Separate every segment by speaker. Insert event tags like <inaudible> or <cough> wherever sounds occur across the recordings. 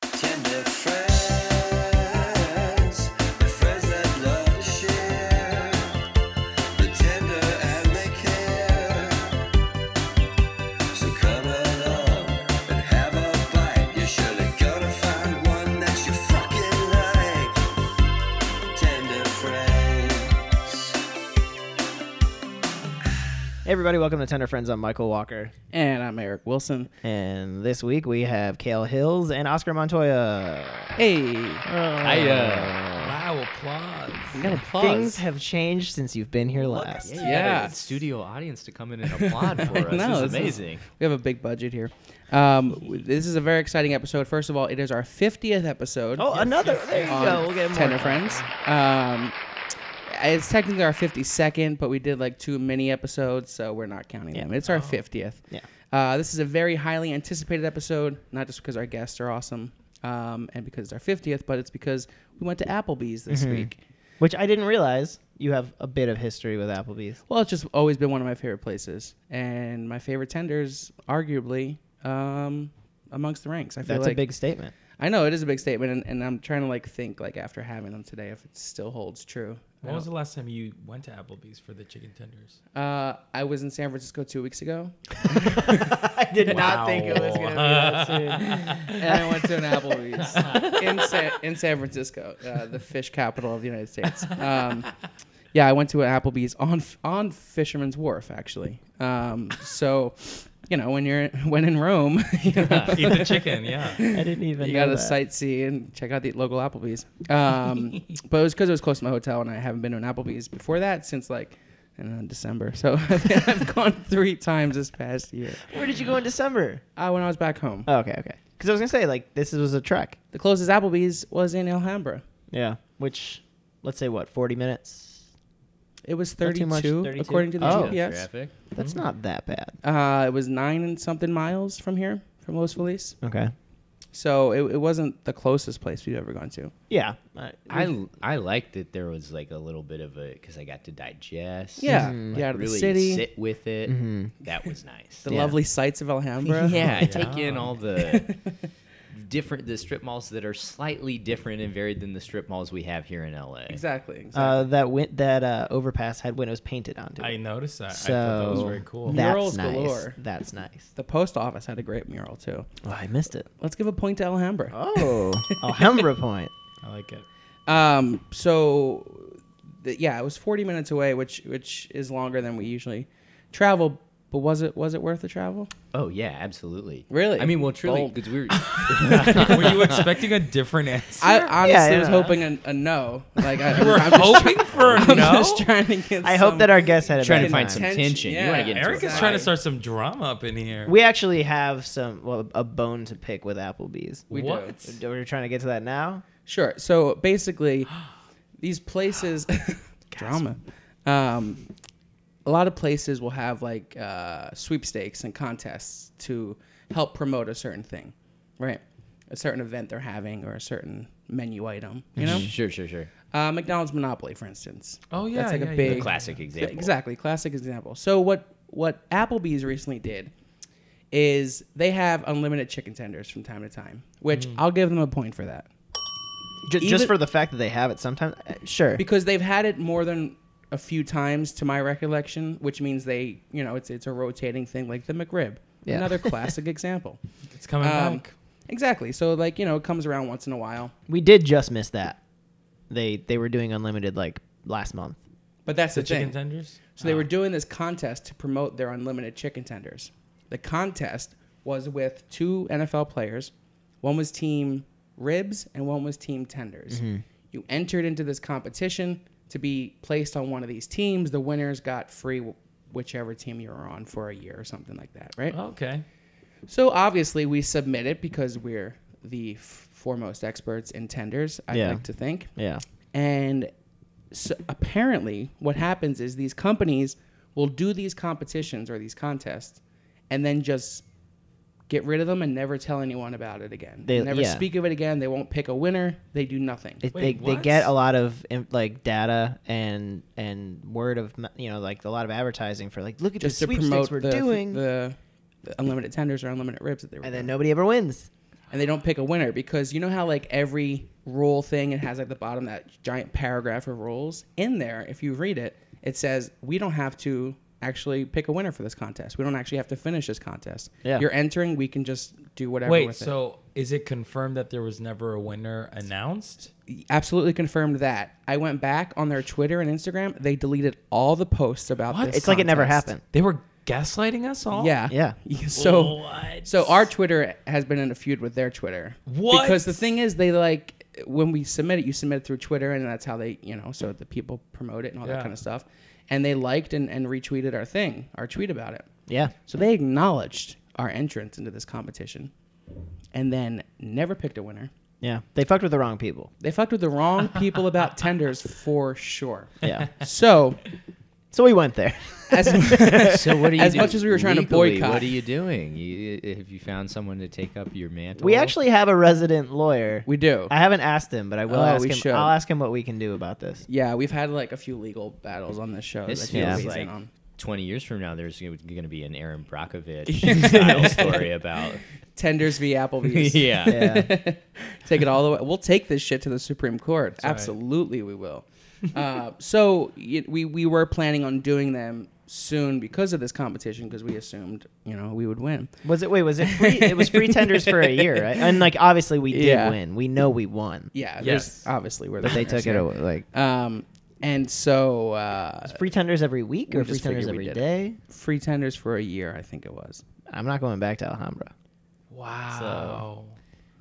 Speaker 1: and their friends, the friends that love to share, the tender and they care. So come along and have a bite. You're surely gonna find one that you fucking like. Tender friends.
Speaker 2: Hey everybody, welcome to Tender Friends. I'm Michael Walker,
Speaker 3: And I'm Eric Wilson.
Speaker 2: and this week we have Kale Hills and Oscar Montoya.
Speaker 3: Hey,
Speaker 4: uh,
Speaker 5: Oh.
Speaker 4: Wow, applause.
Speaker 3: got
Speaker 2: Things have changed since you've been here last.
Speaker 4: you
Speaker 3: Yeah.
Speaker 4: got a studio audience to come in and
Speaker 3: <laughs>
Speaker 4: applaud for us.
Speaker 3: know,
Speaker 4: this is
Speaker 3: this is-
Speaker 4: amazing.
Speaker 3: We have a big budget here. Um, w- this is a very exciting episode. First of all, it is our 50th episode.
Speaker 2: Oh, another. There you
Speaker 3: on
Speaker 2: go. We'll get more.
Speaker 3: Tender Friends. Um, it's technically our 52nd, but we did like two mini episodes, so we're not counting them. It's our 50th.
Speaker 2: Oh. Yeah.
Speaker 3: Uh, this is a very highly anticipated episode, not just because our guests are awesome um, and because it's our 50th, but it's because we went to
Speaker 2: Mm-hmm.
Speaker 3: Applebee's this week.
Speaker 2: Which I didn't realize you have a bit of history with Applebee's.
Speaker 3: Well, it's just always been one of my favorite places, and my favorite tenders, arguably, um, amongst the ranks. I feel
Speaker 2: That's
Speaker 3: like
Speaker 2: a big statement.
Speaker 3: I know it is a big statement, and, and I'm trying to like think like after having them today if it still holds true. I
Speaker 5: When was the last time you went to Applebee's for the chicken
Speaker 4: <laughs>
Speaker 5: tenders?
Speaker 3: don't- Uh, I was in San Francisco two weeks ago,
Speaker 2: <laughs> I did
Speaker 5: not think it was
Speaker 2: be that soon.
Speaker 3: and I went to an Applebee's in San in San Francisco, uh, the fish capital of the United States. Um, yeah, I went to an Applebee's on on Fisherman's Wharf actually. Um, so, you know, when you're when in Rome, <laughs> you know,
Speaker 5: Eat the chicken,
Speaker 4: <laughs>
Speaker 5: yeah.
Speaker 2: I didn't even.
Speaker 3: you
Speaker 2: know
Speaker 3: gotta
Speaker 2: that.
Speaker 3: sightsee and check out the local Applebee's.
Speaker 2: <laughs>
Speaker 3: Um, but it was because it was close to my hotel, and I haven't been to an Applebee's before that since like uh, December. So <laughs> I've gone three times this past year.
Speaker 2: Where did you go in December?
Speaker 3: Uh, when I was back home,
Speaker 2: Oh, okay, okay. Because I was gonna say like this was a trek.
Speaker 3: the closest Applebee's was in Alhambra.
Speaker 2: Yeah. Which, let's say what, 40 minutes.
Speaker 3: It was
Speaker 2: Not too
Speaker 3: 32,
Speaker 2: much, 32?
Speaker 3: according to the
Speaker 2: Oh.
Speaker 3: GPS.
Speaker 4: Traffic.
Speaker 2: That's not that bad.
Speaker 3: Uh, it was nine and something miles from here, from Los Feliz.
Speaker 2: Okay.
Speaker 3: So it, it wasn't the closest place we've ever gone to.
Speaker 2: Yeah.
Speaker 4: I I liked that there was like a little bit of a because I got to digest.
Speaker 3: Yeah,
Speaker 2: Hmm.
Speaker 4: like,
Speaker 3: get out of the
Speaker 4: really
Speaker 3: city. Mm-hmm.
Speaker 4: sit with it. That was nice.
Speaker 3: The
Speaker 2: Yeah.
Speaker 3: lovely sights
Speaker 2: <laughs>
Speaker 3: of Alhambra.
Speaker 4: yeah, I take in
Speaker 3: <laughs>
Speaker 4: all the different the strip malls that are slightly different and varied than the strip malls we have here in LA.
Speaker 3: exactly. exactly.
Speaker 2: Uh, that went that uh, overpass had windows painted onto it.
Speaker 5: I noticed that.
Speaker 2: so
Speaker 5: I thought that was very cool.
Speaker 2: That's
Speaker 3: Murals
Speaker 2: nice.
Speaker 3: galore.
Speaker 2: That's nice.
Speaker 3: the post office had a great mural too.
Speaker 2: <laughs> Oh, I missed it.
Speaker 3: Let's give a point to Alhambra.
Speaker 2: <laughs> Oh, Alhambra <laughs> Point.
Speaker 5: I like it.
Speaker 3: Um, so th- yeah, it was 40 minutes away, which which is longer than we usually travel. But was it was it worth the travel?
Speaker 4: Oh yeah, absolutely.
Speaker 3: Really?
Speaker 4: I mean, well, truly,
Speaker 3: Bold.
Speaker 4: because we were.
Speaker 5: <laughs> Were
Speaker 3: <laughs>
Speaker 5: you expecting a different answer?
Speaker 3: I honestly
Speaker 2: Yeah, yeah.
Speaker 3: was hoping a, a no. Like I,
Speaker 4: <laughs>
Speaker 5: you were
Speaker 3: I'm just
Speaker 5: hoping for
Speaker 3: <laughs>
Speaker 5: a
Speaker 3: I'm
Speaker 5: no?
Speaker 3: just trying to get.
Speaker 2: I hope
Speaker 3: some-
Speaker 2: that our guests had a
Speaker 4: Trying
Speaker 2: better
Speaker 4: to find
Speaker 2: time.
Speaker 4: some
Speaker 3: Tension,
Speaker 4: tension.
Speaker 3: yeah.
Speaker 4: You want to get into
Speaker 3: Eric
Speaker 4: a
Speaker 3: is
Speaker 5: Erica's
Speaker 4: fight.
Speaker 5: trying to start some drama up in here.
Speaker 2: We actually have some well a bone to pick with Applebee's.
Speaker 3: We do.
Speaker 5: what?
Speaker 2: We're trying to get to that now.
Speaker 3: Sure. So basically, these
Speaker 5: <gasps>
Speaker 3: places, drama. Um, a lot of places will have like uh, sweepstakes and contests to help promote a certain thing, right? A certain event they're having or a certain menu item. You know,
Speaker 4: Sure, sure, sure.
Speaker 3: uh, McDonald's Monopoly, for instance.
Speaker 5: Mm-hmm. Oh, yeah,
Speaker 3: that's like
Speaker 5: yeah,
Speaker 3: a
Speaker 5: yeah.
Speaker 3: big
Speaker 4: The classic
Speaker 3: yeah,
Speaker 4: example.
Speaker 3: Exactly, classic example. So what what Applebee's recently did is they have unlimited chicken tenders from time to time, which
Speaker 5: Mm.
Speaker 3: I'll give them a point for that.
Speaker 2: J- just
Speaker 3: Even-
Speaker 2: for the fact that they have it sometimes. uh, Sure.
Speaker 3: because they've had it more than a few times to my recollection, which means they, you know, it's it's a rotating thing like the McRib.
Speaker 2: Yeah.
Speaker 3: Another classic example.
Speaker 5: It's coming
Speaker 3: Um,
Speaker 5: back.
Speaker 3: Exactly. So like, you know, it comes around once in a while.
Speaker 2: we did just miss that. They they were doing unlimited like last month.
Speaker 3: But that's the,
Speaker 5: The chicken
Speaker 3: thing.
Speaker 5: tenders?
Speaker 3: so they were doing this contest to promote their unlimited chicken tenders. The contest was with two NFL players. One was team ribs and one was team tenders. You entered into this competition to be placed on one of these teams. The winners got free whichever team you were on for a year or something like that, right?
Speaker 5: Okay.
Speaker 3: So obviously we submit it because we're the f- foremost experts in tenders, I
Speaker 2: Yeah.
Speaker 3: like to think.
Speaker 2: Yeah.
Speaker 3: And so apparently, what happens is these companies will do these competitions or these contests and then just get rid of them and never tell anyone about it again.
Speaker 2: They-
Speaker 3: They never
Speaker 2: yeah.
Speaker 3: speak of it again. They won't pick a winner. They do nothing.
Speaker 2: It,
Speaker 5: Wait,
Speaker 2: they, they
Speaker 5: what?
Speaker 2: get a lot of im- like data and and word of mou- you know like a lot of advertising for like look at
Speaker 3: just
Speaker 2: the
Speaker 3: to
Speaker 2: sweepstakes
Speaker 3: promote
Speaker 2: we're
Speaker 3: the,
Speaker 2: doing
Speaker 3: the, the unlimited tenders or unlimited ribs that they were
Speaker 2: and then
Speaker 3: doing.
Speaker 2: nobody ever wins
Speaker 3: and they don't pick a winner because you know how like every rule thing it has at the bottom that giant paragraph of rules in there if you read it it says we don't have to actually pick a winner for this contest we don't actually have to finish this contest
Speaker 2: Yeah.
Speaker 3: you're entering we can just do whatever
Speaker 5: Wait,
Speaker 3: with it.
Speaker 5: so is it confirmed that there was never a winner announced?
Speaker 3: absolutely confirmed that i went back on their twitter and instagram they deleted all the posts about
Speaker 5: What?
Speaker 3: this
Speaker 2: It's like it never
Speaker 3: contest.
Speaker 2: happened.
Speaker 5: They were gaslighting us all?
Speaker 3: yeah
Speaker 2: Yeah.
Speaker 3: <laughs> so
Speaker 5: What?
Speaker 3: So our Twitter has been in a feud with their Twitter.
Speaker 5: What?
Speaker 3: Because the thing is, they like when we submit it, you submit it through Twitter, and that's how they, you know, so the people promote it and all that
Speaker 5: Yeah.
Speaker 3: kind of stuff. And they liked and, and retweeted our thing, our tweet about it.
Speaker 2: Yeah.
Speaker 3: So they acknowledged our entrance into this competition, and then never picked a winner.
Speaker 2: Yeah. They fucked with the wrong people.
Speaker 3: <laughs> They fucked with the
Speaker 5: <laughs>
Speaker 3: wrong people about tenders for sure.
Speaker 2: Yeah.
Speaker 3: So,
Speaker 2: so we went there.
Speaker 3: as
Speaker 4: <laughs> So what are you
Speaker 3: As
Speaker 4: do-
Speaker 3: much as we were trying to
Speaker 4: legally,
Speaker 3: boycott.
Speaker 4: What are you doing? You, have you found someone to take up your mantle?
Speaker 2: We actually have a resident lawyer.
Speaker 3: we do,
Speaker 2: I haven't asked him, but I will
Speaker 3: Oh,
Speaker 2: ask
Speaker 3: we
Speaker 2: him.
Speaker 3: should.
Speaker 2: I'll ask him what we can do about this.
Speaker 3: yeah, we've had like a few legal battles on this show.
Speaker 4: This
Speaker 3: that Joe
Speaker 2: feels
Speaker 3: weighs in
Speaker 4: like
Speaker 3: on.
Speaker 4: 20 years from now, there's going to be an Aaron
Speaker 3: <laughs>
Speaker 4: Brockovich style story about.
Speaker 3: tenders v Applebee's.
Speaker 4: Yeah.
Speaker 2: <laughs> Yeah.
Speaker 3: take it all the way. We'll take this shit to the Supreme Court.
Speaker 5: all right.
Speaker 3: Absolutely, we will. uh, <laughs> so y- we we were planning on doing them soon because of this competition because we assumed you know we would win.
Speaker 2: was it? Wait, was it free? It was free tenders for a year, right? And like, obviously, we did
Speaker 3: Yeah.
Speaker 2: win. We know we won.
Speaker 3: Yeah. there's-
Speaker 5: Yes.
Speaker 3: Obviously, we're
Speaker 2: But they took it away. Like
Speaker 3: Um, and so uh,
Speaker 2: free tenders every week
Speaker 3: we
Speaker 2: or free
Speaker 3: just
Speaker 2: tenders
Speaker 3: figured we
Speaker 2: every
Speaker 3: did it.
Speaker 2: day.
Speaker 3: free tenders for a year, I think it was.
Speaker 2: I'm not going back to Alhambra.
Speaker 5: Wow.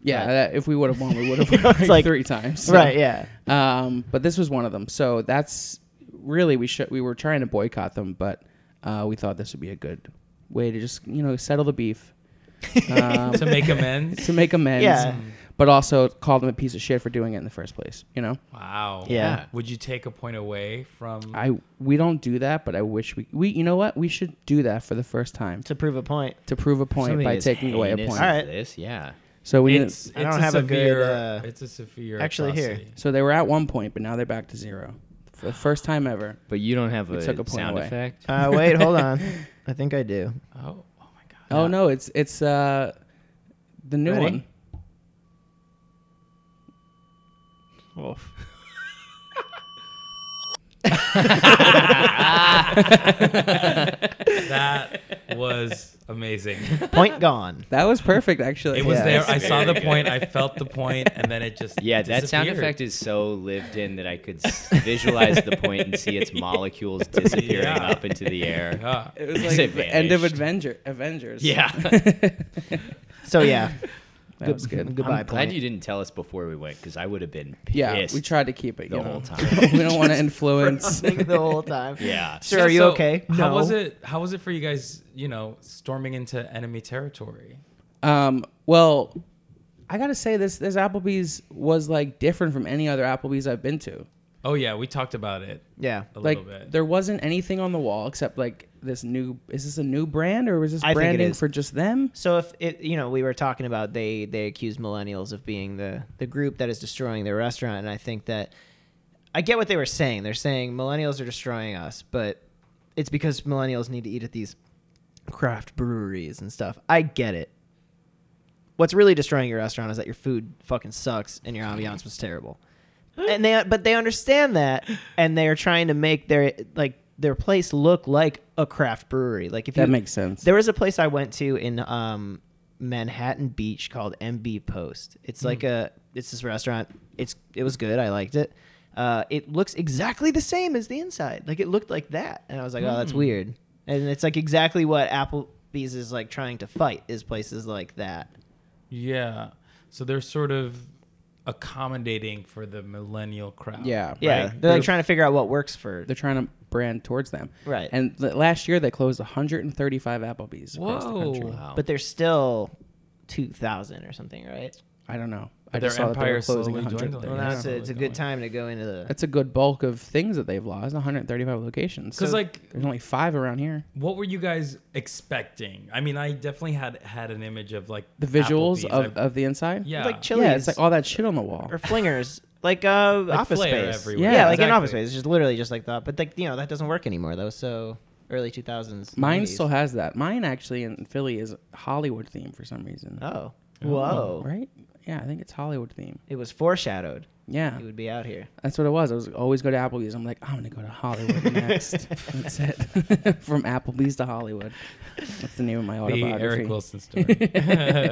Speaker 3: Yeah,
Speaker 2: Right.
Speaker 3: that, if we would have won, we would
Speaker 2: <laughs>
Speaker 3: have won <laughs> like,
Speaker 2: like-
Speaker 3: three times.
Speaker 2: <laughs>
Speaker 3: So,
Speaker 2: Right? Yeah.
Speaker 3: Um, but this was one of them. So that's really we should we were trying to boycott them, but uh, we thought this would be a good way to just you know settle the
Speaker 5: <laughs>
Speaker 3: beef, um,
Speaker 5: to
Speaker 2: <laughs>
Speaker 5: make
Speaker 3: <laughs>
Speaker 5: amends?
Speaker 3: to make amends,
Speaker 2: Yeah.
Speaker 3: but also call them a piece of shit for doing it in the first place. You know,
Speaker 5: Wow.
Speaker 2: Yeah.
Speaker 5: Would you take a point away from?
Speaker 3: I we don't do that, but I wish we we you know what we should do that for the first time
Speaker 2: To prove a point.
Speaker 3: to prove a point
Speaker 4: Something
Speaker 3: by
Speaker 4: as
Speaker 3: taking away a
Speaker 4: heinous
Speaker 3: point.
Speaker 4: as
Speaker 2: All right.
Speaker 4: This, yeah.
Speaker 3: So we
Speaker 5: it's,
Speaker 3: need,
Speaker 5: it's
Speaker 2: I don't
Speaker 5: a
Speaker 2: have a good,
Speaker 5: severe,
Speaker 2: uh,
Speaker 5: It's a severe.
Speaker 2: actually here.
Speaker 5: atrocity.
Speaker 3: so they were at one point, but now they're back to zero for the first time ever.
Speaker 4: But you don't have a,
Speaker 3: took a point
Speaker 4: sound
Speaker 3: away.
Speaker 4: effect.
Speaker 2: Uh, wait, hold on. <laughs> I think I do.
Speaker 5: Oh, oh my god.
Speaker 3: Oh no, it's it's uh the new
Speaker 2: Ready?
Speaker 3: one.
Speaker 2: Oh. <laughs>
Speaker 5: That was amazing.
Speaker 2: Point gone.
Speaker 3: That was perfect, actually.
Speaker 5: It was
Speaker 2: Yeah,
Speaker 5: there.
Speaker 2: it's
Speaker 5: I saw the point. I felt the point, and then it just
Speaker 4: <laughs> Yeah, that sound
Speaker 5: disappeared.
Speaker 4: effect is so lived in that I could s- visualize the point and see <laughs> its molecules disappearing
Speaker 5: Yeah.
Speaker 4: up into the <laughs> air.
Speaker 5: Yeah.
Speaker 3: <laughs> It was
Speaker 4: It
Speaker 3: like the
Speaker 4: vanished.
Speaker 3: end of Avenger, Avengers. <laughs>
Speaker 4: Yeah.
Speaker 2: So yeah,
Speaker 3: that was good.
Speaker 2: Goodbye.
Speaker 4: I'm
Speaker 2: point.
Speaker 4: glad you didn't tell us before we went because I would have been pissed.
Speaker 3: Yeah, we tried to keep it
Speaker 4: the
Speaker 3: you <laughs>
Speaker 4: whole
Speaker 3: know.
Speaker 4: time.
Speaker 3: we
Speaker 2: <laughs>
Speaker 3: don't want to influence.
Speaker 2: Think the whole <laughs> time.
Speaker 4: Yeah.
Speaker 2: Sir, are you
Speaker 5: So,
Speaker 2: okay?
Speaker 5: How was it? How was it for you guys? You know, storming into enemy territory.
Speaker 3: Um, well, I gotta say this: this Applebee's was like different from any other Applebee's I've been to.
Speaker 5: Oh yeah, we talked about it
Speaker 2: Yeah.
Speaker 5: a
Speaker 3: Like,
Speaker 5: little bit.
Speaker 3: there wasn't anything on the wall except like this new. Is this a new brand or was this
Speaker 2: I think it
Speaker 3: branding
Speaker 2: is.
Speaker 3: for just them?
Speaker 2: So if it, you know, we were talking about they they accuse millennials of being the the group that is destroying their restaurant, and I think that I get what they were saying. They're saying millennials are destroying us, but it's because millennials need to eat at these craft breweries and stuff. I get it. What's really destroying your restaurant is that your food fucking sucks and your ambiance was terrible. And they but they understand that and they're trying to make their like their place look like a craft brewery. Like if
Speaker 3: That
Speaker 2: you,
Speaker 3: makes sense.
Speaker 2: there was a place I went to in um, Manhattan Beach called MB Post. It's like a it's this restaurant. It's it was good. I liked it. Uh, it looks exactly the same as the inside. Like it looked like that, and I was like, oh, that's weird. And it's like exactly what Applebee's is like trying to fight is places like that.
Speaker 5: Yeah. So they're sort of accommodating for the millennial crowd.
Speaker 3: Yeah.
Speaker 2: Yeah,
Speaker 3: Right.
Speaker 2: they're like trying to figure out what works for.
Speaker 3: They're trying to brand towards them.
Speaker 2: Right.
Speaker 3: And l- last year they closed 135 Applebee's across the country.
Speaker 5: Whoa.
Speaker 4: Wow.
Speaker 2: But they're still two thousand or something, right?
Speaker 3: I don't know. I
Speaker 5: Their
Speaker 3: just saw that they were
Speaker 5: empire
Speaker 3: closing
Speaker 5: slowly dwindling.
Speaker 3: 130.
Speaker 2: Well,
Speaker 5: Yeah.
Speaker 2: now it's a, it's a good
Speaker 5: Totally.
Speaker 2: time to go into the.
Speaker 3: That's a good bulk of things that they've lost. 135 locations.
Speaker 5: Because
Speaker 3: So
Speaker 5: like,
Speaker 3: there's only five around here.
Speaker 5: what were you guys expecting? I mean, I definitely had had an image of like
Speaker 3: The visuals
Speaker 5: Applebee's.
Speaker 3: of,
Speaker 5: I-
Speaker 3: of the inside.
Speaker 5: yeah.
Speaker 2: Like Chili's.
Speaker 3: Yeah, it's like all that shit on the wall.
Speaker 2: or flingers, like uh, office
Speaker 5: flair
Speaker 2: space.
Speaker 5: everywhere.
Speaker 2: Yeah,
Speaker 3: Yeah,
Speaker 2: like in
Speaker 5: exactly.
Speaker 2: office space, it's just literally just like that. But like you know, that doesn't work anymore. That was so early two thousands.
Speaker 3: Mine still has that. Mine actually in Philly is Hollywood themed for some reason.
Speaker 2: Oh, Whoa.
Speaker 3: Right? Yeah, I think it's Hollywood theme.
Speaker 2: It was foreshadowed.
Speaker 3: Yeah.
Speaker 2: It would be out
Speaker 3: <laughs>
Speaker 2: here.
Speaker 3: That's what it was. I was always go to Applebee's. I'm like, I'm gonna go to Hollywood
Speaker 2: <laughs>
Speaker 3: next. That's it. <laughs> From Applebee's to Hollywood. That's the name of my
Speaker 5: The
Speaker 3: autobiography.
Speaker 5: Eric Wilson story.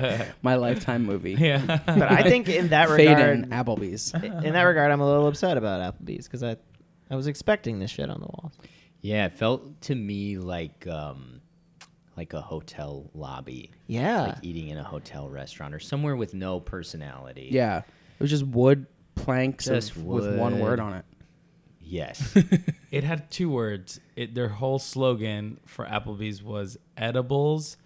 Speaker 3: <laughs> My lifetime movie.
Speaker 5: yeah.
Speaker 2: But I think in that
Speaker 3: Fade
Speaker 2: regard,
Speaker 3: in Applebee's.
Speaker 2: in that regard, I'm a little upset about Applebee's because I, I was expecting this shit on the walls.
Speaker 4: Yeah, it felt to me like um, like a hotel lobby,
Speaker 2: Yeah.
Speaker 4: like eating in a hotel restaurant or somewhere with no personality.
Speaker 3: Yeah, it was just wood planks of-
Speaker 4: Just
Speaker 3: with one
Speaker 4: wood.
Speaker 3: word on it.
Speaker 4: <laughs> Yes.
Speaker 5: It had two words. It, their whole slogan for Applebee's was edibles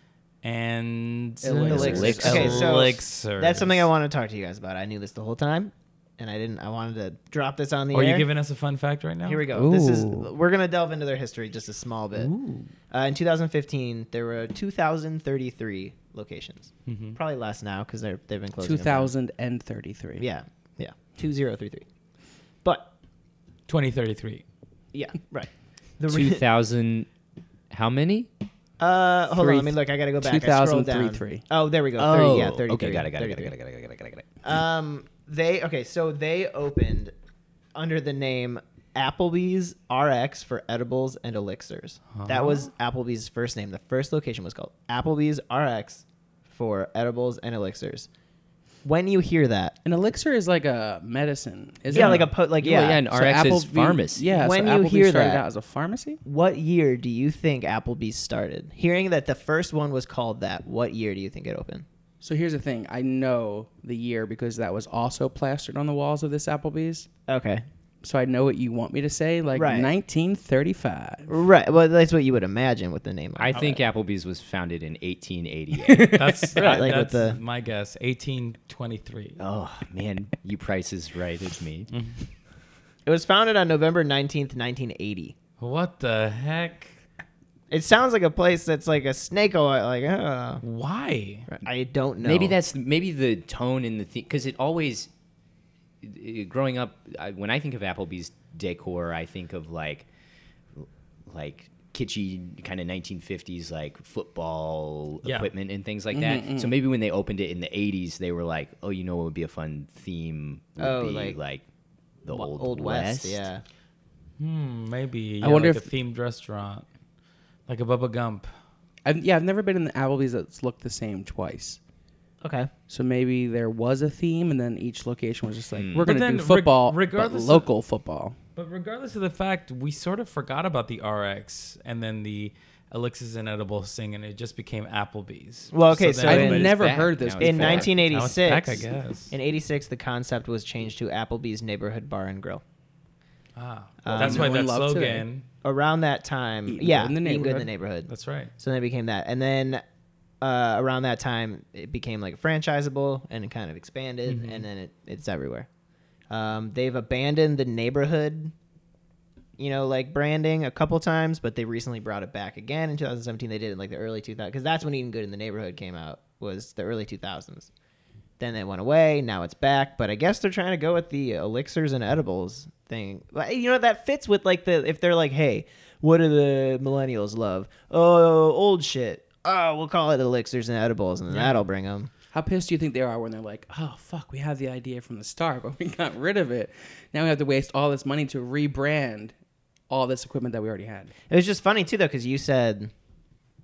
Speaker 5: and
Speaker 4: Elixirs.
Speaker 2: Elixirs. Okay, so
Speaker 5: Elixirs.
Speaker 2: that's something I want to talk to you guys about. I knew this the whole time, and I didn't. I wanted to drop this on the
Speaker 5: Are
Speaker 2: air.
Speaker 5: you giving us a fun fact right now?
Speaker 2: Here we go. This is
Speaker 3: Ooh.
Speaker 2: we're gonna delve into their history just a small bit. Uh, in 2015, there were 2,033 locations.
Speaker 4: Mm-hmm.
Speaker 2: Probably less now because they're they've been closed.
Speaker 3: Two thousand and thirty-three.
Speaker 2: Yeah, yeah, 2033. But <laughs>
Speaker 5: 2033.
Speaker 2: yeah, right. The
Speaker 4: <laughs> Two
Speaker 2: re-
Speaker 4: thousand. How many?
Speaker 2: uh, hold
Speaker 3: Three-
Speaker 2: on, let me look. I gotta go back. I scrolled down.
Speaker 3: 2033.
Speaker 2: Oh, there we go. 30, yeah, 33.
Speaker 4: okay. Got it. Got it. Got
Speaker 2: 33.
Speaker 4: it. Got it. Got it. Got it. Got it. Got it.
Speaker 2: Um, they okay, so they opened under the name Applebee's RX for edibles and elixirs. That was Applebee's first name. The first location was called Applebee's RX for edibles and elixirs. When you hear that,
Speaker 3: An elixir is like a medicine, isn't
Speaker 2: yeah,
Speaker 3: it?
Speaker 2: like a po- like
Speaker 4: Yeah,
Speaker 2: yeah,
Speaker 4: yeah, an RX is
Speaker 3: Applebee-
Speaker 4: pharmacy.
Speaker 3: Yeah,
Speaker 2: When
Speaker 3: so
Speaker 2: you
Speaker 3: Applebee
Speaker 2: hear
Speaker 3: started
Speaker 2: that-
Speaker 3: out as a pharmacy,
Speaker 2: What year do you think Applebee's started? Hearing that the first one was called that, what year do you think it opened?
Speaker 3: so here's the thing: I know the year because that was also plastered on the walls of this Applebee's.
Speaker 2: Okay.
Speaker 3: So I know what you want me to say, like
Speaker 2: Right.
Speaker 3: 1935.
Speaker 2: Right. Well, that's what you would imagine with the name. Like
Speaker 4: I
Speaker 2: that.
Speaker 4: think Applebee's was founded in <laughs> 1888.
Speaker 5: That's
Speaker 2: Right, like with
Speaker 5: that's
Speaker 2: the-
Speaker 5: my guess. 1823.
Speaker 4: oh man, you prices righted me.
Speaker 2: Mm-hmm. it was founded on November 19th, 1980.
Speaker 5: What the heck?
Speaker 2: It sounds like a place that's like a snake oil. Like, uh,
Speaker 5: Why?
Speaker 2: I don't know.
Speaker 4: Maybe that's maybe the tone in the because it always i- growing up I, when I think of Applebee's decor, I think of like like kitschy kind of 1950s like football
Speaker 5: Yeah.
Speaker 4: equipment and things
Speaker 2: Mm-hmm,
Speaker 4: like that. So maybe when they opened it in the 80s, they were like, oh, you know, what would be a fun theme would
Speaker 2: Oh,
Speaker 4: be
Speaker 2: like,
Speaker 4: like, the
Speaker 2: Wa-
Speaker 4: old,
Speaker 2: West. Yeah.
Speaker 5: Hmm, maybe.
Speaker 3: I
Speaker 5: yeah,
Speaker 3: wonder
Speaker 5: like
Speaker 3: if-
Speaker 5: a themed restaurant, like a Bubba Gump.
Speaker 3: I've, yeah, I've never been in the Applebee's that's looked the same twice.
Speaker 2: Okay.
Speaker 3: So maybe there was a theme, and then each location was just like,
Speaker 4: Hmm.
Speaker 3: we're
Speaker 5: But
Speaker 3: going to
Speaker 5: then
Speaker 3: do
Speaker 5: reg-
Speaker 3: football, but
Speaker 5: regardless of-
Speaker 3: local football.
Speaker 5: But regardless of the fact, we sort of forgot about the RX and then the elixirs and edibles thing, and it just became Applebee's.
Speaker 2: Well, okay, so
Speaker 5: then-
Speaker 2: in-
Speaker 3: I've
Speaker 2: it's
Speaker 3: never
Speaker 4: back.
Speaker 3: heard this
Speaker 4: Now it's
Speaker 2: In
Speaker 4: back.
Speaker 3: before.
Speaker 5: Now it's back, I
Speaker 2: 1986,
Speaker 5: guess.
Speaker 2: in 86, the concept was changed to Applebee's Neighborhood Bar and Grill.
Speaker 5: Ah,
Speaker 2: Um,
Speaker 5: that's why
Speaker 3: No one
Speaker 5: that
Speaker 3: loved today.
Speaker 5: slogan.
Speaker 2: Around that time,
Speaker 3: Eating good
Speaker 2: yeah,
Speaker 3: in the
Speaker 2: eating good in the
Speaker 3: neighborhood.
Speaker 2: neighborhood.
Speaker 5: That's right.
Speaker 2: So then it became that, and then uh, around that time, it became like franchisable and it kind of expanded, and then it, it's everywhere. Um, they've abandoned the neighborhood, you know, like branding a couple times, but they recently brought it back again in 2017. They did it in like the early 2000s because that's when Eating Good in the Neighborhood came out was the early 2000s. Then it went away. Now it's back, but I guess they're trying to go with the elixirs and edibles thing. But, You know that fits with like the if they're like, hey, what do the millennials love? Oh, old shit. Oh, we'll call it elixirs and edibles, and that'll bring them.
Speaker 3: How pissed do you think they are when they're like, oh, fuck, we had the idea from the start, <laughs> but we got rid of it. Now we have to waste all this money to rebrand all this equipment that we already had.
Speaker 2: It was just funny too, though, because you said,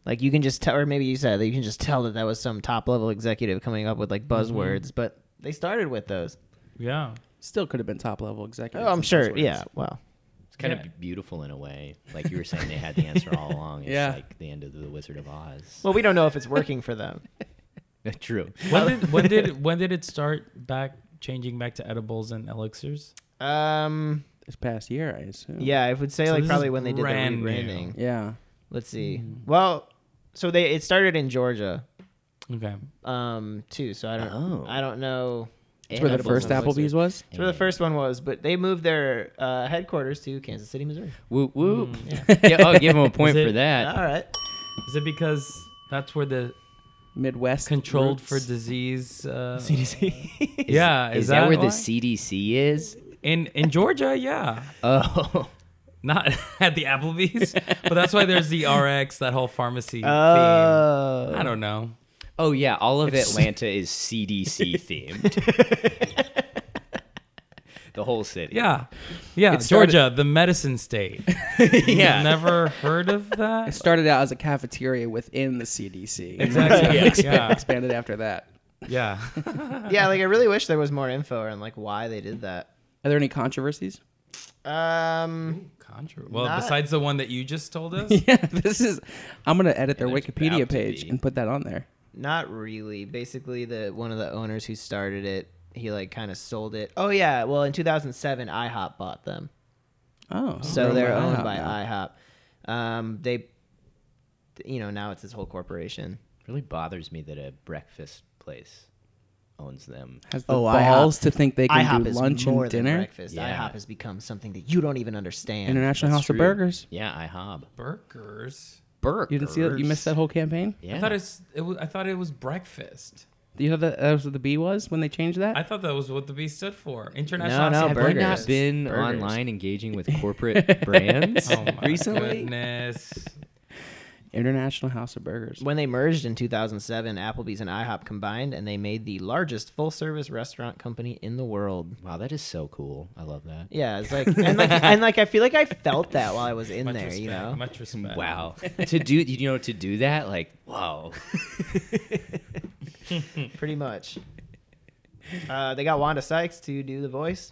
Speaker 2: like, you can just tell, or maybe you said that you can just tell that that was some top level executive coming up with like
Speaker 5: Mm-hmm.
Speaker 2: buzzwords, but they started with those.
Speaker 5: Yeah.
Speaker 3: Still could have been top level executive.
Speaker 2: Oh, I'm sure. Yeah. Well,
Speaker 4: It's kind
Speaker 5: Yeah.
Speaker 4: of beautiful in a way. Like you were saying, they had the answer all along. It's
Speaker 3: Yeah.
Speaker 4: like the end of the Wizard of Oz. <laughs>
Speaker 2: well, we don't know if it's working for
Speaker 5: <laughs>
Speaker 2: them.
Speaker 4: True.
Speaker 5: When did <laughs> when did when did it start back changing back to edibles and elixirs?
Speaker 2: Um.
Speaker 3: This past year, I assume.
Speaker 2: Yeah, I would say
Speaker 5: So
Speaker 2: like
Speaker 5: this is
Speaker 2: probably when they did the
Speaker 5: brand new.
Speaker 2: rebranding.
Speaker 3: Yeah.
Speaker 2: Let's see. Well, so they it started in Georgia,
Speaker 5: Okay.
Speaker 2: um, too. So I don't.
Speaker 4: Oh.
Speaker 2: I don't know.
Speaker 3: That's where the
Speaker 4: Edibles
Speaker 3: first
Speaker 4: and elixirs.
Speaker 3: Applebee's was.
Speaker 2: It's where the first one was, but they moved their uh, headquarters to Kansas City, Missouri.
Speaker 4: Whoop whoop.
Speaker 3: Mm,
Speaker 4: <laughs> Yeah. I'll give him a point
Speaker 5: Is
Speaker 4: for
Speaker 5: it-
Speaker 4: that.
Speaker 2: All right.
Speaker 5: Is it because that's where the
Speaker 3: <laughs> Midwest.
Speaker 5: controlled for
Speaker 3: roots. disease uh, CDC? yeah,
Speaker 4: Is, that, where
Speaker 5: Ah, why?
Speaker 4: the CDC is?
Speaker 5: in in Georgia? Yeah,
Speaker 4: Oh, <laughs>
Speaker 5: not <laughs> at the Applebee's, but that's why there's the RX, that whole pharmacy theme.
Speaker 2: Oh.
Speaker 5: I don't know.
Speaker 4: Oh yeah, all of Atlanta is CDC themed. <laughs> the whole city.
Speaker 5: Yeah, yeah.
Speaker 3: It started-
Speaker 5: Georgia, the
Speaker 2: <laughs>
Speaker 5: medicine state.
Speaker 4: yeah.
Speaker 5: Never heard of
Speaker 3: It
Speaker 5: that.
Speaker 3: started out as a cafeteria within the CDC. and then
Speaker 5: Exactly. <laughs>
Speaker 4: Yeah.
Speaker 2: <laughs>
Speaker 3: <laughs>
Speaker 5: Yeah.
Speaker 3: Expanded after that.
Speaker 5: Yeah.
Speaker 2: yeah, like I really wish there was more info on like why they did that.
Speaker 3: Are there any controversies? <laughs>
Speaker 2: Um,
Speaker 5: Contra- well,
Speaker 2: Not-
Speaker 5: besides the one that you just told us,
Speaker 3: yeah, this is. I'm gonna edit their
Speaker 4: there's
Speaker 3: Wikipedia
Speaker 4: about to
Speaker 3: page
Speaker 4: be.
Speaker 3: and put that on there.
Speaker 2: not really. Basically, the one of the owners who started it, he like kind of sold it. Oh yeah, well in 2007, IHOP bought them,
Speaker 3: Oh,
Speaker 2: so they're
Speaker 3: wow.
Speaker 2: owned by IHOP. Um, they, you know, now it's this whole corporation.
Speaker 4: really bothers me that a breakfast place owns them.
Speaker 3: Has the
Speaker 2: Oh,
Speaker 3: balls to think they can
Speaker 2: IHOP
Speaker 3: do
Speaker 2: is
Speaker 3: lunch
Speaker 2: more
Speaker 3: and
Speaker 2: than
Speaker 3: dinner.
Speaker 2: breakfast.
Speaker 4: Yeah.
Speaker 2: IHOP has become something that you don't even understand.
Speaker 3: International
Speaker 4: That's
Speaker 3: House of
Speaker 4: true.
Speaker 3: Burgers.
Speaker 4: Yeah, IHOB.
Speaker 5: burgers.
Speaker 4: Burgers.
Speaker 3: You didn't see that? You missed that whole campaign.
Speaker 4: Yeah.
Speaker 5: I thought it's. It was, I thought it was breakfast.
Speaker 3: You know that, that was what the B was when they changed that.
Speaker 5: I thought that was what the B stood for.
Speaker 2: No,
Speaker 5: International.
Speaker 2: no,
Speaker 5: House of
Speaker 4: Have you
Speaker 2: burgers.
Speaker 4: not been
Speaker 2: Burgers.
Speaker 4: online engaging with
Speaker 5: <laughs>
Speaker 4: corporate brands
Speaker 5: Oh
Speaker 2: <laughs>
Speaker 5: my
Speaker 4: recently?
Speaker 5: goodness.
Speaker 3: International House of Burgers.
Speaker 2: When they merged in 2007, Applebee's and IHOP combined, and they made the largest full-service restaurant company in the world.
Speaker 4: Wow, that is so cool. I love that.
Speaker 2: Yeah, it's like and
Speaker 3: <laughs>
Speaker 2: like and like I feel like I felt that while I was in
Speaker 5: Much
Speaker 2: there,
Speaker 5: respect.
Speaker 2: you know.
Speaker 5: Much respect.
Speaker 4: Wow. <laughs> to do you know to do that like wow.
Speaker 2: Pretty much. Uh, they got Wanda Sykes to do the voice.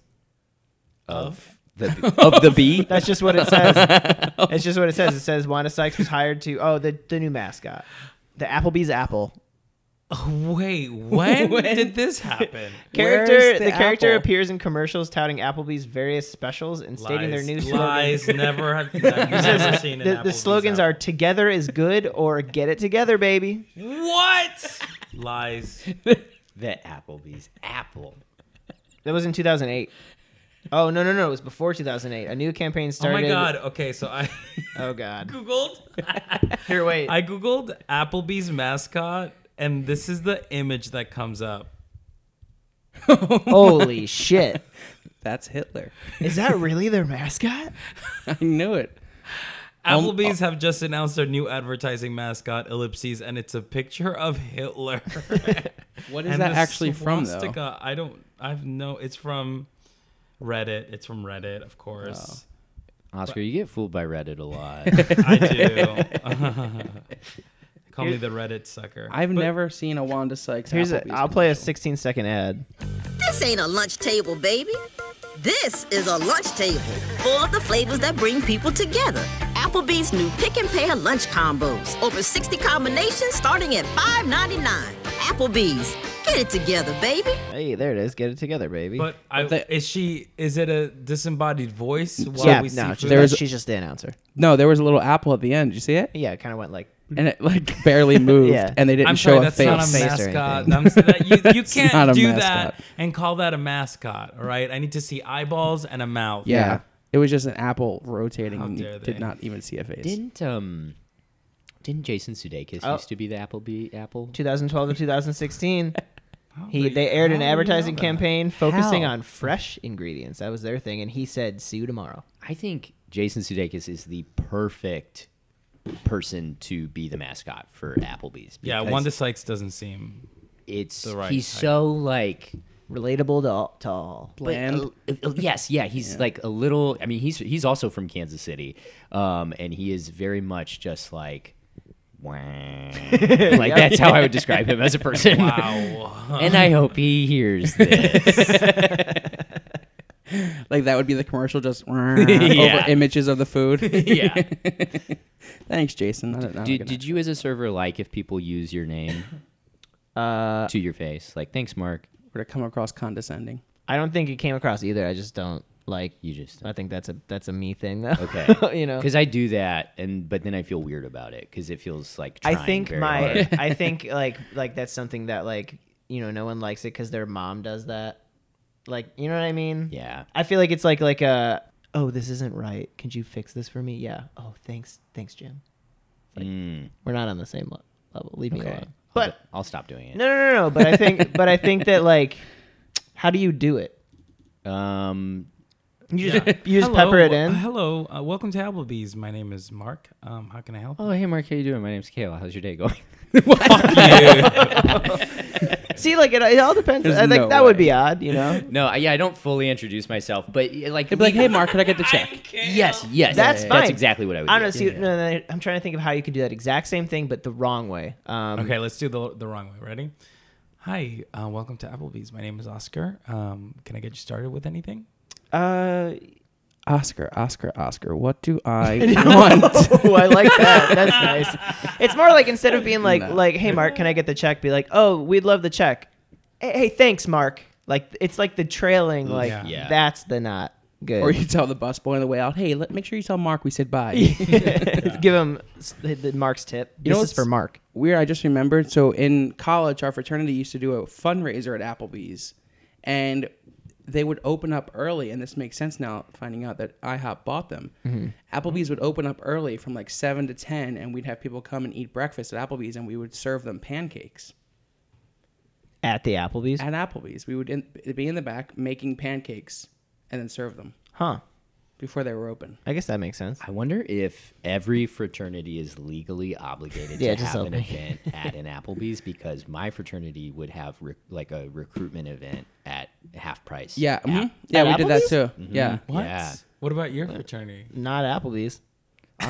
Speaker 5: Of.
Speaker 4: The of the
Speaker 5: <laughs>
Speaker 4: bee?
Speaker 2: That's just what it
Speaker 3: <laughs>
Speaker 2: says. That's just what it says. It says Wanda Sykes was hired to oh the the new mascot, the Applebee's apple
Speaker 5: Oh, <laughs> wait, when,
Speaker 3: When?
Speaker 5: did this happen?
Speaker 2: character.
Speaker 3: Where's
Speaker 2: The,
Speaker 3: the
Speaker 2: character
Speaker 3: apple?
Speaker 2: appears in commercials touting Applebee's various specials and stating their
Speaker 5: Lies.
Speaker 2: new
Speaker 5: lies.
Speaker 2: slogan.
Speaker 5: <laughs> Never have never seen an
Speaker 2: The, the
Speaker 5: Applebee's
Speaker 2: slogans
Speaker 5: apple.
Speaker 2: are "Together is good" or "Get it together, baby."
Speaker 5: what lies.
Speaker 4: The Applebee's apple.
Speaker 2: That was in 2008. Oh no no no! It was before 2008. A new campaign
Speaker 5: Oh my
Speaker 2: started.
Speaker 5: god. Okay, so I <laughs>
Speaker 2: Oh god! <laughs>
Speaker 5: googled.
Speaker 2: Here, wait.
Speaker 5: I googled Applebee's mascot, and this is the image that comes up.
Speaker 2: Holy shit!
Speaker 3: <laughs> That's Hitler. <laughs>
Speaker 2: Is that really their mascot?
Speaker 3: I knew it.
Speaker 5: Applebee's have just announced their new advertising mascot, Ellipses, and it's a picture of Hitler.
Speaker 3: What is that actually from though?
Speaker 5: swastika, I don't. I've no. It's from Reddit. It's from Reddit, of course.
Speaker 4: Oscar, you get fooled by Reddit
Speaker 5: <laughs>
Speaker 4: a lot.
Speaker 5: I do. Call me the Reddit sucker.
Speaker 3: I've
Speaker 5: But
Speaker 3: never seen a Wanda Sykes.
Speaker 2: Here's a,
Speaker 3: Applebee's
Speaker 2: I'll play a
Speaker 3: commercial.
Speaker 2: 16 second ad.
Speaker 6: This ain't a lunch table, baby. This is a lunch table full of the flavors that bring people together. Applebee's new pick and pair lunch combos. Over 60 combinations starting at $5.99. Applebee's, get it together, baby.
Speaker 2: Hey, there it is. Get it together, baby.
Speaker 5: But I,
Speaker 3: the-
Speaker 5: is she? Is it a disembodied voice? While
Speaker 2: yeah,
Speaker 5: we see
Speaker 2: no,
Speaker 5: food?
Speaker 2: there
Speaker 3: was-
Speaker 2: she's just the announcer.
Speaker 3: No, there was a little apple at the end. Did you see it?
Speaker 2: Yeah, it kind of went like.
Speaker 3: And it like <laughs> barely moved,
Speaker 2: Yeah.
Speaker 3: and they didn't
Speaker 5: I'm
Speaker 3: show
Speaker 5: sorry,
Speaker 3: a
Speaker 5: that's
Speaker 3: face.
Speaker 5: not a
Speaker 2: face or
Speaker 5: mascot.
Speaker 2: anything.
Speaker 5: I'm, s- that, you, you
Speaker 3: That's not
Speaker 5: can't
Speaker 3: a
Speaker 5: do
Speaker 3: mascot.
Speaker 5: that and call that a mascot. All right, I need to see eyeballs and a mouth.
Speaker 3: Yeah.
Speaker 2: Yeah.
Speaker 3: It was just an apple rotating
Speaker 5: How
Speaker 3: and
Speaker 5: dare
Speaker 3: you
Speaker 5: they.
Speaker 3: did not even see a face.
Speaker 4: Didn't um didn't Jason Sudeikis
Speaker 2: Oh.
Speaker 4: used to be the Applebee apple?
Speaker 2: 2012 to
Speaker 4: <laughs>
Speaker 2: 2016. He
Speaker 5: do
Speaker 2: they
Speaker 5: you-
Speaker 2: aired
Speaker 5: how
Speaker 2: an
Speaker 5: do you know
Speaker 2: advertising
Speaker 5: that?
Speaker 2: campaign focusing
Speaker 4: How?
Speaker 2: on fresh ingredients. That was their thing, and he said, "See you tomorrow."
Speaker 4: I think Jason Sudeikis is the perfect person to be the mascot for Applebee's.
Speaker 5: yeah.
Speaker 4: because
Speaker 5: Wanda Sykes doesn't seem.
Speaker 4: it's
Speaker 5: the right
Speaker 4: he's
Speaker 5: type.
Speaker 4: so like
Speaker 2: Relatable to all. To all.
Speaker 3: Bland.
Speaker 4: But, uh, uh, yes, yeah, he's like a little. I mean, he's he's also from Kansas City, um, and he is very much just like,
Speaker 2: <laughs>
Speaker 4: wah. like that's how I would describe him as a person.
Speaker 5: Ow.
Speaker 4: <laughs> and I hope he
Speaker 2: <laughs>
Speaker 4: hears this.
Speaker 3: like that would be the commercial just <laughs>
Speaker 4: Yeah.
Speaker 3: over images of the <laughs> food.
Speaker 4: yeah.
Speaker 3: Thanks, Jason. I don't know.
Speaker 4: Did, did you as a server like if people use your name
Speaker 2: Uh,
Speaker 4: to your face? Like, thanks, Mark.
Speaker 3: to come across condescending?
Speaker 2: I don't think it came across either. I just don't like.
Speaker 4: You just
Speaker 2: I think that's a that's a me thing though. <laughs>
Speaker 4: okay.
Speaker 2: you know,
Speaker 4: because I do that, and but then I feel weird about it because it feels like
Speaker 2: I
Speaker 4: trying
Speaker 2: think
Speaker 4: very
Speaker 2: my
Speaker 4: hard.
Speaker 2: <laughs>
Speaker 4: <laughs>
Speaker 2: I think like like that's something that like you know no one likes it because their mom does that. Like you know what I mean?
Speaker 4: yeah.
Speaker 2: I feel like it's like like a oh this isn't right. Could you fix this for me? Yeah. Oh thanks thanks Jim.
Speaker 4: Mm.
Speaker 2: We're not on the same le- level. Leave me
Speaker 4: Okay.
Speaker 2: alone.
Speaker 4: But
Speaker 2: But
Speaker 4: I'll stop doing it.
Speaker 2: no no no no. But I think but I think that like how do you do it?
Speaker 4: Um,
Speaker 2: You just, you just
Speaker 5: Hello,
Speaker 2: pepper it
Speaker 5: w-
Speaker 2: in.
Speaker 5: <laughs> Hello, uh, welcome to Applebee's. My name is Mark. Um, how can I help?
Speaker 4: Oh, hey, Mark, how you doing? My name's Kayla. How's your day going? <laughs>
Speaker 2: See, like it, it all depends.
Speaker 3: There's
Speaker 2: I think
Speaker 3: no
Speaker 2: that would
Speaker 3: way.
Speaker 2: be odd, you know.
Speaker 4: no, I, yeah, I don't fully introduce myself, but uh, like,
Speaker 3: They'd be like,
Speaker 4: we-
Speaker 3: hey, Mark, could I get the <laughs> check?
Speaker 4: yes, yes,
Speaker 2: That's fine.
Speaker 4: That's exactly what I would.
Speaker 2: I
Speaker 4: do.
Speaker 2: don't see. No, no, I'm trying to think of how you could do that exact same thing, but the wrong way. Um,
Speaker 5: Okay, let's do the, the wrong way. Ready? Hi, uh, welcome to Applebee's. My name is Oscar. Um, can I get you started with anything?
Speaker 2: Uh,
Speaker 3: Oscar, Oscar, Oscar, what do <laughs> I want?
Speaker 2: <laughs> oh, I like that. That's nice. It's more like instead of being like
Speaker 3: No.
Speaker 2: like, hey Mark, can I get the check? Be like, oh, we'd love the check. Hey, hey thanks, Mark. Like it's like the trailing. Like
Speaker 5: Yeah.
Speaker 4: Yeah.
Speaker 2: that's the not good.
Speaker 3: Or you tell the busboy on the way out, hey, let, make sure you tell Mark we said <laughs> bye.
Speaker 2: <laughs> Give him s- the, the Mark's tip.
Speaker 3: You know
Speaker 2: this is for
Speaker 3: what's-
Speaker 2: Mark.
Speaker 3: Weird, I just remembered. So in college, our fraternity used to do a fundraiser at Applebee's, and they would open up early. And this makes sense now, finding out that IHOP bought them.
Speaker 2: Mm-hmm.
Speaker 3: Applebee's would open up early from like seven to ten, and we'd have people come and eat breakfast at Applebee's, and we would serve them pancakes
Speaker 2: At the Applebee's,
Speaker 3: at Applebee's. We would in, be in the back making pancakes and then serve them
Speaker 2: huh?
Speaker 3: before they were open.
Speaker 2: I guess that makes sense.
Speaker 4: I wonder if every fraternity is legally obligated
Speaker 2: Yeah,
Speaker 4: to
Speaker 2: just
Speaker 4: have an
Speaker 2: open.
Speaker 4: event at an Applebee's because my fraternity would have re- like a recruitment event at half price.
Speaker 3: Yeah, mhm.
Speaker 4: App-
Speaker 3: yeah, we
Speaker 2: At
Speaker 3: did that
Speaker 2: Applebee's? Mm-hmm.
Speaker 3: too. Yeah,
Speaker 5: What?
Speaker 4: Yeah.
Speaker 5: What about your fraternity?
Speaker 4: <laughs>
Speaker 2: Not Applebee's. <laughs>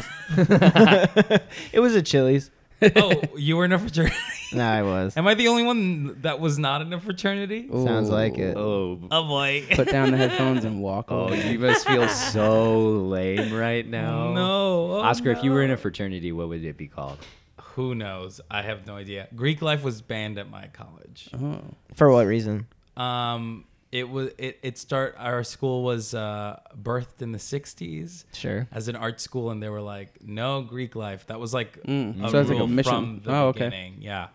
Speaker 2: it was a Chili's.
Speaker 5: oh, you were in a fraternity. <laughs>
Speaker 2: No, I was.
Speaker 5: Am I the only one that was not in a fraternity?
Speaker 2: Sounds like it.
Speaker 4: Oh,
Speaker 5: Oh boy.
Speaker 4: <laughs>
Speaker 3: put
Speaker 2: <laughs>
Speaker 3: down the headphones and walk
Speaker 4: oh,
Speaker 3: away.
Speaker 4: you must feel so lame right now.
Speaker 5: No. Oh,
Speaker 4: Oscar, if you were in
Speaker 5: no.
Speaker 4: a fraternity, what would it be called?
Speaker 5: Who knows? I have no idea. Greek life was banned at my college.
Speaker 2: For what reason?
Speaker 5: Um, it was it, it start our school was uh, birthed in the '60s
Speaker 2: Sure.
Speaker 5: as an art school, and they were like, "No Greek life." That was like a
Speaker 3: Mm. So it's like a
Speaker 5: rule
Speaker 3: mission.
Speaker 5: from the
Speaker 3: Oh, okay.
Speaker 5: beginning. Yeah.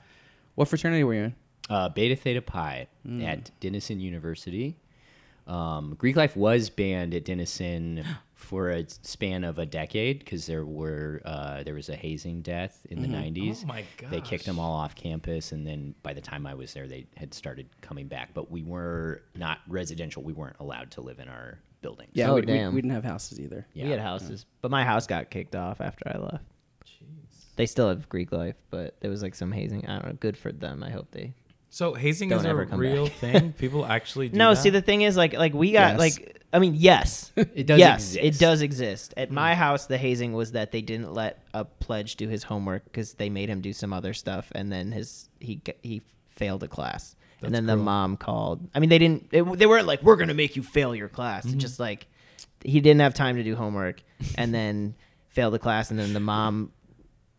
Speaker 3: What fraternity were you in?
Speaker 4: uh, Beta Theta Pi
Speaker 5: Hmm.
Speaker 4: at Denison University. Um, Greek life was banned
Speaker 5: <gasps>
Speaker 4: at Denison for a span of a decade because there were uh, there was a hazing death in the '90s.
Speaker 5: Oh my
Speaker 4: They kicked them all off campus, and then by the time I was there, they had started coming back. But we were not residential; we weren't allowed to live in our buildings.
Speaker 3: Yeah,
Speaker 2: Oh,
Speaker 3: we, we-
Speaker 2: damn.
Speaker 3: we didn't have houses either.
Speaker 4: Yeah.
Speaker 2: We had houses, but my house got kicked off after I left. They still have Greek life, but there was like some hazing. I don't know. Good for them. I hope they.
Speaker 5: So hazing
Speaker 2: Don't
Speaker 5: is a
Speaker 2: ever come
Speaker 5: real
Speaker 2: back.
Speaker 3: <laughs>
Speaker 5: thing. People actually do
Speaker 2: No,
Speaker 5: That?
Speaker 2: see the thing is like like we got
Speaker 3: Yes.
Speaker 2: like I mean yes, it
Speaker 4: does
Speaker 2: yes
Speaker 4: exist.
Speaker 2: it does exist. At my house, the hazing was that they didn't let a pledge do his homework because they made him do some other stuff, and then his he g- he failed a class, and then the mom called. I mean they didn't they, they weren't like we're gonna make you fail your class. It's just like he didn't have time to do homework, and then failed the class, and then the mom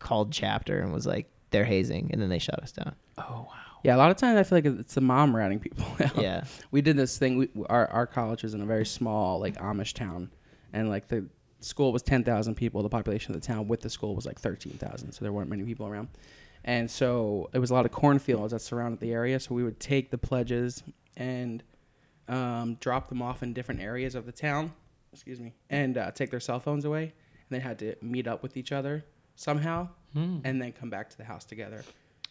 Speaker 2: called chapter and was like they're hazing, and then they shut us down.
Speaker 3: Yeah, a lot of times I feel like it's the mom ratting people <laughs> out.
Speaker 2: Yeah.
Speaker 3: we did this thing. We, our our college was in a very small like Amish town, and like the school was ten thousand people. The population of the town with the school was like thirteen thousand, so there weren't many people around. And so it was a lot of cornfields that surrounded the area. So we would take the pledges and um, drop them off in different areas of the town. Excuse me, and uh, take their cell phones away, and they had to meet up with each other somehow, and then come back to the house together.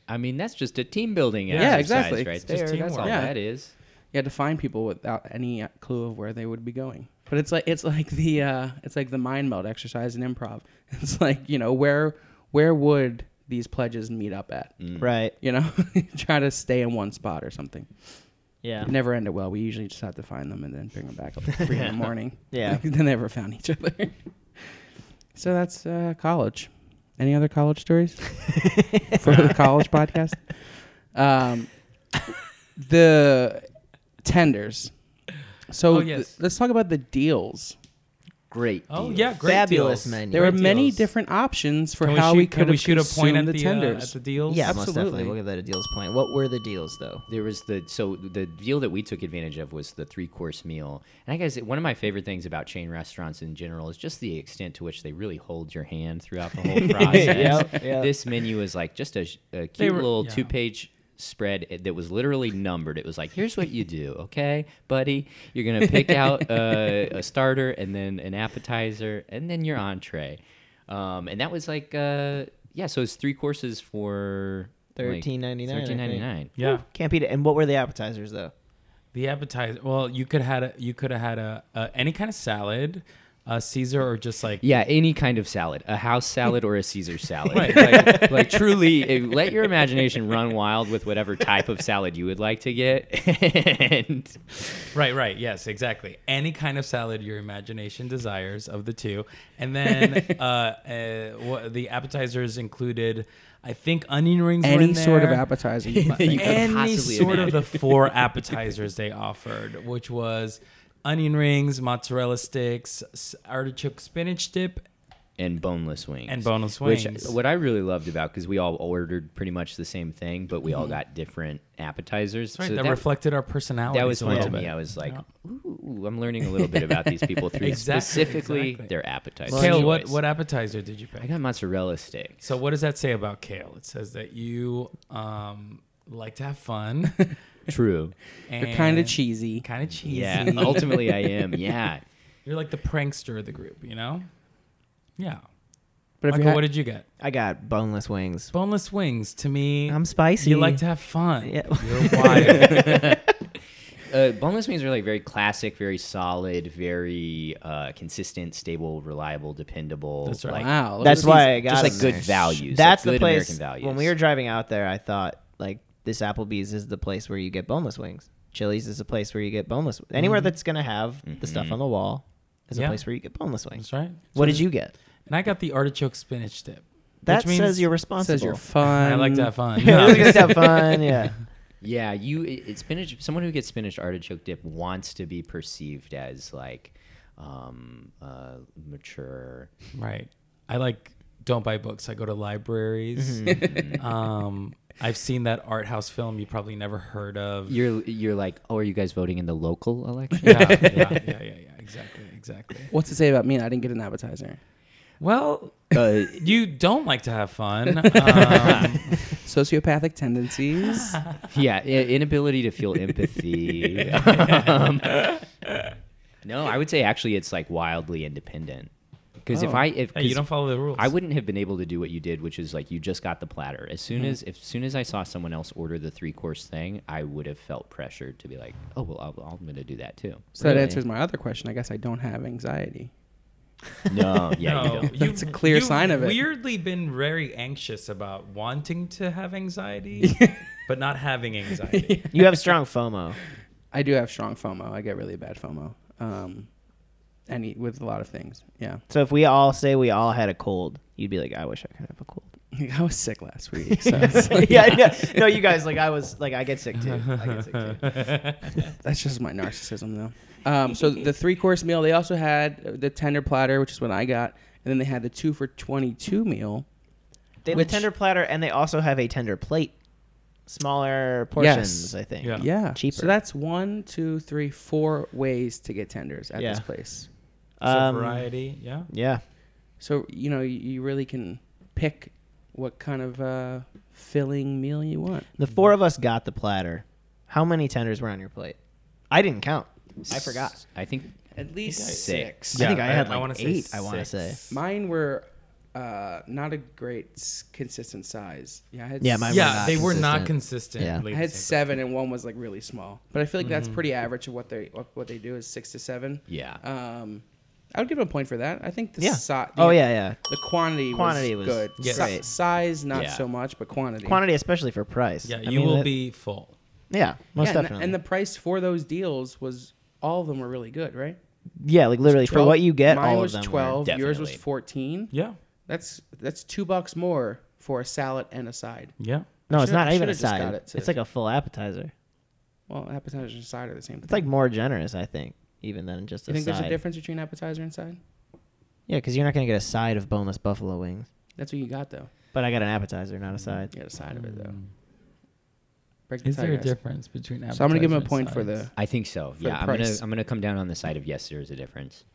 Speaker 4: I mean, that's just a team building
Speaker 5: Yeah,
Speaker 4: exercise,
Speaker 3: exactly.
Speaker 4: right
Speaker 3: It's
Speaker 4: there.
Speaker 5: just
Speaker 4: That's all
Speaker 5: teamwork.
Speaker 3: Yeah.
Speaker 4: that is.
Speaker 3: you had to find people without any uh, clue of where they would be going. But it's like it's like the uh, it's like the mind meld exercise in improv. <laughs> It's like you know where where would these pledges meet up at?
Speaker 2: Right.
Speaker 3: You know, <laughs> try to stay in one spot or something.
Speaker 2: Yeah.
Speaker 3: It never ended well. We usually just have to find them and then bring them back up at three in
Speaker 5: <laughs>
Speaker 3: the morning.
Speaker 2: Yeah.
Speaker 3: <laughs> they never found each other. <laughs> so that's uh, college. Any other college
Speaker 5: <laughs>
Speaker 3: stories for the college podcast? Um, the tenders. So
Speaker 5: Oh,
Speaker 3: th-
Speaker 5: yes.
Speaker 3: let's talk about the deals.
Speaker 4: Great.
Speaker 5: Oh
Speaker 4: deal.
Speaker 5: yeah, great
Speaker 2: Fabulous
Speaker 5: deals.
Speaker 2: menu.
Speaker 3: There were
Speaker 5: Great
Speaker 3: many
Speaker 5: deals.
Speaker 3: different options for
Speaker 5: Can
Speaker 3: how
Speaker 5: shoot,
Speaker 3: we could
Speaker 5: can
Speaker 3: have
Speaker 5: we shoot a point at
Speaker 3: consumed
Speaker 5: the,
Speaker 3: the,
Speaker 5: uh,
Speaker 3: tenders.
Speaker 5: at the deals.
Speaker 2: Yeah, most
Speaker 3: Absolutely.
Speaker 2: definitely. We'll give that a deals point. What were the deals though?
Speaker 4: There was the so the deal that we took advantage of was the three course meal, and I guess one of my favorite things about chain restaurants in general is just the extent to which they really hold your hand throughout
Speaker 2: <laughs>
Speaker 4: the whole process.
Speaker 2: Yep, yep.
Speaker 4: This menu is like just a, sh- a
Speaker 5: They
Speaker 4: cute
Speaker 5: were-
Speaker 4: little
Speaker 5: yeah.
Speaker 4: two page spread eh, that was literally numbered. It was like, here's what you do, okay, buddy. You're
Speaker 2: <laughs>
Speaker 4: gonna pick out uh, a starter and then an appetizer and then your entree, um, and that was like. Uh, yeah, so it's three courses for like,
Speaker 2: $13.99, I think.
Speaker 4: $13.99.
Speaker 5: Yeah.
Speaker 2: Can't beat it. And what were the appetizers though?
Speaker 5: The appetizer. Well, you could had a, you could have had a, a any kind of salad, a Caesar or just like
Speaker 4: Yeah, any kind of salad, a house salad or a Caesar salad.
Speaker 5: <laughs> Right.
Speaker 4: Like, like truly, eh, let your imagination run wild with whatever type of salad you would like to get. <laughs> and
Speaker 5: Right, right. Yes, exactly. Any kind of salad your imagination desires of the two. And then <laughs> uh, uh, wha- the appetizers included, I think, onion rings were
Speaker 3: Any
Speaker 5: in
Speaker 3: sort of
Speaker 5: there.
Speaker 3: appetizer
Speaker 5: <laughs>
Speaker 3: you might
Speaker 4: You
Speaker 3: think.
Speaker 4: could
Speaker 5: Any
Speaker 4: possibly
Speaker 5: sort of
Speaker 4: imagine.
Speaker 5: the four appetizers they offered, which was onion rings, mozzarella sticks, s- artichoke spinach dip.
Speaker 4: and boneless wings.
Speaker 5: And boneless
Speaker 4: Which uh,
Speaker 5: wings.
Speaker 4: what I really loved about because we all ordered pretty much the same thing, but we all got different appetizers.
Speaker 5: Right,
Speaker 4: So
Speaker 5: Mm-hmm. that, reflected our personality.
Speaker 4: that was
Speaker 5: a
Speaker 4: fun
Speaker 5: little
Speaker 4: to me.
Speaker 5: bit.
Speaker 4: I was like, ooh, I'm learning a little bit about these
Speaker 5: <laughs>
Speaker 4: people through
Speaker 5: Exactly,
Speaker 4: specifically
Speaker 5: exactly.
Speaker 4: their appetizers.
Speaker 5: Kale, what, what appetizer did you
Speaker 4: I
Speaker 5: pick?
Speaker 4: got mozzarella sticks.
Speaker 5: So what does that say about Kale? It says that you um, like to have fun.
Speaker 4: <laughs> True.
Speaker 5: <laughs> You're
Speaker 3: kind of cheesy.
Speaker 5: Kind of cheesy. <laughs>
Speaker 4: Yeah. ultimately, I am. Yeah.
Speaker 5: You're like the prankster of the group, you know? Yeah.
Speaker 3: But if you
Speaker 5: Michael,
Speaker 3: had,
Speaker 5: what did you get?
Speaker 2: I got boneless wings.
Speaker 5: Boneless wings. To me,
Speaker 2: I'm spicy.
Speaker 5: You like to have fun.
Speaker 2: Yeah.
Speaker 5: You're
Speaker 2: <laughs>
Speaker 5: wild.
Speaker 4: Uh, boneless wings are like very classic, very solid, very uh, consistent, stable, reliable, dependable.
Speaker 5: That's right.
Speaker 4: Like,
Speaker 3: wow, look
Speaker 2: That's
Speaker 3: at
Speaker 2: why I got
Speaker 3: these-
Speaker 4: just like
Speaker 2: them
Speaker 4: good
Speaker 2: there.
Speaker 4: values.
Speaker 2: That's
Speaker 4: like
Speaker 2: the
Speaker 4: good
Speaker 2: place.
Speaker 4: American values.
Speaker 2: When we were driving out there, I thought like this Applebee's is the place where you get boneless wings. Chili's is a place where you get boneless. Anywhere that's gonna have the stuff on the wall is a
Speaker 5: Mm-hmm. Yeah.
Speaker 2: place where you get boneless wings.
Speaker 5: That's right.
Speaker 2: What did you get?
Speaker 5: And I got the artichoke spinach dip.
Speaker 2: That
Speaker 5: means-
Speaker 2: says you're
Speaker 3: It
Speaker 2: responsible. <laughs>
Speaker 3: says you're fun.
Speaker 5: <laughs> I like to have fun.
Speaker 2: You're <laughs>
Speaker 5: Yeah.
Speaker 2: just have fun. Yeah.
Speaker 4: Yeah, you it, it's spinach. Someone who gets spinach artichoke dip wants to be perceived as like um, uh, mature.
Speaker 5: right. I like don't buy books. I go to libraries.
Speaker 2: Mm-hmm.
Speaker 5: um, I've seen that art house film you probably never heard of.
Speaker 4: You're you're like, oh, are you guys voting in the local election?
Speaker 2: <laughs>
Speaker 5: yeah, yeah, yeah, yeah, yeah. Exactly, exactly.
Speaker 3: What's it say about me? I didn't get an appetizer.
Speaker 5: Well,
Speaker 4: Uh,
Speaker 5: you don't like to have fun. Um,
Speaker 2: <laughs>
Speaker 3: Sociopathic tendencies.
Speaker 4: yeah, i- inability to feel empathy. <laughs> Um, no, I would say actually it's like wildly independent. Because if I if
Speaker 5: Oh. hey, you
Speaker 4: 'cause
Speaker 5: don't follow the rules.
Speaker 4: I wouldn't have been able to do what you did, which is like you just got the platter. As
Speaker 5: Mm-hmm.
Speaker 4: soon as, as soon as I saw someone else order the three course thing, I would have felt pressured to be like, oh well, I'll, I'm going to do that
Speaker 5: <laughs>
Speaker 4: too.
Speaker 3: So that answers my other question. I guess I don't have anxiety.
Speaker 4: No, yeah, you
Speaker 5: No,
Speaker 4: don't.
Speaker 5: you've-
Speaker 3: That's a clear
Speaker 5: you've
Speaker 3: sign of it.
Speaker 5: Weirdly, been very anxious about wanting to have anxiety, but not having anxiety.
Speaker 2: <laughs> You have strong FOMO.
Speaker 3: I do have strong FOMO. I get really bad FOMO. Um, any with a lot of things. Yeah, <laughs>
Speaker 2: So if we all say we all had a cold, you'd be like, I wish I could have a cold.
Speaker 3: I was sick last
Speaker 2: <laughs>
Speaker 3: week. So it's like-
Speaker 2: yeah, yeah. No, you guys like I was like I get sick too. I get sick too.
Speaker 3: that's just my narcissism, though. Um, so the three course meal. They also had the tender platter, which is what I got, and then they had the two for twenty two meal.
Speaker 2: They have
Speaker 3: Which-
Speaker 2: a tender platter and they also have a tender plate. Smaller portions,
Speaker 3: Yes.
Speaker 2: I think.
Speaker 5: Yeah.
Speaker 3: Yeah,
Speaker 2: Oh, Cheaper.
Speaker 3: So that's one, two, three, four ways to get tenders at this
Speaker 2: Yeah.
Speaker 3: place.
Speaker 5: <laughs> So
Speaker 2: Um,
Speaker 5: variety, yeah.
Speaker 2: Yeah.
Speaker 3: So you know you, you really can pick what kind of uh, filling meal you want.
Speaker 2: The four of us got the platter. How many tenders were on your plate? I didn't count. I forgot.
Speaker 4: I think
Speaker 3: At least
Speaker 4: Six.
Speaker 2: I think
Speaker 5: Yeah,
Speaker 2: I
Speaker 5: I-
Speaker 2: had
Speaker 5: I
Speaker 2: like
Speaker 5: wanna say
Speaker 2: eight. I want to
Speaker 5: six.
Speaker 2: say.
Speaker 3: Mine were uh, not a great s- consistent size. Yeah, I had
Speaker 2: Yeah, mine
Speaker 3: s-
Speaker 2: were
Speaker 5: Yeah,
Speaker 2: not
Speaker 5: they were not consistent.
Speaker 2: consistent. Yeah.
Speaker 5: ladies
Speaker 3: I had
Speaker 5: and
Speaker 3: seven, and one was like really small. But I feel like that's pretty average of what they what, what they do is six to seven.
Speaker 4: Mm-hmm. yeah.
Speaker 3: Um, I would give it a point for that. I think the
Speaker 2: Yeah.
Speaker 3: si-
Speaker 2: oh yeah, yeah.
Speaker 3: the quantity
Speaker 2: Quantity
Speaker 3: was,
Speaker 2: was
Speaker 3: good.
Speaker 5: Yes.
Speaker 3: Si-
Speaker 2: great.
Speaker 3: size not
Speaker 4: Yeah.
Speaker 3: so much, but quantity.
Speaker 2: Quantity, especially for price.
Speaker 5: Yeah,
Speaker 2: I
Speaker 5: you
Speaker 2: mean,
Speaker 5: will
Speaker 2: that-
Speaker 5: be full.
Speaker 2: Yeah, most
Speaker 3: yeah, and the-
Speaker 2: definitely.
Speaker 3: And the price for those deals was all of them were really good, right?
Speaker 2: yeah, like literally for
Speaker 3: 12
Speaker 2: what you get,
Speaker 3: mine
Speaker 2: all
Speaker 3: was
Speaker 2: of them. were-
Speaker 3: twelve. Yours was
Speaker 4: definitely.
Speaker 3: fourteen.
Speaker 5: Yeah,
Speaker 3: That's that's two bucks more for a salad and a side.
Speaker 5: yeah.
Speaker 2: No, it's
Speaker 3: Should've-
Speaker 2: not even a
Speaker 3: should've just got
Speaker 2: side.
Speaker 3: it to-
Speaker 2: it's like a full appetizer.
Speaker 3: Well, appetizer and side are the same. Thing.
Speaker 2: It's like more generous, I think, even than just
Speaker 3: you
Speaker 2: a
Speaker 3: think
Speaker 2: side.
Speaker 3: there's a difference between appetizer and side?
Speaker 2: Yeah, because you're not gonna get a side of boneless buffalo wings.
Speaker 3: That's what you got though.
Speaker 2: But I got an appetizer,
Speaker 4: Mm.
Speaker 2: not a side. <laughs>
Speaker 3: You got a side of it though. Break the
Speaker 5: Mm. Is
Speaker 3: tie,
Speaker 5: there a
Speaker 3: guys.
Speaker 5: difference between
Speaker 3: So I'm gonna give him a
Speaker 5: appetizer
Speaker 3: point
Speaker 5: and
Speaker 3: for
Speaker 5: sides?
Speaker 3: the.
Speaker 4: I think so.
Speaker 3: the
Speaker 4: Yeah, I'm gonna
Speaker 3: price.
Speaker 4: I'm gonna come down on the side of yes, there is a difference.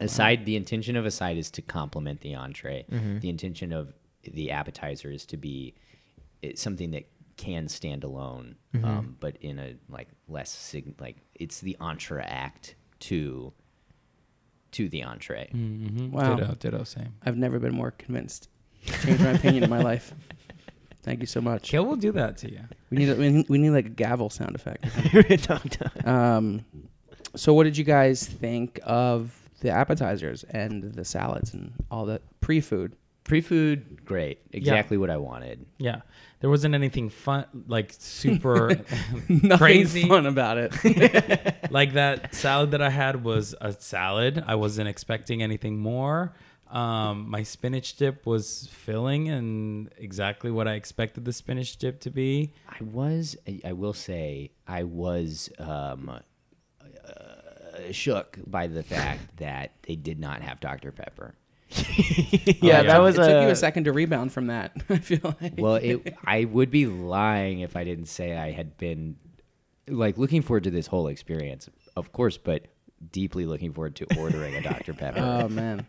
Speaker 4: A side, the intention of a side is to complement the entree.
Speaker 3: Mm-hmm.
Speaker 4: The intention of the appetizer is to be it's something that can stand alone,
Speaker 3: Mm-hmm.
Speaker 4: um, but in a like less sig- like it's the entree act to to the entree.
Speaker 3: Wow,
Speaker 5: Mm-hmm. Ditto, ditto, same.
Speaker 2: <laughs>
Speaker 3: I've never been more convinced. Change my opinion in my life. Thank you so much.
Speaker 5: Kill will do that to you.
Speaker 3: We need, a- we need we need like a gavel sound effect.
Speaker 2: Dum-dum.
Speaker 3: Um, so what did you guys think of the appetizers and the salads and all the pre-food?
Speaker 4: Pre-food, great. Exactly what I wanted.
Speaker 5: Yeah, there wasn't anything fun, like super
Speaker 3: <laughs> <laughs> Nothing
Speaker 5: crazy.
Speaker 3: fun about it.
Speaker 5: Like that salad that I had was a salad. I wasn't expecting anything more. Um, my spinach dip was filling and exactly what I expected the spinach dip to be.
Speaker 4: I was, I- I will say, I was um, uh, shook by
Speaker 2: <laughs>
Speaker 4: the fact that they did not have Dr. Pepper.
Speaker 2: yeah, that was
Speaker 3: it took you
Speaker 2: a,
Speaker 3: a second to rebound from that. <laughs> I feel like.
Speaker 4: Well, it, I would be lying if I didn't say I had been like looking forward to this whole experience, of course, but deeply looking forward to ordering
Speaker 2: <laughs>
Speaker 4: a Dr. Pepper.
Speaker 2: Um,
Speaker 3: oh man,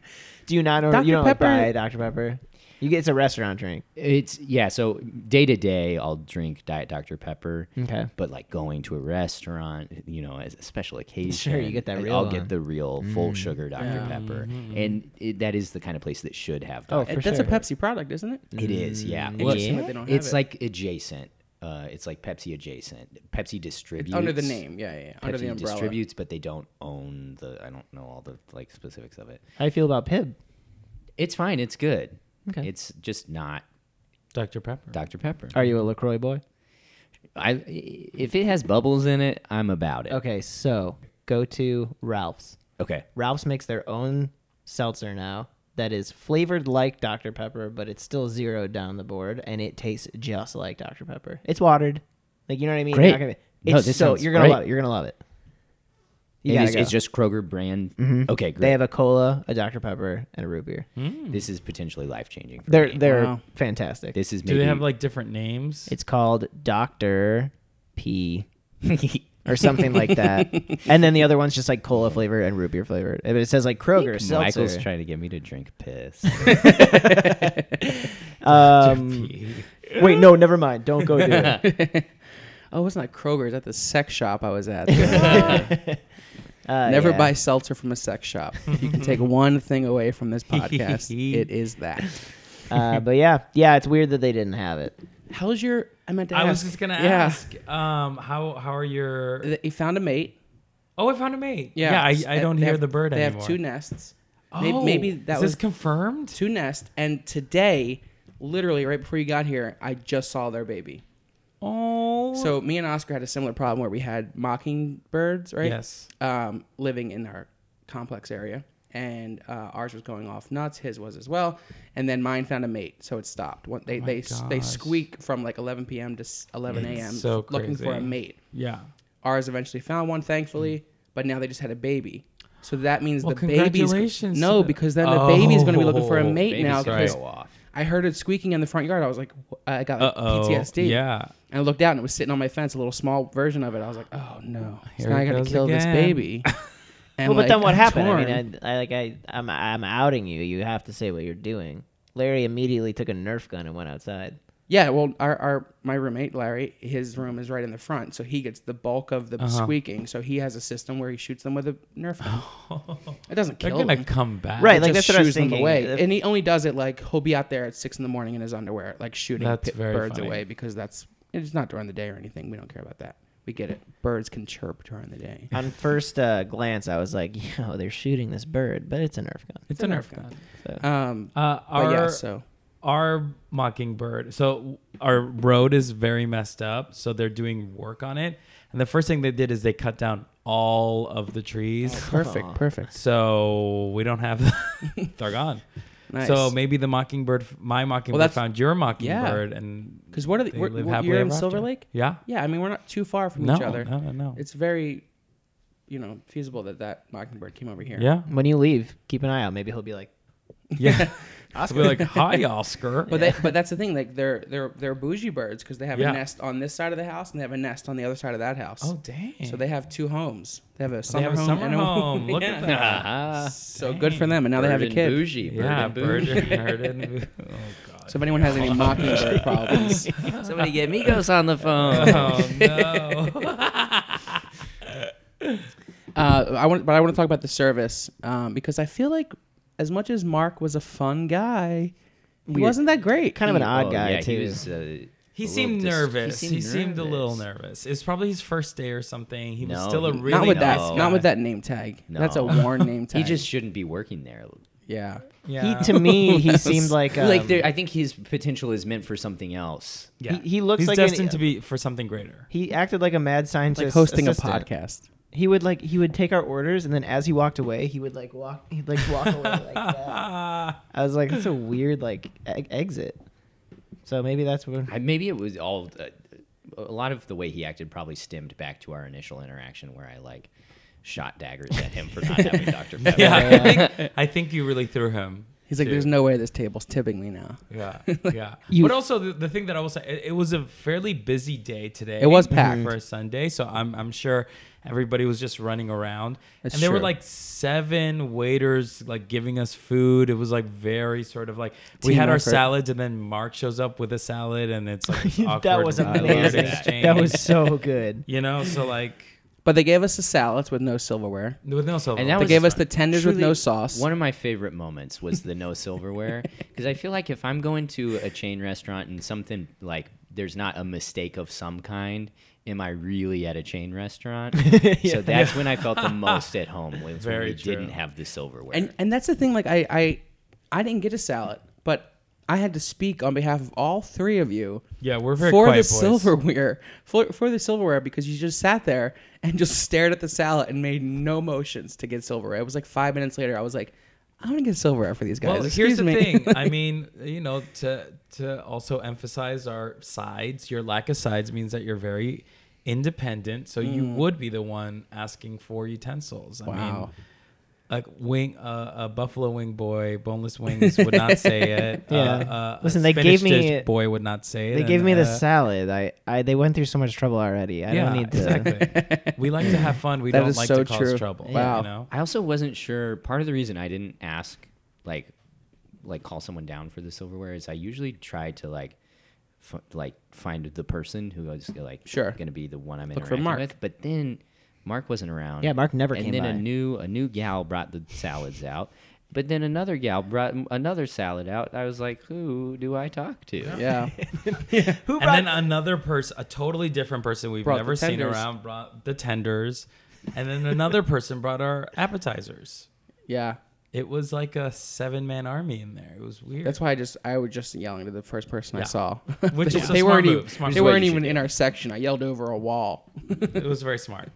Speaker 2: Do you not order?
Speaker 3: Dr.
Speaker 2: You don't like,
Speaker 3: Pepper-
Speaker 2: buy Dr Pepper. You get it's a restaurant drink.
Speaker 4: It's yeah. So day to day, I'll drink Diet Dr Pepper.
Speaker 2: Okay.
Speaker 4: But like going to a restaurant, you know, as a special occasion,
Speaker 2: you get that
Speaker 4: I'll
Speaker 2: real uh, mm, one.
Speaker 4: get the real full sugar Dr Pepper, and it, that is the kind of place that should have.
Speaker 2: Mm-hmm, Oh,
Speaker 4: Dr.
Speaker 2: For Mm,
Speaker 3: that's
Speaker 2: sure.
Speaker 3: a Pepsi product, isn't it?
Speaker 4: It is, yeah.
Speaker 3: Well, Interesting that they don't have
Speaker 4: it's
Speaker 3: it.
Speaker 4: like adjacent. Uh, it's like Pepsi adjacent. Pepsi distributes
Speaker 3: Under the name, yeah, yeah, yeah.
Speaker 4: Pepsi
Speaker 3: under the umbrella.
Speaker 4: distributes, but they don't own the. I don't know all the like specifics of it.
Speaker 2: How do you feel about Pib?
Speaker 4: It's fine. It's good.
Speaker 2: Okay.
Speaker 4: It's just not
Speaker 5: Dr. Pepper.
Speaker 4: Dr Pepper.
Speaker 2: Are you a Lacroix boy?
Speaker 4: I if it has bubbles in it, I'm about it.
Speaker 2: Okay, so go to Ralph's.
Speaker 4: Okay.
Speaker 2: Ralph's makes their own seltzer now that is flavored like Dr Pepper, but it's still zeroed down the board, and it tastes just like Dr Pepper. It's watered, like you know what I mean.
Speaker 4: Great.
Speaker 2: You're not gonna,
Speaker 4: No,
Speaker 2: it's
Speaker 4: this
Speaker 2: so
Speaker 4: sounds
Speaker 2: you're gonna
Speaker 4: great.
Speaker 2: love it. You're gonna love it. You
Speaker 4: It
Speaker 2: gotta
Speaker 4: is,
Speaker 2: go. Mm-hmm.
Speaker 4: it's just Kroger brand. Okay, great.
Speaker 2: they have a cola, a Dr Pepper, and a root beer.
Speaker 4: this is potentially life changing.
Speaker 2: They're they're
Speaker 3: Wow.
Speaker 2: fantastic.
Speaker 4: This is
Speaker 5: Do
Speaker 4: maybe,
Speaker 5: they have like different names?
Speaker 2: It's called Doctor
Speaker 4: <laughs>
Speaker 2: P or something like that. And then the other one's just like cola flavored and root beer flavored. But it says like Kroger seltzer.
Speaker 4: Michael's trying to get me to drink piss.
Speaker 2: um, wait, no, never mind. Don't go do
Speaker 4: <laughs>
Speaker 2: it.
Speaker 3: Oh, it's not Kroger's at the sex shop I was at. <laughs> Never
Speaker 2: yeah.
Speaker 3: buy seltzer from a sex shop. If you can take one thing away from this podcast, it is that.
Speaker 2: Uh, but yeah, yeah, it's weird that they didn't have it.
Speaker 3: How's your? I meant to
Speaker 5: I
Speaker 3: ask.
Speaker 5: was just gonna
Speaker 3: Yeah.
Speaker 5: ask, um, how how are your?
Speaker 3: Th- He found a mate.
Speaker 5: Oh, I found a mate.
Speaker 3: Yeah.
Speaker 5: Yeah, I, I
Speaker 3: They-
Speaker 5: don't
Speaker 3: they
Speaker 5: hear
Speaker 3: have-
Speaker 5: the bird
Speaker 3: They
Speaker 5: anymore.
Speaker 3: have two nests. May-
Speaker 5: Oh,
Speaker 3: maybe that
Speaker 5: is
Speaker 3: was
Speaker 5: this confirmed.
Speaker 3: two nests. And today, literally right before you got here, I just saw their baby.
Speaker 5: Oh,
Speaker 3: So me and Oscar had a similar problem where we had mockingbirds, right?
Speaker 5: Yes.
Speaker 3: Um, living in our complex area, and uh, ours was going off nuts. His was as well, and then mine found a mate, so it stopped. One, they they s- they
Speaker 5: Oh gosh.
Speaker 3: squeak from like 11 p.m. to s- 11
Speaker 5: It's
Speaker 3: a.m.
Speaker 5: so
Speaker 3: looking for a
Speaker 5: crazy.
Speaker 3: mate.
Speaker 5: yeah.
Speaker 3: Ours eventually found one, thankfully, but now they just had a baby. So that means
Speaker 5: Mm. Well,
Speaker 3: the baby's
Speaker 5: congratulations
Speaker 3: no,
Speaker 5: to the-
Speaker 3: because then the baby's going to be looking for a
Speaker 5: Oh,
Speaker 3: mate now.
Speaker 5: baby's gonna
Speaker 3: Because
Speaker 5: go
Speaker 4: off.
Speaker 3: I heard it squeaking in the front yard. I was like, wh- I got like,
Speaker 5: Uh-oh.
Speaker 3: PTSD.
Speaker 5: Yeah.
Speaker 3: and I looked out and it was sitting on my fence, a little small version of it. I was like, oh no,
Speaker 5: Here
Speaker 3: so now
Speaker 5: it
Speaker 3: I got
Speaker 5: goes
Speaker 3: to kill this
Speaker 5: again. <laughs>
Speaker 3: baby.
Speaker 2: Well,
Speaker 3: And,
Speaker 2: but
Speaker 3: like,
Speaker 2: then what
Speaker 3: I'm
Speaker 2: happened? I
Speaker 3: torn.
Speaker 2: mean, I, I like I I'm I'm outing you. You have to say what you're doing. Larry immediately took a Nerf gun and went outside.
Speaker 3: yeah, well, our, our my roommate Larry, his room is right in the front, so he gets the bulk of
Speaker 5: Uh-huh.
Speaker 3: the squeaking. So he has a system where he shoots them with a Nerf
Speaker 5: <laughs>
Speaker 3: gun. it doesn't
Speaker 5: They're
Speaker 3: kill
Speaker 5: gonna
Speaker 3: them.
Speaker 5: come back.
Speaker 2: Right,
Speaker 3: It
Speaker 2: like,
Speaker 3: just
Speaker 2: that's what I was
Speaker 3: shoos them
Speaker 2: thinking.
Speaker 3: Away.
Speaker 2: If-
Speaker 3: and he only does it like he'll be out there at six in the morning in his underwear, like shooting
Speaker 5: That's
Speaker 3: pi-
Speaker 5: very
Speaker 3: birds
Speaker 5: funny.
Speaker 3: away because that's it's not during the day or anything. We don't care about that. We get it. Birds can chirp during the day.
Speaker 2: On first uh, glance, I was like, "Yo, they're shooting this bird, but it's a Nerf gun."
Speaker 5: it's a Nerf gun.
Speaker 3: Um,
Speaker 5: Uh,
Speaker 3: but
Speaker 5: our
Speaker 3: yeah, so
Speaker 5: our mockingbird. So our road is very messed up. So they're doing work on it. And the first thing they did is they cut down all of the
Speaker 3: Oh,
Speaker 5: trees.
Speaker 3: perfect, perfect.
Speaker 5: So we don't have.
Speaker 3: <laughs>
Speaker 5: <laughs> they're gone.
Speaker 3: Nice.
Speaker 5: So maybe the mockingbird, my mockingbird,
Speaker 3: that's-
Speaker 5: found your mockingbird, and
Speaker 3: Because what are the,
Speaker 5: they
Speaker 3: we're,
Speaker 5: live
Speaker 3: we're-
Speaker 5: happily
Speaker 3: you're
Speaker 5: ever
Speaker 3: in Silver
Speaker 5: after.
Speaker 3: Lake?
Speaker 5: Yeah.
Speaker 3: Yeah, I mean we're not too far from
Speaker 5: No,
Speaker 3: each other.
Speaker 5: no, no, no.
Speaker 3: It's very, you know, feasible that that mockingbird came over here.
Speaker 5: Yeah.
Speaker 2: When you leave, keep an eye out. Maybe he'll be like,
Speaker 3: <laughs>
Speaker 5: Yeah. Oscar. We're like, hi, Oscar.
Speaker 3: But that, but that's the thing. Like they're they're they're bougie birds because they have
Speaker 5: Yeah.
Speaker 3: a nest on this side of the house and they have a nest on the other side of that house.
Speaker 5: oh, dang.
Speaker 3: So they have two homes. They have a
Speaker 5: They
Speaker 3: summer
Speaker 5: have a
Speaker 3: home
Speaker 5: summer
Speaker 3: and a <laughs>
Speaker 5: <laughs> home. Look at that.
Speaker 4: Ah,
Speaker 3: So good for them. And now they have a kid.
Speaker 4: Bougie, bird
Speaker 5: Yeah,
Speaker 4: and
Speaker 5: bird <laughs>
Speaker 4: bougie.
Speaker 5: bird and oh god.
Speaker 3: So if anyone has any
Speaker 4: <laughs>
Speaker 3: mockingbird problems,
Speaker 4: Somebody get Migos on the phone.
Speaker 5: Oh no.
Speaker 3: uh, I want, but I want to talk about the service um, because I feel like as much as Mark was a fun guy, He wasn't that great.
Speaker 2: kind of an odd
Speaker 4: Oh,
Speaker 2: guy
Speaker 4: yeah,
Speaker 2: too.
Speaker 4: He was. Uh,
Speaker 5: <laughs> He
Speaker 4: a little
Speaker 5: seemed
Speaker 4: dis-
Speaker 5: nervous. He seemed, a little
Speaker 4: nervous.
Speaker 5: nervous. It's probably his first day or something. He was
Speaker 4: No,
Speaker 5: still a
Speaker 4: he-
Speaker 5: really
Speaker 3: not with
Speaker 5: nice
Speaker 3: that.
Speaker 5: guy.
Speaker 3: Not with that name tag. That's a
Speaker 4: No. <laughs>
Speaker 3: worn name tag.
Speaker 4: He just shouldn't be working there.
Speaker 3: yeah.
Speaker 2: He
Speaker 5: Yeah.
Speaker 2: to me he seemed like um,
Speaker 4: <laughs> like, there, I think his potential is meant for something else.
Speaker 5: Yeah.
Speaker 2: he- he looks
Speaker 5: He's
Speaker 2: like an-
Speaker 5: destined to be for something greater.
Speaker 2: he acted like a mad scientist
Speaker 3: Like hosting
Speaker 2: assistant.
Speaker 3: a podcast.
Speaker 2: He would like he would take our orders and then as he walked away he would like walk he'd like walk away like that.
Speaker 5: Ah,
Speaker 2: I was like that's a weird like e- exit. So maybe that's what
Speaker 4: I, maybe it was all. Uh, a lot of the way he acted probably stemmed back to our initial interaction, where I like shot daggers at him for not having Dr. Pepper.
Speaker 5: yeah. I think, I think you really threw him.
Speaker 3: He's like,
Speaker 5: too.
Speaker 3: there's no way this table's tipping me now.
Speaker 5: Yeah, yeah.
Speaker 2: You-
Speaker 5: but also the, the thing that I will say, it, it was a fairly busy day today.
Speaker 3: It was packed.
Speaker 5: for a Sunday, so I'm I'm sure everybody was just running around,
Speaker 3: That's
Speaker 5: and there were
Speaker 3: true.
Speaker 5: like seven waiters like giving us food. It was like very sort of like we
Speaker 3: Team
Speaker 5: had our
Speaker 3: effort.
Speaker 5: salads, and then Mark shows up with a salad, and it's
Speaker 2: <laughs>
Speaker 5: like this awkward
Speaker 2: <laughs> that was
Speaker 5: dialogue
Speaker 2: amazing.
Speaker 5: exchange,
Speaker 2: that was so good.
Speaker 5: <laughs> you know so like
Speaker 3: But they gave us the salads with no silverware.
Speaker 5: with no silver.
Speaker 4: And that
Speaker 3: They
Speaker 4: was
Speaker 3: gave us
Speaker 4: fun.
Speaker 3: the tenders with no sauce.
Speaker 4: One of my favorite moments was the
Speaker 3: <laughs>
Speaker 4: no silverware because I feel like if I'm going to a chain restaurant and something like there's not a mistake of some kind, am I really at a
Speaker 3: <laughs>
Speaker 4: chain restaurant? So that's when I felt the most at home was
Speaker 5: Very
Speaker 4: when we
Speaker 5: true.
Speaker 4: didn't have the silverware.
Speaker 3: And and that's the thing. Like I I I didn't get a salad, but I had to speak on behalf of all three of you.
Speaker 5: Yeah, we're very
Speaker 3: for
Speaker 5: quiet
Speaker 3: the
Speaker 5: boys.
Speaker 3: silverware for for the silverware because you just sat there and just stared at the salad and made no motions to get silverware. It was like five minutes later. I was like, I'm gonna get silverware for these guys.
Speaker 5: Well,
Speaker 3: Excuse
Speaker 5: here's the
Speaker 3: me.
Speaker 2: <laughs>
Speaker 5: thing. I mean, you know, to to also emphasize our sides, your lack of sides means that you're very independent. So you
Speaker 2: Mm.
Speaker 5: would be the one asking for utensils. I mean,
Speaker 3: Wow.
Speaker 5: a wing, uh, a buffalo wing boy, boneless wings would not say
Speaker 2: <laughs>
Speaker 5: it.
Speaker 2: Yeah.
Speaker 5: Uh, uh, a
Speaker 2: Listen, they
Speaker 5: spinach
Speaker 2: gave me-
Speaker 5: dish boy would not say it.
Speaker 2: They gave
Speaker 5: and,
Speaker 2: me the
Speaker 5: uh,
Speaker 2: salad. I, I they went through so much trouble already. I
Speaker 5: yeah,
Speaker 2: don't need to.
Speaker 5: exactly. we like to have fun. We
Speaker 3: That
Speaker 5: don't
Speaker 3: is
Speaker 5: like
Speaker 3: so
Speaker 5: to cause
Speaker 3: true.
Speaker 5: trouble.
Speaker 3: Wow.
Speaker 5: You know?
Speaker 4: I also wasn't sure. Part of the reason I didn't ask, like, like call someone down for the silverware is I usually try to like, f- like find the person who is like
Speaker 3: Sure.
Speaker 4: going to be the one I'm
Speaker 3: Look for
Speaker 4: interacting
Speaker 3: Mark.
Speaker 4: with. But then Mark wasn't
Speaker 2: <laughs>
Speaker 4: around.
Speaker 2: Yeah, Mark never
Speaker 4: and
Speaker 2: came
Speaker 4: then a
Speaker 2: by.
Speaker 4: new a new gal brought the salads out. But then another gal brought m- another salad out. I was like, who do I talk to?
Speaker 3: <laughs>
Speaker 5: <laughs>
Speaker 3: Yeah.
Speaker 5: and then another person, a totally different person we've
Speaker 3: Brought the
Speaker 5: never seen
Speaker 3: tenders.
Speaker 5: around, brought the tenders, and then another person brought our appetizers.
Speaker 3: Yeah.
Speaker 5: It was like a seven-man army in there. It was weird.
Speaker 3: That's why I just I was just yelling to the first person I
Speaker 5: Yeah.
Speaker 3: saw. <laughs>
Speaker 5: Which
Speaker 3: they,
Speaker 5: is a
Speaker 3: they
Speaker 5: smart
Speaker 3: weren't
Speaker 5: move,
Speaker 3: even
Speaker 5: smart
Speaker 3: they
Speaker 5: move.
Speaker 3: weren't
Speaker 5: You
Speaker 3: even
Speaker 5: should
Speaker 3: in our section. I yelled over a wall.
Speaker 5: it was very smart.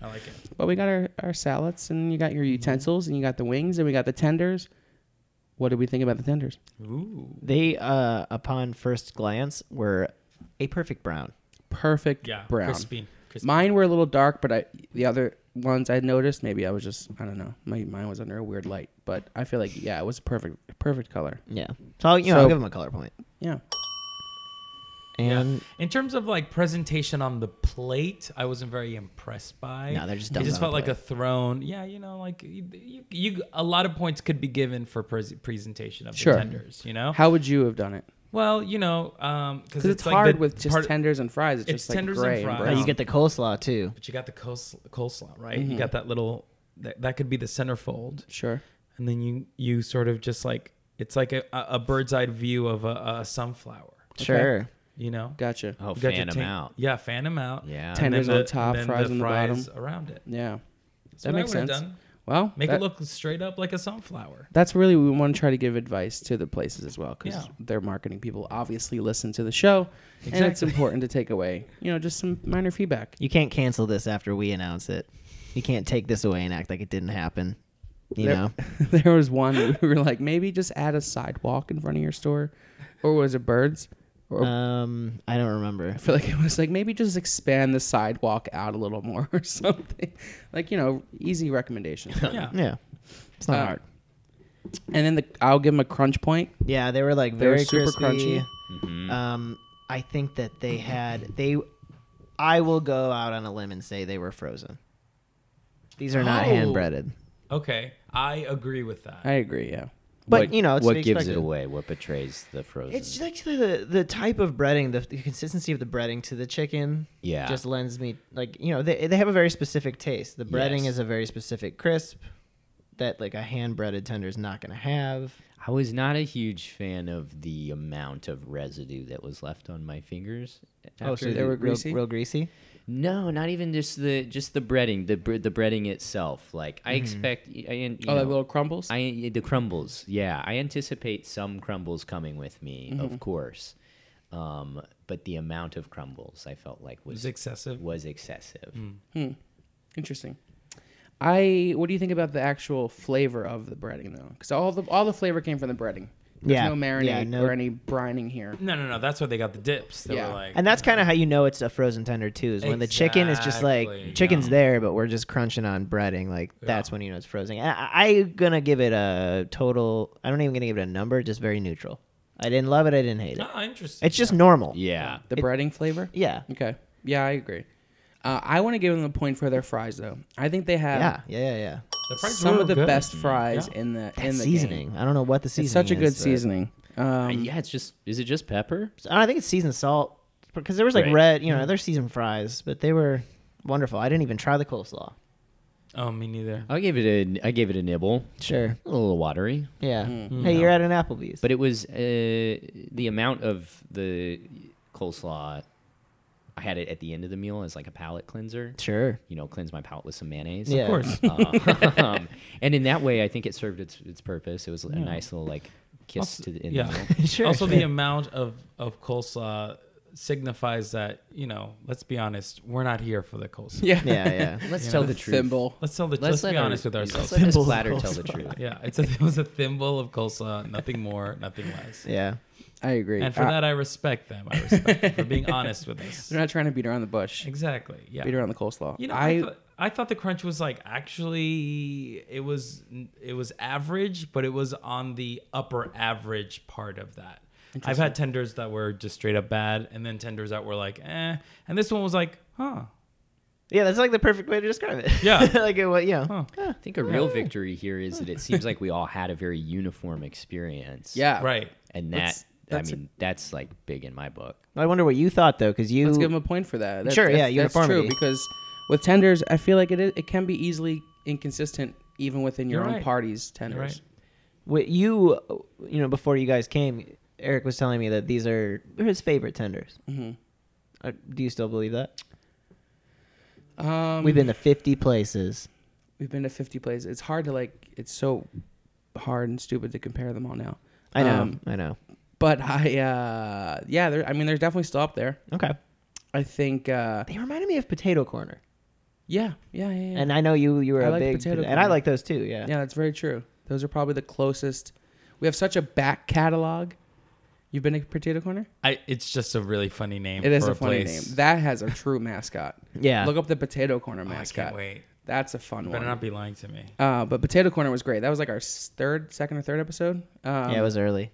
Speaker 5: I like it.
Speaker 3: But we got our, our salads and you got your utensils and you got the wings and we got the tenders. What did we think about the tenders?
Speaker 5: Ooh,
Speaker 2: They, uh, upon first glance, were a perfect brown.
Speaker 3: Perfect
Speaker 5: yeah,
Speaker 3: brown.
Speaker 5: crispy. crispy.
Speaker 3: Mine were a little dark, but I the other ones I noticed maybe I was just I don't know maybe mine was under a weird light, but I feel like yeah it was a perfect perfect color.
Speaker 2: Yeah. So I'll, you know, I'll
Speaker 3: So-
Speaker 2: give them a color point.
Speaker 3: Yeah,
Speaker 2: And
Speaker 5: in terms of like presentation on the plate, I wasn't very impressed by.
Speaker 2: No, they're just
Speaker 5: It
Speaker 2: dumped
Speaker 5: just
Speaker 2: on
Speaker 5: felt
Speaker 2: the
Speaker 5: like a
Speaker 2: plate.
Speaker 5: thrown. Yeah, you know, like you, you, you a lot of points could be given for pres presentation of
Speaker 3: Sure.
Speaker 5: the tenders. You know,
Speaker 3: how would you have done it?
Speaker 5: well, you know, um,
Speaker 3: Because
Speaker 5: because
Speaker 3: it's,
Speaker 5: like the
Speaker 3: hard with just
Speaker 5: part-
Speaker 3: tenders and fries. It's,
Speaker 5: it's
Speaker 3: just like
Speaker 5: tenders and
Speaker 3: gray and,
Speaker 5: fries.
Speaker 2: oh,
Speaker 3: brown.
Speaker 2: you get the coleslaw too.
Speaker 5: But you got the coles- coleslaw, right?
Speaker 3: Mm-hmm.
Speaker 5: You got that little that, that could be the centerfold,
Speaker 3: sure.
Speaker 5: and then you you sort of just like it's like a, a a bird's eye view of a, a sunflower,
Speaker 2: Sure.
Speaker 5: you know.
Speaker 3: Gotcha.
Speaker 4: Oh,
Speaker 5: You got your
Speaker 4: fan them
Speaker 5: tan-
Speaker 4: out.
Speaker 5: Yeah, fan them out.
Speaker 4: Yeah.
Speaker 5: And
Speaker 3: Tenders
Speaker 5: then
Speaker 3: on
Speaker 5: the-
Speaker 3: top,
Speaker 5: then
Speaker 3: fries
Speaker 5: the
Speaker 3: on the
Speaker 5: fries around it.
Speaker 3: Yeah,
Speaker 5: That's what I
Speaker 3: makes
Speaker 5: would've
Speaker 3: sense.
Speaker 5: done.
Speaker 3: Well,
Speaker 5: Make
Speaker 3: that-
Speaker 5: it look straight up like a sunflower.
Speaker 3: That's really we want to try to give advice to the places as well because
Speaker 5: Yeah.
Speaker 3: their marketing people obviously listen to the show, and it's important to take away you know just some minor feedback. <laughs>
Speaker 2: You can't cancel this after we announce it. You can't take this away and act like it didn't happen. You
Speaker 3: There-
Speaker 2: know.
Speaker 3: there was one we were like maybe just add a sidewalk in front of your store, or was it birds? Or
Speaker 2: Um, I don't remember.
Speaker 3: <laughs> I feel like it was like maybe just expand the sidewalk out a little more <laughs> or something. Like you know, easy recommendations.
Speaker 5: Yeah.
Speaker 2: Yeah. It's not
Speaker 3: Uh,
Speaker 2: hard.
Speaker 3: And then the, I'll give them a crunch point.
Speaker 2: Yeah, they were like
Speaker 3: They were
Speaker 2: very
Speaker 3: super
Speaker 2: crispy.
Speaker 3: crunchy.
Speaker 4: Mm-hmm.
Speaker 2: Um, I think that they had they. I will go out on a limb and say they were frozen. These are not
Speaker 5: Oh.
Speaker 2: hand breaded,
Speaker 5: Okay, I agree with that.
Speaker 3: I agree. Yeah.
Speaker 2: but
Speaker 4: What-
Speaker 2: you know it's to
Speaker 4: what
Speaker 2: be
Speaker 4: gives it
Speaker 2: expected.
Speaker 4: away? What betrays the frozen?
Speaker 2: It's just like the the type of breading, the, the consistency of the breading to the chicken.
Speaker 4: Yeah.
Speaker 2: just lends me like you know they they have a very specific taste. The breading
Speaker 4: Yes.
Speaker 2: is a very specific crisp that like a hand breaded tender is not going to have.
Speaker 4: I was not a huge fan of the amount of residue that was left on my fingers.
Speaker 2: Oh,
Speaker 4: after
Speaker 2: so
Speaker 4: the-
Speaker 2: they were real,
Speaker 3: greasy?
Speaker 2: real greasy.
Speaker 4: no, not even just the just the breading, the bre- the breading itself. Like
Speaker 2: Mm-hmm.
Speaker 4: I expect, I, and, you
Speaker 3: Oh, like
Speaker 4: know,
Speaker 3: little crumbles.
Speaker 4: I the crumbles. Yeah, I anticipate some crumbles coming with me, of course. Um, but the amount of crumbles I felt like was
Speaker 5: was excessive.
Speaker 4: was excessive.
Speaker 3: Interesting. I. What do you think about the actual flavor of the breading though? Because all the all the flavor came from the breading. There's
Speaker 2: Yeah.
Speaker 3: no marinade
Speaker 2: Yeah, no-
Speaker 3: or any brining here.
Speaker 5: No, no, no. That's why they got the dips. They
Speaker 3: Yeah.
Speaker 5: were like,
Speaker 2: And that's kind of how you know it's a frozen tender too. Is when the chicken is just
Speaker 5: Exactly,
Speaker 2: like chicken's there, but we're just crunching on breading. Like that's when you know it's frozen. I, I- I'm gonna give it a total. I don't even gonna give it a number. Just very neutral. I didn't love it. I didn't
Speaker 5: <gasps>
Speaker 2: hate it.
Speaker 5: oh, interesting.
Speaker 2: It's just normal.
Speaker 4: Yeah,
Speaker 3: The breading flavor.
Speaker 2: Yeah.
Speaker 3: Okay. Yeah, I agree. Uh, I want to give them a point for their fries though. I think they have
Speaker 2: Yeah. Yeah. Yeah. yeah.
Speaker 5: The fries
Speaker 3: some
Speaker 5: were
Speaker 3: of the
Speaker 5: good.
Speaker 3: best fries
Speaker 5: Yeah.
Speaker 3: in the
Speaker 2: That
Speaker 3: in the
Speaker 2: seasoning.
Speaker 3: Game.
Speaker 2: I don't know what the seasoning.
Speaker 3: It's such a
Speaker 2: is,
Speaker 3: good
Speaker 2: but-
Speaker 3: seasoning.
Speaker 5: Uh,
Speaker 3: Um,
Speaker 4: yeah. It's just is it just pepper?
Speaker 2: I think it's seasoned salt because there was like
Speaker 4: Right.
Speaker 2: red. You know, they're seasoned fries, but they were wonderful. I didn't even try the coleslaw.
Speaker 5: Oh, me neither.
Speaker 4: I gave it a I gave it a nibble.
Speaker 2: Sure.
Speaker 4: A little watery,
Speaker 2: Yeah.
Speaker 3: Mm-hmm.
Speaker 2: Hey, you're at an Applebee's.
Speaker 4: but it was uh, the amount of the coleslaw. I had it at the end of the meal as like a palate cleanser.
Speaker 2: sure.
Speaker 4: You know, cleanse my palate with some mayonnaise.
Speaker 2: Yeah.
Speaker 5: Of course.
Speaker 4: <laughs> um, and in that way, I think it served its its purpose. It was a nice little like kiss to the in
Speaker 5: yeah.
Speaker 4: the
Speaker 5: <laughs>
Speaker 4: middle.
Speaker 2: Sure,
Speaker 5: also,
Speaker 2: sure.
Speaker 5: the amount of of coleslaw signifies that you know. Let's be honest. We're not here for the coleslaw.
Speaker 3: <laughs> yeah.
Speaker 2: Yeah. Yeah.
Speaker 3: <laughs>
Speaker 4: Let's tell the truth.
Speaker 3: Thimble.
Speaker 5: Let's tell the. Let's,
Speaker 4: Let's let
Speaker 5: be
Speaker 4: our-
Speaker 5: honest with
Speaker 4: let's
Speaker 5: ourselves.
Speaker 4: let this
Speaker 5: Thimble of
Speaker 4: platter tell the
Speaker 5: coleslaw. <laughs>
Speaker 4: truth.
Speaker 5: Yeah, it's a, it was a thimble of coleslaw, nothing more, nothing less.
Speaker 2: yeah.
Speaker 3: I agree.
Speaker 5: And for
Speaker 3: Uh,
Speaker 5: that, I respect them. I respect them for being honest with us.
Speaker 3: they're not trying to beat around the bush.
Speaker 5: Exactly. Yeah.
Speaker 3: Beat around the coleslaw.
Speaker 5: You know, I,
Speaker 3: I,
Speaker 5: thought, I thought the crunch was like actually it was it was average, but it was on the upper average part of that. I've had tenders that were just straight up bad, and then tenders that were like, eh, and this one was like, huh.
Speaker 2: Yeah, that's like the perfect way to describe it.
Speaker 5: Yeah.
Speaker 2: <laughs> like it, wa- you know.
Speaker 4: I think a real victory here is that it seems like we all had a very uniform experience.
Speaker 3: yeah.
Speaker 5: Right.
Speaker 4: and that
Speaker 3: Let's- that's
Speaker 4: I
Speaker 3: a-
Speaker 4: mean that's like big in my book.
Speaker 2: I wonder what you thought though, because you
Speaker 3: Let's give them a point for that. That's,
Speaker 2: Sure,
Speaker 3: that's,
Speaker 2: yeah,
Speaker 3: that's true
Speaker 2: uniformity.
Speaker 3: because with tenders, I feel like it is, it can be easily inconsistent even within your
Speaker 5: You're
Speaker 3: own
Speaker 5: right.
Speaker 3: party's
Speaker 5: You're
Speaker 3: tenders.
Speaker 5: right.
Speaker 2: what you you know before you guys came, Eric was telling me that these are his favorite tenders. Mm-hmm. Uh, do you still believe that?
Speaker 3: Um,
Speaker 2: We've been to fifty places.
Speaker 3: we've been to 50 plays. It's hard to like. It's so hard and stupid to compare them all now.
Speaker 2: I know.
Speaker 3: Um,
Speaker 2: I know.
Speaker 3: but I, uh, yeah, there, I mean, they're definitely still up there.
Speaker 2: Okay.
Speaker 3: I think, uh,
Speaker 2: They reminded me of Potato Corner,
Speaker 3: yeah, yeah, yeah, yeah.
Speaker 2: and uh, I know you you were
Speaker 3: I
Speaker 2: a
Speaker 3: like
Speaker 2: big
Speaker 3: Potato
Speaker 2: and I
Speaker 3: Corner.
Speaker 2: like those too. Yeah.
Speaker 3: yeah, that's very true. Those are probably the closest. We have such a back catalog. You've been to Potato Corner?
Speaker 5: I, it's just a really funny name.
Speaker 3: It is
Speaker 5: for
Speaker 3: a, funny
Speaker 5: place.
Speaker 3: name. That has a true mascot.
Speaker 2: <laughs> Yeah.
Speaker 3: Look up the Potato Corner
Speaker 5: Oh, I
Speaker 3: mascot.
Speaker 5: can't wait.
Speaker 3: That's a fun
Speaker 5: Better
Speaker 3: one.
Speaker 5: not be lying to me.
Speaker 3: Uh, but Potato Corner was great. That was like our s- third, second or third episode. Um,
Speaker 2: yeah, it was early.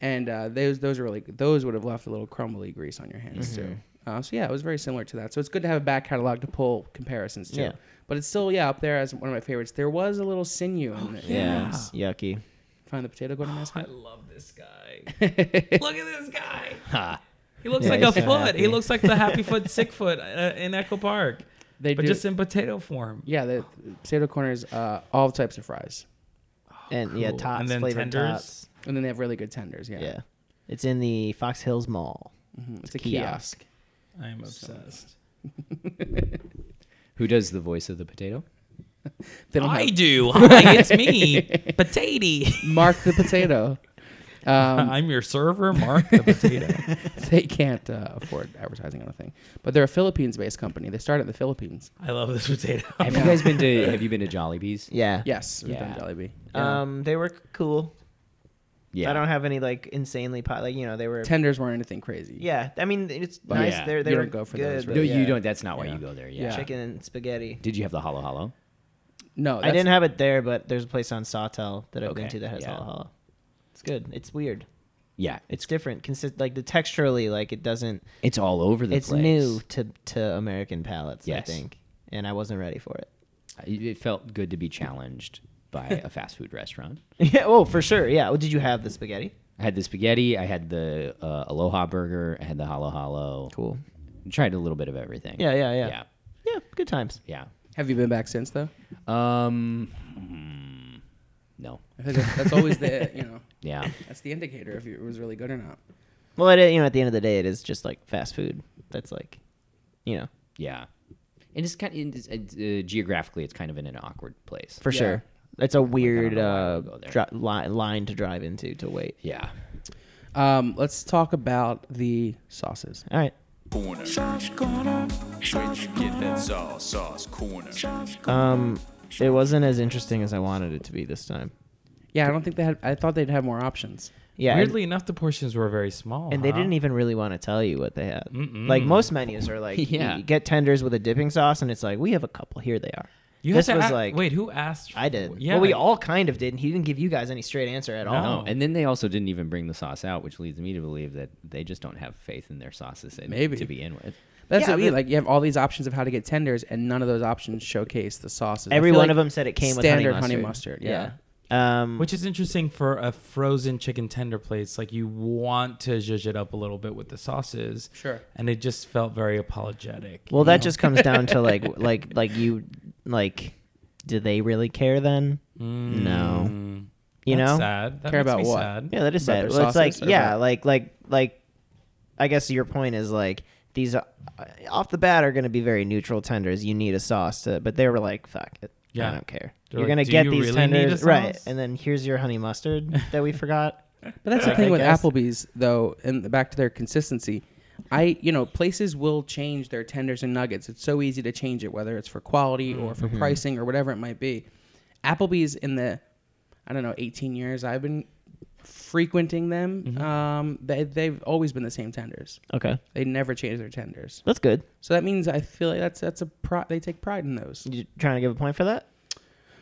Speaker 3: And uh, those those are really those would have left a little crumbly grease on your hands too.
Speaker 2: Mm-hmm.
Speaker 3: Uh, so yeah, it was very similar to that. So it's good to have a back catalog to pull comparisons to.
Speaker 2: Yeah.
Speaker 3: But it's still yeah up there as one of my favorites. There was a little sinew in the
Speaker 2: Yeah. it's yucky.
Speaker 3: Find the potato corner
Speaker 5: Oh, I
Speaker 3: mascot.
Speaker 5: love this
Speaker 3: <laughs>
Speaker 5: guy. Look at this guy. He looks
Speaker 2: Yeah,
Speaker 5: like
Speaker 2: he's
Speaker 5: a
Speaker 2: so
Speaker 5: foot.
Speaker 2: happy.
Speaker 5: He looks like the happy foot, sick foot uh, in Echo Park,
Speaker 3: They
Speaker 5: but
Speaker 3: do.
Speaker 5: just in potato form.
Speaker 3: yeah, the potato corners uh, all types of fries,
Speaker 2: And yeah,
Speaker 5: Oh, Cool.
Speaker 2: tots
Speaker 5: And then
Speaker 2: flavored
Speaker 5: tenders?
Speaker 2: tots.
Speaker 3: and then they have really good tenders. Yeah.
Speaker 2: Yeah. It's in the Fox Hills Mall.
Speaker 3: Mm-hmm. It's a
Speaker 2: kiosk.
Speaker 3: kiosk.
Speaker 5: I am obsessed.
Speaker 4: Who does the voice of
Speaker 5: <laughs>
Speaker 4: the potato?
Speaker 3: They don't
Speaker 5: I
Speaker 3: have
Speaker 5: <laughs> do. Hi, it's me, Potaty.
Speaker 3: Mark the potato. <laughs> Um,
Speaker 5: I'm your server, Mark the Potato.
Speaker 3: they can't uh, afford advertising on a thing, but they're a Philippines-based company. They started in the Philippines.
Speaker 5: I love this potato.
Speaker 4: Have you guys been to Have you been to Jollibee's?
Speaker 2: Yeah.
Speaker 3: Yes, we've
Speaker 4: Yeah.
Speaker 3: done Jollibee. Yeah.
Speaker 2: Um, they were cool.
Speaker 4: Yeah,
Speaker 2: I don't have any like insanely pot like you know they were.
Speaker 3: tenders weren't anything crazy.
Speaker 2: yeah, I mean it's nice.
Speaker 4: yeah,
Speaker 2: They're, they
Speaker 3: you
Speaker 2: were
Speaker 3: don't go for
Speaker 2: good,
Speaker 3: those,
Speaker 2: but
Speaker 4: No,
Speaker 3: really.
Speaker 2: yeah.
Speaker 4: you don't. That's not why
Speaker 3: Yeah.
Speaker 4: you go there. Yeah.
Speaker 3: Yeah.
Speaker 2: Chicken and spaghetti.
Speaker 4: Did you have the hollow hollow?
Speaker 3: No,
Speaker 2: I didn't have it there, but there's a place on Sawtell that I've been
Speaker 4: Okay,
Speaker 2: to that has
Speaker 4: yeah.
Speaker 2: hollow hollow. It's good. It's weird.
Speaker 4: Yeah,
Speaker 2: It's different. Consist like the texturally like it doesn't.
Speaker 4: it's all over the
Speaker 2: It's
Speaker 4: place.
Speaker 2: new to to American palates.
Speaker 4: Yes.
Speaker 2: I think, and I wasn't ready for it. <laughs>
Speaker 4: I- It felt good to be challenged by a fast food restaurant.
Speaker 2: yeah. Oh, for sure. Yeah. Well, did you have the spaghetti?
Speaker 4: I had the spaghetti. I had the uh, Aloha burger. I had the hollow hollow.
Speaker 2: Cool.
Speaker 4: Tried a little bit of everything.
Speaker 2: Yeah. Yeah. Yeah.
Speaker 4: Yeah.
Speaker 2: Yeah. good times.
Speaker 4: Yeah.
Speaker 3: Have you been back since though?
Speaker 4: Um. hmm, No.
Speaker 2: <laughs>
Speaker 3: I feel like that's always the you know
Speaker 4: Yeah.
Speaker 3: That's the indicator if it was really good or not.
Speaker 2: Well, it, you know, at the end of the day, it is just like fast food. That's like, you know,
Speaker 4: Yeah. And it's kind of it's, it's, uh, geographically, it's kind of in an awkward place.
Speaker 2: for
Speaker 3: Yeah.
Speaker 2: sure. It's a weird
Speaker 4: why
Speaker 2: uh,
Speaker 4: we go there.
Speaker 2: dri- li- line to drive into to wait.
Speaker 4: yeah.
Speaker 3: Um, let's talk about the sauces.
Speaker 2: All right.
Speaker 7: corner. Sauce corner. Where'd you get that sauce? Sauce corner.
Speaker 2: Um, it wasn't as interesting as I wanted it to be this time.
Speaker 3: Yeah, I don't think they had. I thought they'd have more options.
Speaker 2: Yeah. and-
Speaker 5: Weirdly enough, the portions were very small.
Speaker 2: and they
Speaker 5: huh?
Speaker 2: didn't e- even really want to tell you what they had. Like most menus are like,
Speaker 4: Yeah.
Speaker 2: you get tenders with a dipping sauce, and it's like, we have a couple. Here they are.
Speaker 5: You
Speaker 2: this
Speaker 5: had to
Speaker 2: was
Speaker 5: a-
Speaker 2: like,
Speaker 5: wait, who asked?
Speaker 2: I did.
Speaker 5: Yeah,
Speaker 2: well, we
Speaker 5: like-
Speaker 2: all kind of did, and he didn't give you guys any straight answer at all.
Speaker 5: No.
Speaker 4: Oh, And then they also didn't even bring the sauce out, which leads me to believe that they just don't have faith in their sauces. and-
Speaker 3: Maybe.
Speaker 4: to begin with.
Speaker 3: That's
Speaker 2: Yeah,
Speaker 3: what we
Speaker 2: but-
Speaker 3: like. You have all these options of how to get tenders, and none of those options showcase the sauces. I
Speaker 2: Every
Speaker 3: feel
Speaker 2: one
Speaker 3: like
Speaker 2: of them said it came with
Speaker 3: standard
Speaker 2: honey mustard.
Speaker 3: yeah.
Speaker 2: Yeah. Um,
Speaker 5: Which is interesting for a frozen chicken tender place. Like you want to zhuzh it up a little bit with the sauces.
Speaker 3: Sure.
Speaker 5: And it just felt very apologetic.
Speaker 2: well, that just comes down to like,
Speaker 5: <laughs>
Speaker 2: like, like you, like, do they really care then? No. You
Speaker 5: Mm. That's
Speaker 2: know.
Speaker 5: sad. That
Speaker 3: Care
Speaker 5: makes
Speaker 3: about
Speaker 5: me
Speaker 3: what?
Speaker 5: sad.
Speaker 2: Yeah, that is
Speaker 3: About
Speaker 2: sad.
Speaker 3: their
Speaker 2: Well, it's like
Speaker 3: sauces or
Speaker 2: yeah,
Speaker 3: about-
Speaker 2: like like like. I guess your point is like these uh, off the bat are going to be very neutral tenders. You need a sauce to, but they were like, "Fuck it,
Speaker 5: Yeah.
Speaker 2: I don't care."
Speaker 5: They're
Speaker 2: You're
Speaker 5: like,
Speaker 2: going
Speaker 5: "Do
Speaker 2: to get
Speaker 5: you
Speaker 2: these
Speaker 5: really need a
Speaker 2: tenders, right?
Speaker 5: sauce?"
Speaker 2: And then here's your honey
Speaker 5: <laughs>
Speaker 2: mustard that we forgot.
Speaker 3: But that's the
Speaker 2: I
Speaker 3: thing with
Speaker 2: guess.
Speaker 3: Applebee's, though, and back to their consistency. I, you know, places will change their tenders and nuggets. It's so easy to change it, whether it's for quality or for
Speaker 2: Mm-hmm.
Speaker 3: pricing or whatever it might be. Applebee's in the, I don't know, 18 years I've been frequenting them,
Speaker 2: Mm-hmm.
Speaker 3: um, they, they've always been the same tenders.
Speaker 2: Okay,
Speaker 3: They never change their tenders.
Speaker 2: that's good.
Speaker 3: So that means I feel like that's that's a pro- they take pride in those.
Speaker 2: You trying to give a point for that?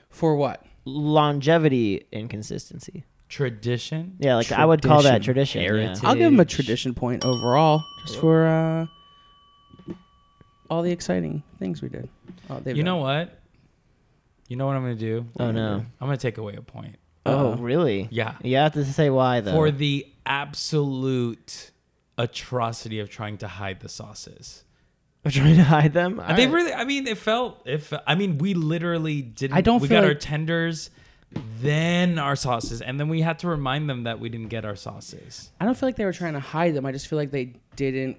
Speaker 3: For what?
Speaker 2: Longevity and consistency.
Speaker 5: Tradition.
Speaker 2: Yeah, like I would call that
Speaker 4: Tradition,
Speaker 2: tradition. yeah.
Speaker 4: heritage.
Speaker 3: I'll give them a tradition point overall, just for uh, all the exciting things we did. Oh, they've
Speaker 5: You
Speaker 3: done.
Speaker 5: know what? You know what I'm going to do?
Speaker 2: Oh no.
Speaker 5: I'm going to take away a point
Speaker 2: Oh really?
Speaker 5: Yeah.
Speaker 2: You have to say why though. <laughs>
Speaker 5: for the absolute atrocity of trying to hide the sauces.
Speaker 2: We're trying to hide them.
Speaker 5: And they
Speaker 2: Alright.
Speaker 5: really, I mean, it felt, if, I mean, we literally didn't,
Speaker 3: I don't
Speaker 5: we
Speaker 3: feel
Speaker 5: got our
Speaker 3: like-
Speaker 5: tenders, then our sauces, and then we had to remind them that we didn't get our sauces.
Speaker 3: I don't feel like they were trying to hide them. I just feel like they didn't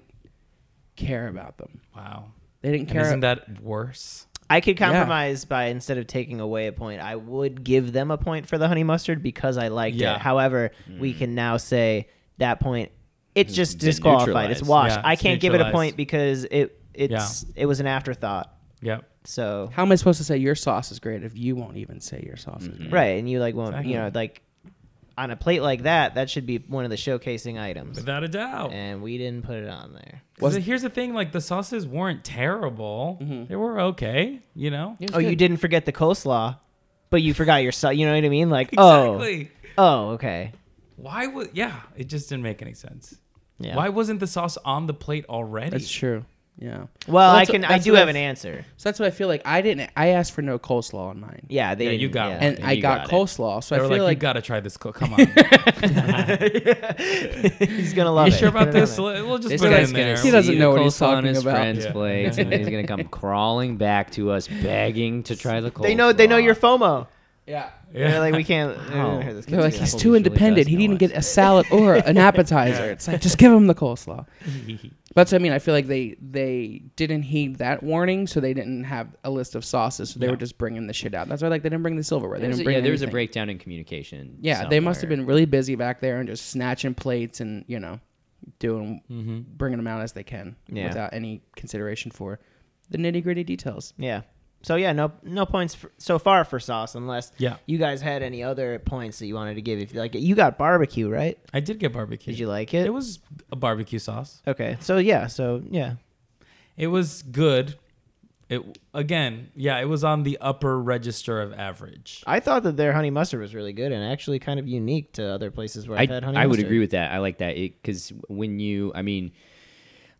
Speaker 3: care about them.
Speaker 5: Wow.
Speaker 3: They didn't
Speaker 5: And
Speaker 3: care.
Speaker 5: isn't that worse?
Speaker 2: I could compromise by instead of taking away a point, I would give them a point for the honey mustard because I liked
Speaker 5: Yeah.
Speaker 2: it. However, we can now say that point it's just
Speaker 4: Mm. been
Speaker 2: disqualified. It's
Speaker 4: neutralized.
Speaker 2: washed.
Speaker 5: Yeah,
Speaker 2: I
Speaker 5: it's
Speaker 2: can't give it a
Speaker 5: neutralized.
Speaker 2: point because it it's it was an afterthought.
Speaker 5: Yep.
Speaker 2: So
Speaker 3: How am I supposed to say your sauce is great if you won't even say your sauce is
Speaker 5: Mm-hmm.
Speaker 3: great?
Speaker 2: right, and you like won't
Speaker 5: Exactly.
Speaker 2: you know like on a plate like that that should be one of the showcasing items,
Speaker 5: Without a doubt.
Speaker 3: Eh.
Speaker 2: and we didn't put it on there.
Speaker 5: 'Cause here's the thing, like the sauces weren't terrible.
Speaker 3: Mm-hmm.
Speaker 5: They were okay, you know?
Speaker 2: Oh, you didn't forget the coleslaw, but you forgot your sauce. You know what I mean? Like
Speaker 5: Exactly.
Speaker 2: oh oh okay
Speaker 5: Why would yeah, it just didn't make any sense.
Speaker 2: yeah.
Speaker 5: Why wasn't the sauce on the plate already?
Speaker 3: That's true. Yeah.
Speaker 2: Well, I
Speaker 3: that's-
Speaker 2: can. I
Speaker 3: that's
Speaker 2: do
Speaker 3: what
Speaker 2: have
Speaker 3: I
Speaker 2: an
Speaker 3: f-
Speaker 2: answer.
Speaker 3: So that's what I feel like. I didn't. I asked for no coleslaw on mine.
Speaker 2: Yeah, they.
Speaker 5: Yeah, you
Speaker 2: didn't-
Speaker 5: got
Speaker 2: yeah.
Speaker 5: one.
Speaker 3: And I
Speaker 4: you
Speaker 3: got,
Speaker 4: got it.
Speaker 3: coleslaw, so
Speaker 5: They
Speaker 3: I
Speaker 5: were
Speaker 3: feel
Speaker 5: like,
Speaker 3: like,
Speaker 5: you gotta try this co- come on.
Speaker 2: He's <laughs> gonna love
Speaker 5: you
Speaker 2: it.
Speaker 5: sure about
Speaker 2: Put it on
Speaker 5: this?
Speaker 2: there.
Speaker 5: We'll just
Speaker 4: This
Speaker 5: put it
Speaker 4: guy's
Speaker 5: in
Speaker 4: gonna
Speaker 5: there.
Speaker 4: see
Speaker 3: He
Speaker 5: <laughs>
Speaker 3: doesn't
Speaker 4: the
Speaker 3: know what he's
Speaker 4: coleslaw on
Speaker 3: talking
Speaker 4: his
Speaker 3: about.
Speaker 4: friend's
Speaker 5: Yeah.
Speaker 4: plates, and he's
Speaker 3: <laughs>
Speaker 4: gonna come crawling back to us, begging to try the coleslaw.
Speaker 2: They know. They know your FOMO.
Speaker 3: yeah.
Speaker 2: They're like, we can't. we don't hear this
Speaker 3: They're like,
Speaker 2: kid's
Speaker 3: he's
Speaker 2: music."
Speaker 3: too
Speaker 4: really
Speaker 3: independent.
Speaker 4: does
Speaker 3: He
Speaker 4: know
Speaker 3: didn't
Speaker 4: us.
Speaker 3: get a salad or
Speaker 4: <laughs>
Speaker 3: an appetizer. It's like, just give him the coleslaw. But that's what I mean. I feel like they they didn't heed that warning, so they didn't have a list of sauces, so they were just bringing the shit out. That's why like they didn't bring the silverware. They
Speaker 4: There's
Speaker 3: didn't
Speaker 4: a,
Speaker 3: bring
Speaker 4: yeah, there was a
Speaker 3: anything.
Speaker 4: breakdown in communication.
Speaker 3: Yeah, they must have
Speaker 4: somewhere.
Speaker 3: been really busy back there and just snatching plates and you know, doing
Speaker 4: Mm-hmm.
Speaker 3: bringing them out as they can
Speaker 2: Yeah.
Speaker 3: without any consideration for the nitty gritty details.
Speaker 2: Yeah. So yeah, no, no points for, so far for sauce, unless
Speaker 5: Yeah.
Speaker 2: you guys had any other points that you wanted to give. If you like, it. you got barbecue, right?
Speaker 5: I did get barbecue.
Speaker 2: Did you like it?
Speaker 5: It was a barbecue sauce.
Speaker 2: okay. So yeah, so yeah,
Speaker 5: It was good. It again, yeah, it was on the upper register of average.
Speaker 2: I thought that their honey mustard was really good and actually kind of unique to other places where I,
Speaker 4: I,
Speaker 2: have had honey.
Speaker 4: I would
Speaker 2: mustard.
Speaker 4: agree with that. I like that because when you, I mean,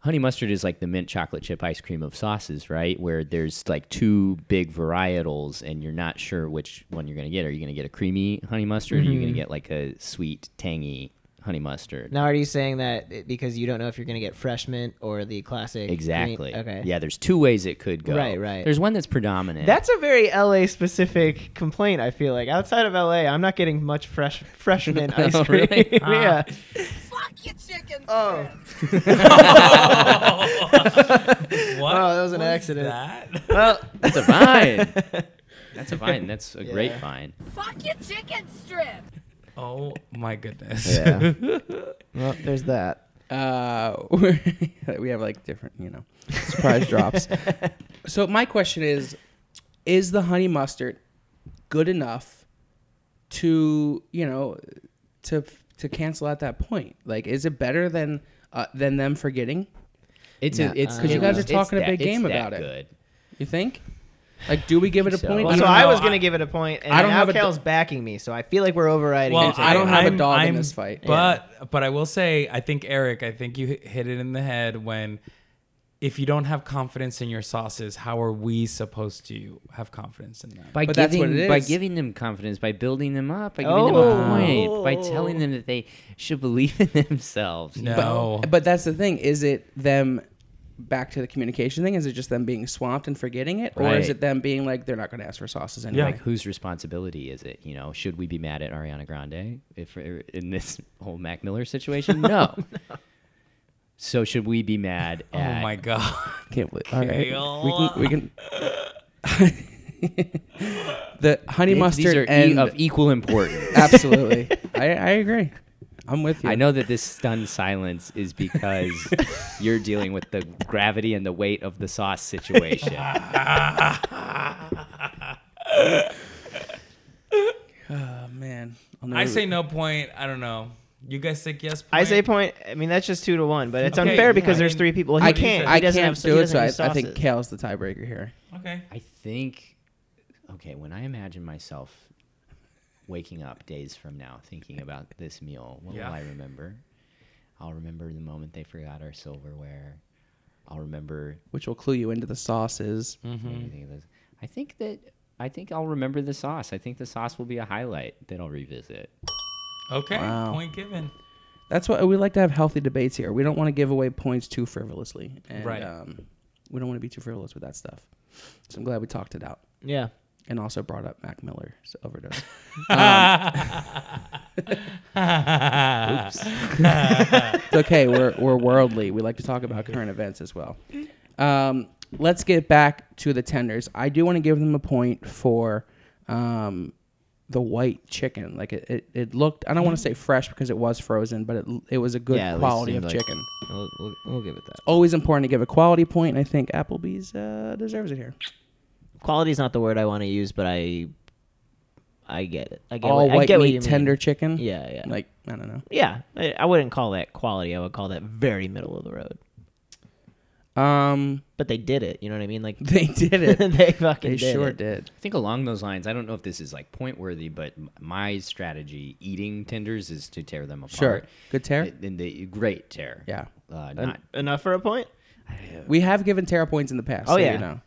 Speaker 4: honey mustard is like the mint chocolate chip ice cream of sauces, right? Where there's like two big varietals, and you're not
Speaker 3: Mm-hmm.
Speaker 4: sure which one you're gonna get. Are you gonna get a creamy honey mustard? Or are you gonna get like a sweet tangy honey honey mustard.
Speaker 2: Now, are you saying that it- because you don't know if you're going to get fresh mint or the classic? green-
Speaker 4: Exactly.
Speaker 2: okay.
Speaker 4: Yeah, there's two ways it could go.
Speaker 2: Right, right.
Speaker 4: There's one that's predominant.
Speaker 2: That's a very LA specific complaint. I feel like outside of LA, I'm not getting much fresh freshman ice
Speaker 4: Oh,
Speaker 2: cream. <laughs>
Speaker 4: really?
Speaker 2: yeah,
Speaker 6: Fuck your chicken.
Speaker 5: <laughs> What?
Speaker 2: Oh, that was an
Speaker 5: was
Speaker 2: accident.
Speaker 5: that? <laughs>
Speaker 2: well,
Speaker 4: That's a vine. <laughs> that's a vine. That's a great
Speaker 2: Yeah.
Speaker 4: vine.
Speaker 6: Fuck your chicken strip.
Speaker 5: Oh my goodness.
Speaker 2: Yeah. well, there's that.
Speaker 3: Uh, <laughs> we have like different, you know, surprise
Speaker 4: <laughs>
Speaker 3: drops. So my question is, is the honey mustard good enough to you know to to cancel at that point? Like, is it better than uh, than them forgetting?
Speaker 4: It's
Speaker 2: Nah,
Speaker 4: a, it's
Speaker 2: 'Cause you
Speaker 4: it
Speaker 2: guys
Speaker 4: was-
Speaker 3: are talking a
Speaker 4: it's that-
Speaker 3: big game
Speaker 4: it's that
Speaker 3: about it.
Speaker 4: Good.
Speaker 3: You think? Like, do we give it a
Speaker 4: So-
Speaker 3: point?
Speaker 2: Well,
Speaker 3: I
Speaker 2: so
Speaker 3: don't
Speaker 2: I
Speaker 3: know.
Speaker 2: was going to give it a point, and
Speaker 3: I don't
Speaker 2: now
Speaker 3: have a d-
Speaker 2: Cal's backing me, so I feel like we're overriding.
Speaker 5: Well,
Speaker 2: it
Speaker 5: I don't have
Speaker 3: I'm-
Speaker 5: a dog
Speaker 3: I'm-
Speaker 5: in this fight,
Speaker 3: Yeah.
Speaker 5: but but I will say, I think Eric, I think you hit hit it in the head when, if you don't have confidence in your sauces, how are we supposed to have confidence in them?
Speaker 4: By
Speaker 3: But that's
Speaker 4: giving,
Speaker 3: what it
Speaker 4: by
Speaker 3: is.
Speaker 4: giving them confidence, by building them up, by giving them a point, by telling them that they should believe in themselves. you know?
Speaker 5: no,
Speaker 3: But that's the thing. Is it them back to the communication thing? Is it just them being swamped and forgetting it? Or is
Speaker 4: Right.
Speaker 3: it them being like, they're not going to ask for sauces anyway?
Speaker 4: Like whose responsibility is it? You know, should we be mad at Ariana Grande if er, in this whole Mac
Speaker 3: <laughs>
Speaker 4: Miller situation? No. So should we be mad
Speaker 5: oh
Speaker 4: at
Speaker 5: my god, <laughs>
Speaker 3: can't believe. All right. We can. We can <laughs> the honey
Speaker 4: These-
Speaker 3: mustard
Speaker 4: these are e-
Speaker 3: and.
Speaker 4: of equal importance?
Speaker 3: <laughs> absolutely. I, I agree. I'm with you.
Speaker 4: I know that this stunned silence is because you're dealing with the gravity and the weight of the sauce situation.
Speaker 3: Oh, man. I'll
Speaker 5: I
Speaker 3: never-
Speaker 5: say no point. I don't know. You guys think yes? Point?
Speaker 2: I say point. I mean, that's just two to one, but it's
Speaker 5: Okay,
Speaker 2: unfair
Speaker 5: yeah,
Speaker 2: because
Speaker 5: I
Speaker 2: there's
Speaker 5: mean,
Speaker 2: three people. He
Speaker 3: I
Speaker 5: he
Speaker 2: can't.
Speaker 3: can't.
Speaker 5: said-
Speaker 2: He
Speaker 3: I
Speaker 2: doesn't
Speaker 3: can't
Speaker 2: have.
Speaker 3: do
Speaker 2: he
Speaker 3: it. So
Speaker 2: doesn't
Speaker 3: I,
Speaker 2: use
Speaker 3: I think
Speaker 2: sauces.
Speaker 3: Kale's the tiebreaker here.
Speaker 5: Okay.
Speaker 4: I think, okay, when I imagine myself waking up days from now thinking about this meal, what
Speaker 5: Yeah.
Speaker 4: will I remember? I'll remember the moment they forgot our silverware. I'll remember
Speaker 3: Which will clue you into the sauces.
Speaker 4: everything of those. I think that I think I'll remember the sauce. I think the sauce will be a highlight that I'll revisit.
Speaker 5: Okay.
Speaker 3: Wow.
Speaker 5: Point given.
Speaker 3: That's why we like to have healthy debates here. We don't want to give away points too frivolously, and
Speaker 5: Right.
Speaker 3: um, we don't want to be too frivolous with that stuff. So I'm glad we talked it out
Speaker 2: Yeah.
Speaker 3: and also brought up Mac Miller's overdose. Um, it's okay. We're we're worldly. We like to talk about current events as well. Um, let's get back to the tenders. I do want to give them a point for um, the white chicken. Like it, it, it looked. I don't want to say fresh because it was frozen, but it it was a good
Speaker 4: Yeah, at least
Speaker 3: quality of
Speaker 4: seemed like-
Speaker 3: chicken.
Speaker 2: We'll, we'll, we'll give it that.
Speaker 3: Always important to give a quality point, and I think Applebee's uh, deserves it here.
Speaker 2: Quality's not the word I want to use, but I. I get it. I get
Speaker 3: All
Speaker 2: what, I
Speaker 3: white
Speaker 2: get what
Speaker 3: meat
Speaker 2: you mean.
Speaker 3: tender chicken.
Speaker 2: Yeah, yeah.
Speaker 3: Like I don't know.
Speaker 2: Yeah, I, I wouldn't call that quality. I would call that very middle of the road.
Speaker 3: Um,
Speaker 2: But they did it. You know what I mean? Like
Speaker 3: they did
Speaker 2: <laughs>
Speaker 3: it.
Speaker 2: they fucking
Speaker 3: they
Speaker 2: did
Speaker 3: sure
Speaker 2: it.
Speaker 3: did.
Speaker 4: I think along those lines, I don't know if this is like point worthy, but m- my strategy eating tenders is to tear them apart.
Speaker 3: Sure. Good tear?
Speaker 4: And- And the great tear.
Speaker 3: Yeah.
Speaker 4: Uh, not.
Speaker 2: Enough for a point.
Speaker 3: We have given Terra points in the past.
Speaker 2: Oh,
Speaker 3: so
Speaker 2: yeah.
Speaker 3: You know.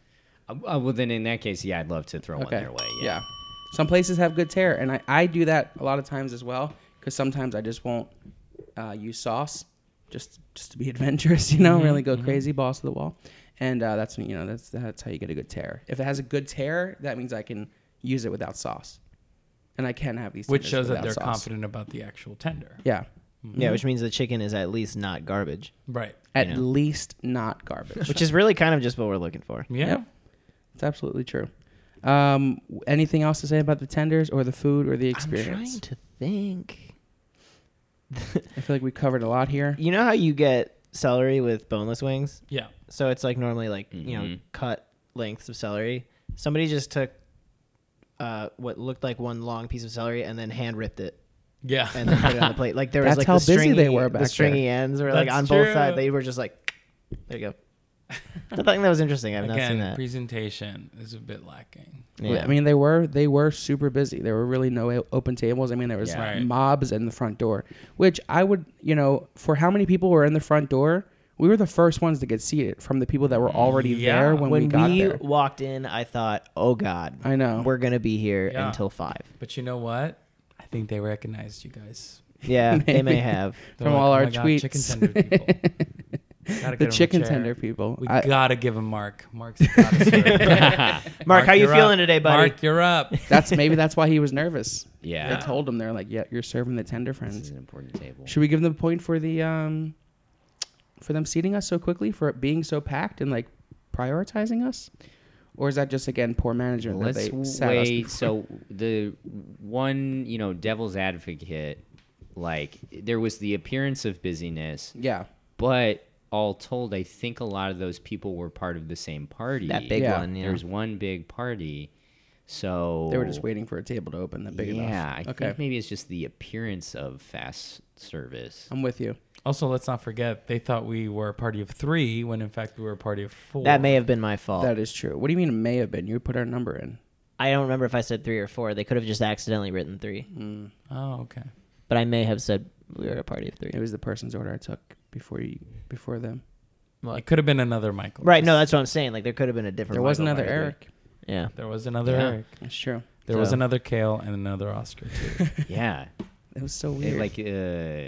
Speaker 4: Uh, uh, well, then in that case, yeah, I'd love to throw one
Speaker 3: Okay.
Speaker 4: their way.
Speaker 3: yeah. Some places have good tear, and I, I do that a lot of times as well because sometimes I just won't uh, use sauce just just to be <laughs> adventurous, you know, really go crazy, balls to the wall, and uh, that's when you know that's that's how you get a good tear. If it has a good tear, that means I can use it without sauce, and I can have these.
Speaker 5: <laughs> Which
Speaker 3: tenders
Speaker 5: shows that
Speaker 3: without
Speaker 5: they're
Speaker 3: sauce.
Speaker 5: confident Mm-hmm. about the actual tender.
Speaker 3: Yeah. Mm-hmm.
Speaker 2: Yeah, which means the chicken is at least not garbage,
Speaker 5: Right.
Speaker 3: At
Speaker 2: know.
Speaker 3: least not garbage.
Speaker 2: which is really kind of just what we're looking for.
Speaker 5: Yeah.
Speaker 3: Yep. It's absolutely true. Um, w- anything else to say about the tenders or the food or the
Speaker 2: I'm trying
Speaker 3: experience?
Speaker 2: to think.
Speaker 3: I feel like we covered a lot here.
Speaker 2: You know how you get celery with boneless wings?
Speaker 5: Yeah.
Speaker 2: So it's like normally like you know
Speaker 3: Mm-hmm.
Speaker 2: cut lengths of celery. Somebody just took uh, what looked like one long piece of celery and then hand ripped it
Speaker 5: Yeah.
Speaker 2: and
Speaker 5: <laughs>
Speaker 2: then put it on the plate. Like there was
Speaker 3: That's
Speaker 2: like
Speaker 3: how
Speaker 2: the
Speaker 3: busy
Speaker 2: stringy,
Speaker 3: they were back
Speaker 2: the stringy ends were like
Speaker 5: That's
Speaker 2: on both
Speaker 5: true.
Speaker 2: sides. They were just like, there you go. I thought <laughs> that was interesting. I've not seen
Speaker 5: Again,
Speaker 2: that.
Speaker 5: presentation is a bit lacking.
Speaker 2: Yeah.
Speaker 3: I mean, they were they were super busy. There were really no o- open tables. I mean, there was
Speaker 5: Yeah. Right.
Speaker 3: mobs in the front door, which I would, you know, for how many people were in the front door, we were the first ones to get seated from the people that were already
Speaker 5: Yeah.
Speaker 3: there when,
Speaker 2: when
Speaker 3: we got
Speaker 2: we
Speaker 3: there.
Speaker 2: walked in, I thought, oh god,
Speaker 3: I know.
Speaker 2: we're gonna be here
Speaker 5: Yeah.
Speaker 2: until five.
Speaker 5: But you know what? I think they recognized you guys.
Speaker 3: <laughs>
Speaker 2: Yeah, they may have.
Speaker 5: They're
Speaker 3: From all
Speaker 5: "Oh
Speaker 3: our
Speaker 5: my God, chicken
Speaker 3: tweets." <laughs>
Speaker 5: tender people.
Speaker 3: The
Speaker 5: Gotta get 'em a
Speaker 3: chicken
Speaker 5: chair.
Speaker 3: tender people.
Speaker 5: We
Speaker 3: I-
Speaker 5: gotta give him Mark. Mark's gotta serve him.
Speaker 3: <laughs>
Speaker 2: Mark, how you
Speaker 5: you're
Speaker 2: feeling
Speaker 5: up.
Speaker 2: today, buddy?
Speaker 5: Mark, you're up.
Speaker 3: That's maybe that's why he was nervous.
Speaker 4: Yeah.
Speaker 3: They told him they're like, yeah, you're serving the tender
Speaker 4: This
Speaker 3: friends.
Speaker 4: is an important table.
Speaker 3: Should we give them a point for the um for them seating us so quickly for it being so packed and like prioritizing us? Or is that just again poor management that
Speaker 4: Let's
Speaker 3: they sat us
Speaker 4: wait.
Speaker 3: <laughs> before?
Speaker 4: So the one, you know, devil's advocate, like there was the appearance of busyness,
Speaker 3: Yeah.
Speaker 4: but all told, I think a lot of those people were part of the same party.
Speaker 2: That big
Speaker 3: Yeah.
Speaker 2: one. Yeah.
Speaker 4: There's one big party, so
Speaker 3: They were just waiting for a table to open that big
Speaker 4: yeah,
Speaker 3: enough.
Speaker 4: I think maybe it's just the appearance of fast service.
Speaker 3: <laughs> I'm with you.
Speaker 5: Also, let's not forget they thought we were a party of three when in fact we were a party of four.
Speaker 2: that may have been my
Speaker 4: Oh.
Speaker 2: fault.
Speaker 3: That is true. What do you mean it may have been? You put our number in.
Speaker 2: I don't remember if I said three or four. They could have just accidentally written three,
Speaker 3: Mm.
Speaker 5: Oh, okay.
Speaker 2: but I may have said we were a party of three.
Speaker 3: It was the person's order I took before you before them.
Speaker 5: It could have been another Michael.
Speaker 2: Right? No, that's what I'm saying. Like there could have been a different.
Speaker 3: There was
Speaker 2: Michael
Speaker 3: another
Speaker 2: Myers.
Speaker 3: Eric.
Speaker 2: Yeah.
Speaker 5: There was another
Speaker 4: Yeah.
Speaker 5: Eric.
Speaker 3: That's true.
Speaker 5: There was
Speaker 2: So-
Speaker 5: another Kale and another Oscar
Speaker 2: <laughs>
Speaker 5: too.
Speaker 4: yeah,
Speaker 3: It was so
Speaker 4: they
Speaker 3: weird.
Speaker 4: like uh,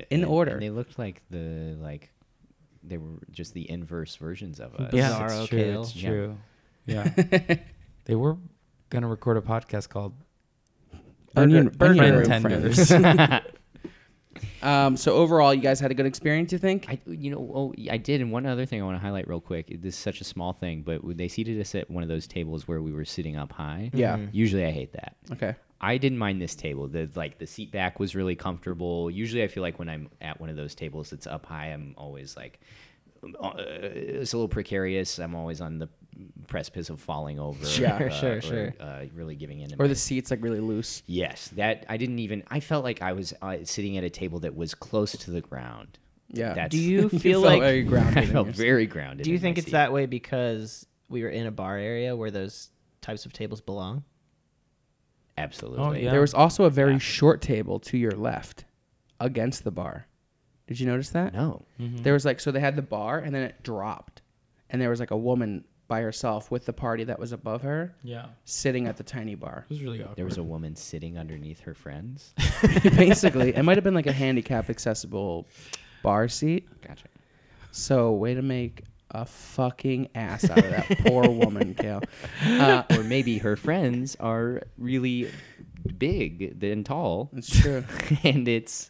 Speaker 3: In
Speaker 4: and-
Speaker 3: order.
Speaker 4: and they looked like the like they were just the inverse versions of us.
Speaker 2: Yeah. Bizarro
Speaker 5: it's true.
Speaker 2: Kale.
Speaker 5: It's
Speaker 4: Yeah.
Speaker 5: true. Yeah.
Speaker 2: <laughs>
Speaker 5: they were gonna record a podcast called
Speaker 3: Onion-
Speaker 5: Burger-
Speaker 3: onion
Speaker 5: Friend
Speaker 3: ring
Speaker 5: Tenders.
Speaker 4: <laughs>
Speaker 3: <laughs> Um, so overall, you guys had a good experience, you think?
Speaker 4: I, you know, oh, I did, and one other thing I want to highlight real quick. This is such a small thing, but when they seated us at one of those tables where we were sitting up high.
Speaker 3: Yeah. Mhm.
Speaker 4: Usually, I hate that.
Speaker 3: okay.
Speaker 4: I didn't mind this table. The like the seat back was really comfortable. Usually, I feel like when I'm at one of those tables that's up high, I'm always like, uh, it's a little precarious. I'm always on the precipice of
Speaker 2: <laughs>
Speaker 4: falling over.
Speaker 3: Sure,
Speaker 4: uh,
Speaker 2: sure,
Speaker 4: or,
Speaker 2: sure.
Speaker 4: Uh, really giving in. to
Speaker 3: Or
Speaker 4: my-
Speaker 3: the seats like really loose.
Speaker 4: <laughs> yes, that I didn't even. I felt like I was uh, sitting at a table that was close to the ground.
Speaker 3: Yeah. <laughs>
Speaker 4: That's-
Speaker 2: Do you
Speaker 3: You
Speaker 2: feel
Speaker 3: felt
Speaker 2: like?
Speaker 3: very grounded
Speaker 4: <laughs> I
Speaker 3: in
Speaker 4: felt
Speaker 3: yourself.
Speaker 4: very grounded.
Speaker 2: do you
Speaker 4: in my
Speaker 2: think it's
Speaker 4: seat.
Speaker 2: that way because we were in a bar area where those types of tables belong?
Speaker 4: Absolutely.
Speaker 2: Oh,
Speaker 5: yeah.
Speaker 3: There was also a very short table to your left, against the bar. Did you notice that?
Speaker 4: No.
Speaker 3: There was like so they had the bar and then it dropped, and there was like a woman by herself with the party that was above her
Speaker 5: yeah. It
Speaker 3: sitting at the tiny <laughs> bar.
Speaker 5: was really awkward.
Speaker 4: There was a woman sitting underneath her friends.
Speaker 3: Basically, it might have been like a handicap accessible bar seat.
Speaker 4: Gotcha.
Speaker 3: So way to make a fucking ass out of that poor woman, Kale. <laughs> Uh,
Speaker 4: or maybe her friends are really big and tall,
Speaker 3: it's true.
Speaker 4: <laughs> and it's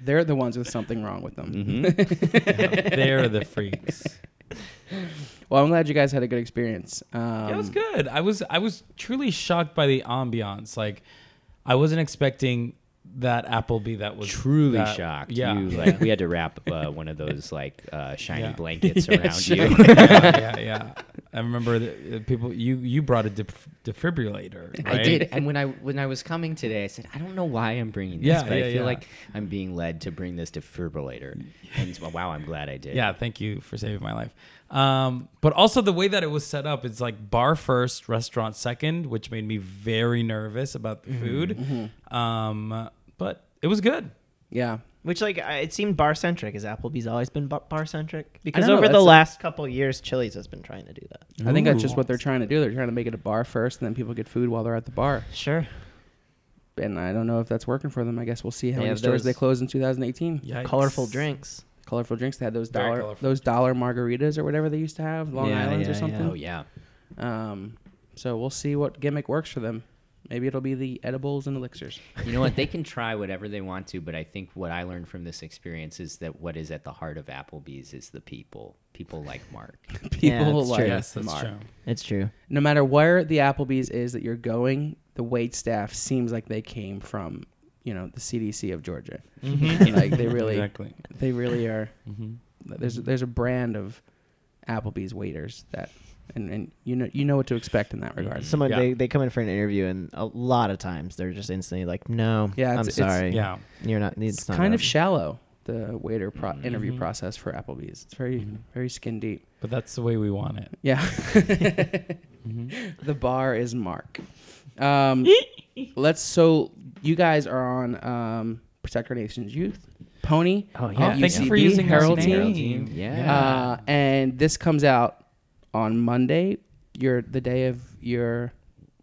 Speaker 3: They're the ones with something wrong with them.
Speaker 2: Mm-hmm.
Speaker 5: They're the freaks.
Speaker 3: <laughs> Well, I'm glad you guys had a good experience. Um,
Speaker 5: <laughs> That was good. I was I was truly shocked by the ambiance. Like I wasn't expecting that Applebee that was
Speaker 4: truly
Speaker 5: that-
Speaker 4: shocked.
Speaker 5: Yeah. <laughs>
Speaker 4: You, like we had to wrap uh, one of those like uh, shiny
Speaker 5: Yeah.
Speaker 4: <laughs> blankets around you.
Speaker 5: yeah, yeah,
Speaker 4: <laughs>
Speaker 5: yeah. I remember the, the people. You you brought a def- defibrillator. Right?
Speaker 4: I did, and when I when I was coming today, I said, I don't know why I'm bringing this,
Speaker 5: Yeah,
Speaker 4: but I
Speaker 5: yeah,
Speaker 4: feel
Speaker 5: yeah.
Speaker 4: like I'm being led to bring this defibrillator. And it's- wow, I'm glad I did.
Speaker 5: Yeah, thank you for saving my life. Um, but also the way that it was set up, it's like bar first, restaurant second, which made me very nervous about
Speaker 4: Mm-hmm.
Speaker 5: the food. Um, but it was good.
Speaker 3: yeah.
Speaker 2: Which like I- it seemed bar centric. Has Applebee's always been bar centric? Because
Speaker 3: know,
Speaker 2: over the
Speaker 3: that's a-
Speaker 2: last couple years, Chili's has been trying to do that.
Speaker 3: I think that's just what they're trying to do. They're trying to make it a bar first, and then people get food while they're at the bar.
Speaker 2: Sure.
Speaker 3: And I don't know if that's working for them. I guess we'll see how
Speaker 2: They
Speaker 3: many
Speaker 2: have
Speaker 3: stores they
Speaker 2: those-
Speaker 3: close in 2018.
Speaker 5: Yikes.
Speaker 2: Colorful drinks.
Speaker 3: Colorful drinks. They had those
Speaker 5: Very
Speaker 3: dollar
Speaker 5: colorful
Speaker 3: those dollar margaritas or whatever they used to have, Long
Speaker 2: Yeah,
Speaker 3: Islands or
Speaker 2: yeah, yeah.
Speaker 3: something.
Speaker 4: Oh yeah.
Speaker 3: Um, so we'll see what gimmick works for them. Maybe it'll be the edibles and elixirs. <laughs>
Speaker 4: You know what? They can try whatever they want to, but I think what I learned from this experience is that what is at the heart of Applebee's is the people. People like Mark.
Speaker 3: People
Speaker 2: that's
Speaker 3: like
Speaker 2: true.
Speaker 5: Yes, that's
Speaker 3: Mark.
Speaker 5: true.
Speaker 2: It's true.
Speaker 3: No matter where the Applebee's is that you're going, the wait staff seems like they came from, you know, the CDC of Georgia.
Speaker 2: Mm-hmm.
Speaker 3: <laughs> like they really,
Speaker 5: Exactly.
Speaker 3: they really are. There's there's a brand of Applebee's waiters that, and, and you know you know what to expect in that regard.
Speaker 2: Someone
Speaker 5: Yeah.
Speaker 2: they, they come in for an interview, and a lot of times they're just instantly like, "No,
Speaker 3: Yeah,
Speaker 2: I'm
Speaker 3: it's- it's-
Speaker 2: sorry,
Speaker 5: Yeah.
Speaker 2: you're not." It's, not Mm-hmm.
Speaker 3: kind of
Speaker 2: up."
Speaker 3: shallow the waiter pro- interview process for Applebee's. It's very
Speaker 2: Mm-hmm.
Speaker 3: very skin deep.
Speaker 5: But that's the way we want it.
Speaker 3: Yeah. <laughs> The bar is Mark. Um, let's so you guys are on um, Protect Our Nation's Youth Pony.
Speaker 2: Oh,
Speaker 5: Oh,
Speaker 2: yeah.
Speaker 5: thank you for
Speaker 3: UCB
Speaker 5: using our
Speaker 3: Herald
Speaker 5: name.
Speaker 3: team.
Speaker 4: Yeah.
Speaker 3: Uh, and this comes out on Monday. Your the day of your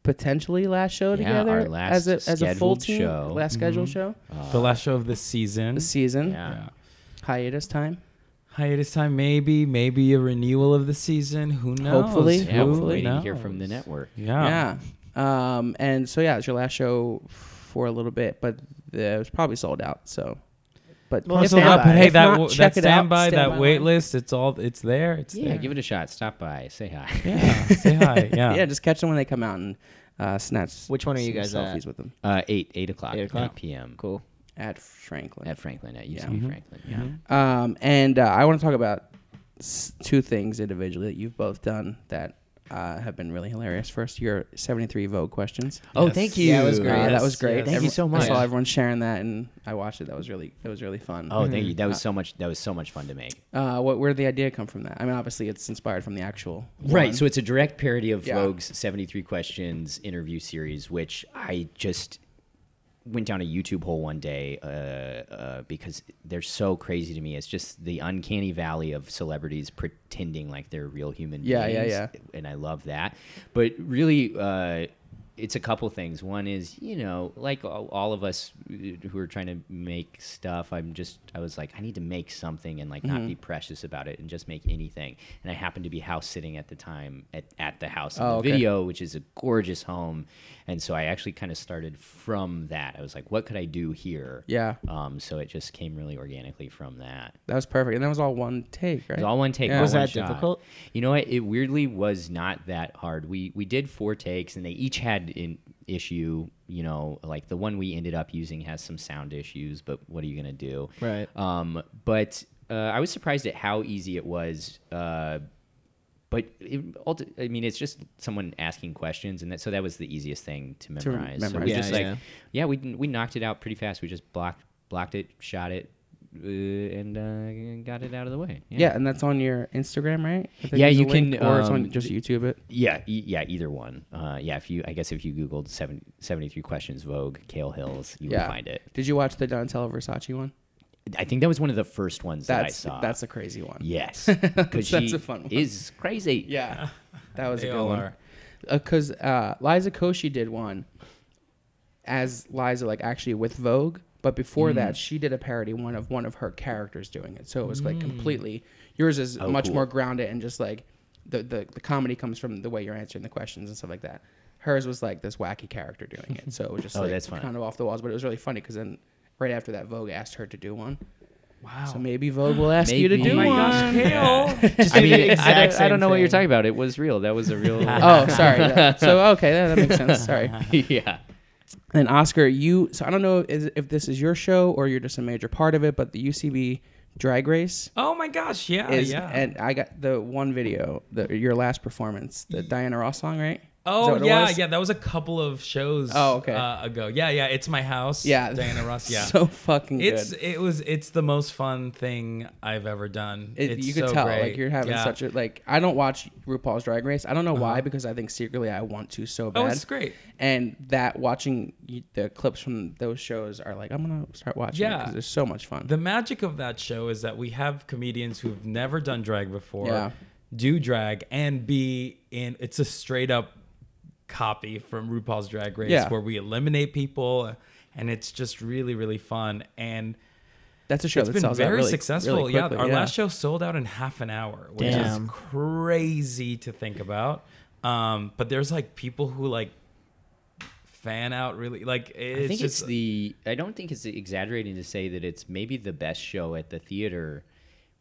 Speaker 3: potentially last show together
Speaker 4: our last
Speaker 3: as a as a full
Speaker 4: scheduled
Speaker 3: team,
Speaker 4: show.
Speaker 3: last scheduled show,
Speaker 5: the last show of this season.
Speaker 3: the season
Speaker 4: Yeah.
Speaker 3: hiatus time.
Speaker 5: Hiatus time, maybe, maybe a renewal of the season. Who knows?
Speaker 3: Hopefully.
Speaker 5: Who
Speaker 4: Yeah, we're waiting to hear
Speaker 5: knows?
Speaker 4: from the network.
Speaker 5: Yeah.
Speaker 3: Yeah. Um, and so yeah, it's your last show for a little bit, but the, it was probably sold out. So, but
Speaker 2: Well,
Speaker 3: if
Speaker 2: sold
Speaker 3: not-
Speaker 2: out,
Speaker 5: But hey,
Speaker 3: if
Speaker 5: that
Speaker 3: not,
Speaker 5: w-
Speaker 3: check
Speaker 5: that
Speaker 3: it out,
Speaker 5: standby,
Speaker 3: stand
Speaker 5: that
Speaker 3: by
Speaker 5: wait
Speaker 3: line.
Speaker 5: list, it's all, it's there. It's
Speaker 4: Yeah,
Speaker 5: there.
Speaker 4: give it a shot. Stop by, say hi.
Speaker 5: yeah. Say hi. Yeah.
Speaker 3: Yeah. just catch them when they come out and uh, snatch.
Speaker 2: Which one are you
Speaker 3: some
Speaker 2: guys
Speaker 3: selfies
Speaker 2: at?
Speaker 3: with them
Speaker 4: <laughs> Uh, eight eight o'clock.
Speaker 2: Eight o'clock?
Speaker 4: p.m.
Speaker 2: Cool.
Speaker 3: at Franklin.
Speaker 4: At Franklin at UC
Speaker 3: Yeah.
Speaker 4: Franklin. Yeah.
Speaker 3: Um, and uh, I want to talk about s- two things individually that you've both done that uh, have been really hilarious. First, your 73 Vogue questions.
Speaker 4: Oh,
Speaker 5: Yes.
Speaker 4: thank you.
Speaker 5: Yeah,
Speaker 2: it was
Speaker 3: Uh,
Speaker 2: great.
Speaker 3: that was great.
Speaker 4: yes. Thank you so
Speaker 3: I saw
Speaker 4: much.
Speaker 3: everyone sharing that, and I watched it. That was really, that was really fun.
Speaker 4: Oh, thank you. That was so much. That was so much fun to make.
Speaker 3: Uh, what, where did the idea come from? That I mean, obviously, it's inspired from the actual.
Speaker 4: Right.
Speaker 3: one.
Speaker 4: So it's a direct parody of
Speaker 3: Yeah.
Speaker 4: Vogue's 73 Questions interview series, which I just went down a YouTube hole one day uh, uh, because they're so crazy to me. It's just the uncanny valley of celebrities pretending like they're real human
Speaker 3: Yeah, yeah,
Speaker 4: beings.
Speaker 3: yeah.
Speaker 4: And I love that. But really, uh, it's a couple things. One is, you know, like all all of us uh, who are trying to make stuff, I'm just, I was like, I need to make something and like
Speaker 3: Mm-hmm.
Speaker 4: not be precious about it and just make anything. And I happened to be house sitting at the time at, at the house in
Speaker 3: Oh,
Speaker 4: the
Speaker 3: okay.
Speaker 4: video, which is a gorgeous home. And so I actually kind of started from that. I was like, what could I do here?
Speaker 3: Yeah.
Speaker 4: Um, so it just came really organically from that.
Speaker 3: that was perfect, and that was all one take, right?
Speaker 4: It was all one take.
Speaker 3: Yeah.
Speaker 4: all
Speaker 3: Was
Speaker 4: one
Speaker 2: that
Speaker 4: shot.
Speaker 2: difficult?
Speaker 4: You know what? It weirdly was not that hard. We we did four takes, and they each had an issue. You know, like the one we ended up using has some sound issues, but what are you gonna do?
Speaker 2: Right.
Speaker 4: Um, but uh, I was surprised at how easy it was. Uh, but it, ulti- I mean, it's just someone asking questions, and that, so that was the easiest thing to
Speaker 3: To
Speaker 4: memorize. So
Speaker 3: memorize.
Speaker 4: we
Speaker 2: Yeah,
Speaker 4: just like,
Speaker 2: yeah.
Speaker 4: yeah, we we knocked it out pretty fast. We just blocked blocked it, shot it, uh, and uh, got it out of the way.
Speaker 3: yeah, and that's on your Instagram, right? I think
Speaker 4: Yeah,
Speaker 3: there's a
Speaker 4: you can,
Speaker 3: link, or it's on
Speaker 4: um,
Speaker 3: just YouTube. It.
Speaker 4: Yeah, e- yeah, either one. Uh, yeah, if you, I guess if you Googled 70, 73 questions Vogue, Kale Hills, you
Speaker 3: Yeah.
Speaker 4: would find it.
Speaker 3: Did you watch the Donatella Versace one?
Speaker 4: I think that was one of the first ones that I
Speaker 3: That's
Speaker 4: saw.
Speaker 3: that's a crazy one.
Speaker 4: <laughs> yes, because
Speaker 3: That's
Speaker 4: she
Speaker 3: a fun one.
Speaker 4: is crazy.
Speaker 3: Yeah, <laughs> that was
Speaker 5: They
Speaker 3: a good
Speaker 5: all
Speaker 3: one.
Speaker 5: are.
Speaker 3: Because uh, Liza Koshy did one as Liza, like actually with Vogue, but before that, she did a parody one of one of her characters doing it. So it was like completely yours is much
Speaker 4: Oh, cool.
Speaker 3: more grounded and just like the, the the comedy comes from the way you're answering the questions and stuff like that. Hers was like this wacky character doing it, so it was just
Speaker 4: <laughs> Oh,
Speaker 3: like
Speaker 4: that's fun.
Speaker 3: kind of off the walls. But it was really funny because then right after that, Vogue asked her to do one.
Speaker 5: Wow.
Speaker 3: So maybe Vogue will ask you to
Speaker 4: Maybe.
Speaker 3: do
Speaker 4: Oh my
Speaker 3: one.
Speaker 4: gosh,
Speaker 2: Just
Speaker 4: I
Speaker 2: do the
Speaker 4: mean, I
Speaker 2: exact
Speaker 4: don't, I
Speaker 2: same
Speaker 4: don't know what you're
Speaker 2: thing.
Speaker 4: talking about. It was real. That was a <laughs> real.
Speaker 3: <laughs> Oh, sorry. That- so okay, that, that makes sense. Sorry.
Speaker 4: yeah.
Speaker 3: And Oscar, you so I don't know is, if this is your show or you're just a major part of it, but the UCB Drag Race
Speaker 5: Oh my gosh. Yeah.
Speaker 3: is,
Speaker 5: yeah.
Speaker 3: and I got the one video, the, your last performance, the Diana Ross song, right? Is that
Speaker 5: Oh
Speaker 3: what it
Speaker 5: yeah,
Speaker 3: was?
Speaker 5: yeah. That was a couple of shows.
Speaker 3: Oh, okay.
Speaker 5: Uh, ago, yeah, yeah. It's my house.
Speaker 3: yeah. <laughs>
Speaker 5: <laughs> Diana Ross. Yeah.
Speaker 3: so fucking
Speaker 5: it's
Speaker 3: good.
Speaker 5: it was it's the most fun thing I've ever done.
Speaker 3: It-
Speaker 5: it's
Speaker 3: you could
Speaker 5: so
Speaker 3: tell,
Speaker 5: great.
Speaker 3: like you're having
Speaker 5: Yeah. Uh-huh.
Speaker 3: such a like. I don't watch RuPaul's Drag Race. I don't know why, because I think secretly I want to so bad.
Speaker 5: Oh, it's great.
Speaker 3: And that watching you- the clips from those shows are like, I'm gonna start watching. Yeah,
Speaker 5: Yeah.
Speaker 3: because there's so much fun.
Speaker 5: The magic of that show is that we have comedians who've never done drag before
Speaker 3: Yeah.
Speaker 5: do drag and be in it's a straight up copy from RuPaul's Drag Race
Speaker 3: Yeah.
Speaker 5: where we eliminate people and it's just really really fun and
Speaker 3: That's a show
Speaker 5: it's
Speaker 3: that
Speaker 5: been
Speaker 3: sells out
Speaker 5: very
Speaker 3: really-
Speaker 5: successful.
Speaker 3: really
Speaker 5: yeah,
Speaker 3: quickly,
Speaker 5: our last show sold out in half an hour, which
Speaker 2: Damn.
Speaker 5: is crazy to think about. Um, but there's like people who like fan out really like it's
Speaker 4: I think
Speaker 5: just
Speaker 4: it's the. I don't think it's exaggerating to say that it's maybe the best show at the theater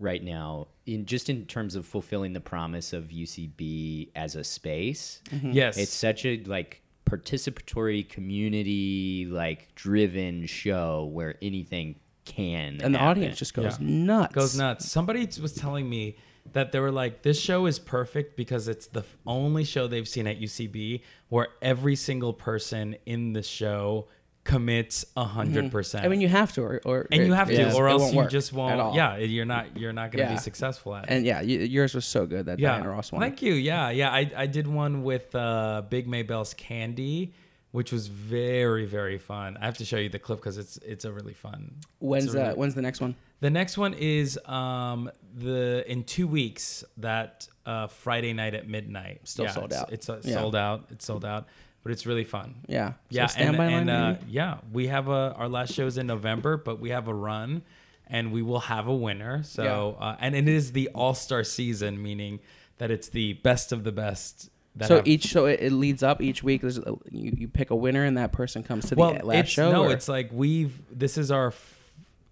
Speaker 4: right now in just in terms of fulfilling the promise of UCB as a space.
Speaker 5: <laughs> yes.
Speaker 4: It's such a like participatory community like driven show where anything can
Speaker 3: and the
Speaker 4: happen.
Speaker 3: audience just goes
Speaker 5: Yeah.
Speaker 3: nuts.
Speaker 5: goes nuts. Somebody t- was telling me that they were like, this show is perfect because it's the f- only show they've seen at UCB where every single person in the show commits a 100 percent.
Speaker 3: I mean, Mm-hmm. you have to, or, or
Speaker 5: and you have
Speaker 3: yeah.
Speaker 5: to, or
Speaker 3: It
Speaker 5: else
Speaker 3: won't
Speaker 5: you
Speaker 3: work
Speaker 5: just
Speaker 3: at
Speaker 5: won't.
Speaker 3: all.
Speaker 5: Yeah, you're not. You're not going to
Speaker 3: Yeah.
Speaker 5: be successful at it.
Speaker 3: and yeah, you, yours was so good that Diana Ross one.
Speaker 5: Thank you. Yeah, yeah. I, I did one with uh, Big Maybell's Candy, which was very very fun. I have to show you the clip because it's it's a really fun.
Speaker 3: When's
Speaker 5: it's a really-
Speaker 3: uh, when's the next one?
Speaker 5: The next one is um, the in two weeks that uh, Friday night at midnight.
Speaker 3: Still sold
Speaker 5: it's-
Speaker 3: out.
Speaker 5: It's uh,
Speaker 3: Yeah.
Speaker 5: sold out. It's sold out. but it's really fun.
Speaker 3: Yeah. So
Speaker 5: Yeah,
Speaker 3: stand by
Speaker 5: and, and
Speaker 3: line,
Speaker 5: uh,
Speaker 3: maybe?
Speaker 5: yeah, we have a our last show's in November, but we have a run, and we will have a winner. So uh, and it is the All Star season, meaning that it's the best of the best. That
Speaker 3: So
Speaker 5: have-
Speaker 3: each so it, it leads up each week. There's a, you, you pick a winner and that person comes to the
Speaker 5: well,
Speaker 3: last
Speaker 5: it's,
Speaker 3: show.
Speaker 5: No,
Speaker 3: or-
Speaker 5: it's like we've this is our f-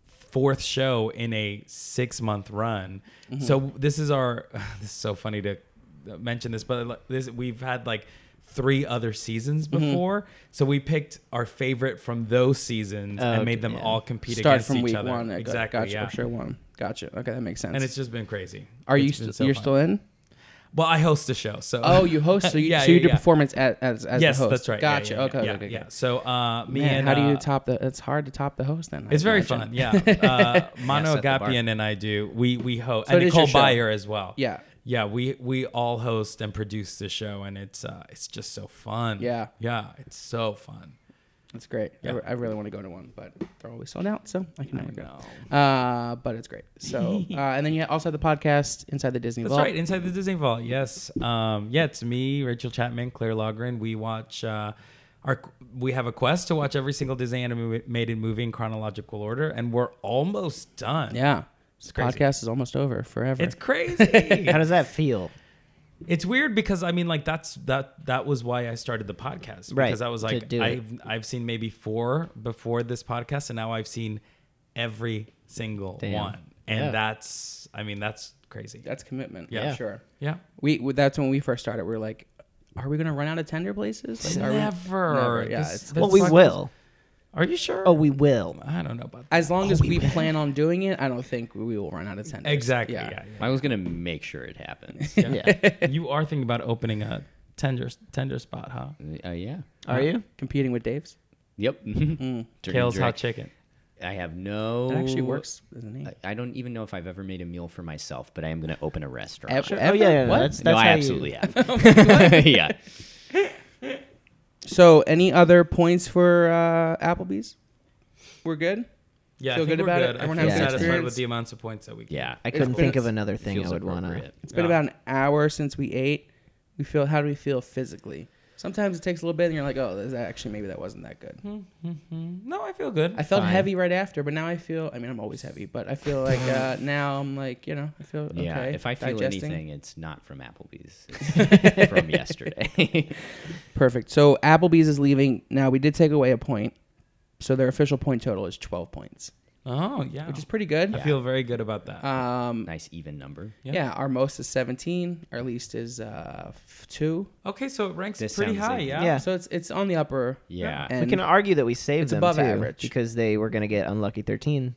Speaker 5: fourth show in a six month run.
Speaker 3: Mm-hmm.
Speaker 5: So this is our. <laughs> This is so funny to mention this, but like, this we've had like three other seasons
Speaker 3: Mm-hmm.
Speaker 5: before. So we picked our favorite from those seasons
Speaker 2: okay,
Speaker 5: and made them
Speaker 2: yeah.
Speaker 5: all compete
Speaker 3: Oh, start
Speaker 5: against
Speaker 3: from
Speaker 5: each
Speaker 3: week
Speaker 5: other.
Speaker 3: one. I got-
Speaker 5: exactly.
Speaker 3: Gotcha.
Speaker 5: yeah.
Speaker 3: Or sure one. Gotcha. Okay, that makes sense.
Speaker 5: And it's just been crazy.
Speaker 3: are you
Speaker 5: It's been
Speaker 3: st-
Speaker 5: so
Speaker 3: you're
Speaker 5: fun.
Speaker 3: still
Speaker 5: <laughs>
Speaker 3: in?
Speaker 5: Well, I host the show, so
Speaker 3: Oh, you host.
Speaker 5: <laughs>
Speaker 3: So you,
Speaker 5: Yeah,
Speaker 3: so you
Speaker 5: yeah,
Speaker 3: do
Speaker 5: yeah.
Speaker 3: performance as as, as
Speaker 5: yes,
Speaker 3: the host.
Speaker 5: that's right. Yeah,
Speaker 3: Gotcha.
Speaker 5: yeah, yeah,
Speaker 3: okay,
Speaker 5: yeah,
Speaker 3: okay. okay.
Speaker 5: yeah. So uh, me
Speaker 3: Man,
Speaker 5: and
Speaker 3: how do you
Speaker 5: uh,
Speaker 3: top the? It's hard to top the host. Then I
Speaker 5: It's very
Speaker 3: imagine. <laughs>
Speaker 5: fun. Yeah. Uh, Mano
Speaker 4: set the bar.
Speaker 5: Agapian and I do. We we host
Speaker 3: So
Speaker 5: and
Speaker 3: it is your
Speaker 5: Nicole
Speaker 3: show.
Speaker 5: Bayer as well.
Speaker 3: Yeah.
Speaker 5: Yeah, we we all host and produce the show and it's uh it's just so fun.
Speaker 3: Yeah. Oh
Speaker 5: Yeah, it's so fun.
Speaker 3: It's great. I
Speaker 5: Yeah.
Speaker 3: re- I, really want to go to one, but they're always sold out, so I can never go. Uh, but it's great.
Speaker 5: <laughs>
Speaker 3: So, uh, and then you also have the podcast inside the Disney
Speaker 5: That's
Speaker 3: Vault.
Speaker 5: right, Inside the Disney Vault. Yes. Um yeah, it's me, Rachel Chapman, Claire Logren. We watch uh our, we have a quest to watch every single Disney animated movie in chronological order, and we're almost done.
Speaker 3: Yeah, this
Speaker 5: crazy.
Speaker 3: podcast is almost over forever. <laughs>
Speaker 5: it's crazy.
Speaker 2: How does that feel?
Speaker 5: It's weird because I mean, like that's that that was why I started the podcast
Speaker 2: Right,
Speaker 5: because I was
Speaker 2: to
Speaker 5: like,
Speaker 2: do it.
Speaker 5: I've I've seen maybe four before this podcast, and now I've seen every single
Speaker 2: Damn.
Speaker 5: one, and
Speaker 2: Yeah.
Speaker 5: that's I mean that's crazy.
Speaker 3: that's commitment.
Speaker 5: Yeah. Yeah.
Speaker 3: sure.
Speaker 5: yeah,
Speaker 3: We w- that's when we first started. We are like, are we gonna run out of tender places? Like, are we-
Speaker 5: Never.
Speaker 3: never. Yeah,
Speaker 5: This-
Speaker 3: it's-
Speaker 5: this
Speaker 2: Well, we
Speaker 5: podcast-
Speaker 2: will.
Speaker 5: Are you sure?
Speaker 2: Oh, we will.
Speaker 5: I don't know about that.
Speaker 3: as long as we, plan on doing it, I don't think we will run out of tenders.
Speaker 5: exactly. Yeah.
Speaker 4: I was gonna make sure it
Speaker 3: <laughs>
Speaker 4: happens.
Speaker 5: yeah, yeah. you are thinking about opening a tender tender spot, huh?
Speaker 4: uh, yeah.
Speaker 3: Mm.
Speaker 2: Are you?
Speaker 3: Competing with Dave's,
Speaker 4: Yep. <laughs> Dirty
Speaker 5: Kale's hot
Speaker 4: direct.
Speaker 5: chicken.
Speaker 4: I have no.
Speaker 3: it actually works as a name.
Speaker 4: I- I don't even know if I've ever made a meal for myself, but I am gonna open a restaurant.
Speaker 3: Ever-
Speaker 2: Oh
Speaker 3: ever?
Speaker 2: yeah, yeah,
Speaker 3: What?
Speaker 2: that's that's
Speaker 4: no, I
Speaker 2: how
Speaker 3: <laughs>
Speaker 4: absolutely
Speaker 2: You,
Speaker 3: Oh
Speaker 4: have. <laughs> yeah.
Speaker 3: So, any other points for uh, Applebee's? We're good.
Speaker 5: Yeah,
Speaker 3: Feel
Speaker 5: I think
Speaker 3: good
Speaker 5: we're
Speaker 3: about it?
Speaker 5: good.
Speaker 3: Everyone
Speaker 5: I feel
Speaker 3: has
Speaker 2: a good
Speaker 5: satisfied
Speaker 3: experience?
Speaker 5: with the amounts of points that we. get.
Speaker 4: Yeah.
Speaker 2: I couldn't
Speaker 3: It's-
Speaker 2: think of
Speaker 3: it's-
Speaker 2: another thing I
Speaker 4: Feels
Speaker 2: would want to.
Speaker 4: appropriate.
Speaker 3: It's been
Speaker 5: Yeah.
Speaker 3: about an hour since we ate. We feel how do we feel physically? Sometimes it takes a little bit, and you're like, oh, this actually maybe that wasn't that good.
Speaker 5: Hmm. No, I feel good.
Speaker 3: I felt
Speaker 2: Fine.
Speaker 3: heavy right after, but now I feel. I mean, I'm always heavy, but I feel like
Speaker 4: <laughs>
Speaker 3: uh, now I'm like, you know, I feel okay.
Speaker 4: Yeah, if I feel
Speaker 3: digesting.
Speaker 4: anything, it's not from Applebee's.
Speaker 3: <laughs>
Speaker 4: It's from yesterday. <laughs>
Speaker 3: perfect. So Applebee's is leaving now. We did take away a point, so their official point total is 12 points,
Speaker 5: Oh yeah.
Speaker 3: which is pretty good.
Speaker 5: I feel very good about that.
Speaker 3: Um,
Speaker 4: nice even number.
Speaker 5: Yeah.
Speaker 3: yeah. our most is 17, our least is uh, f- two.
Speaker 5: okay, so it ranks
Speaker 4: This
Speaker 5: pretty
Speaker 4: sounds
Speaker 5: high.
Speaker 4: like-
Speaker 5: yeah.
Speaker 2: Yeah.
Speaker 3: So it's it's on the upper.
Speaker 4: Yeah.
Speaker 3: And
Speaker 2: We can argue that we saved
Speaker 3: It's
Speaker 2: them
Speaker 3: above
Speaker 2: too,
Speaker 3: average.
Speaker 2: because they were going to get unlucky thirteen.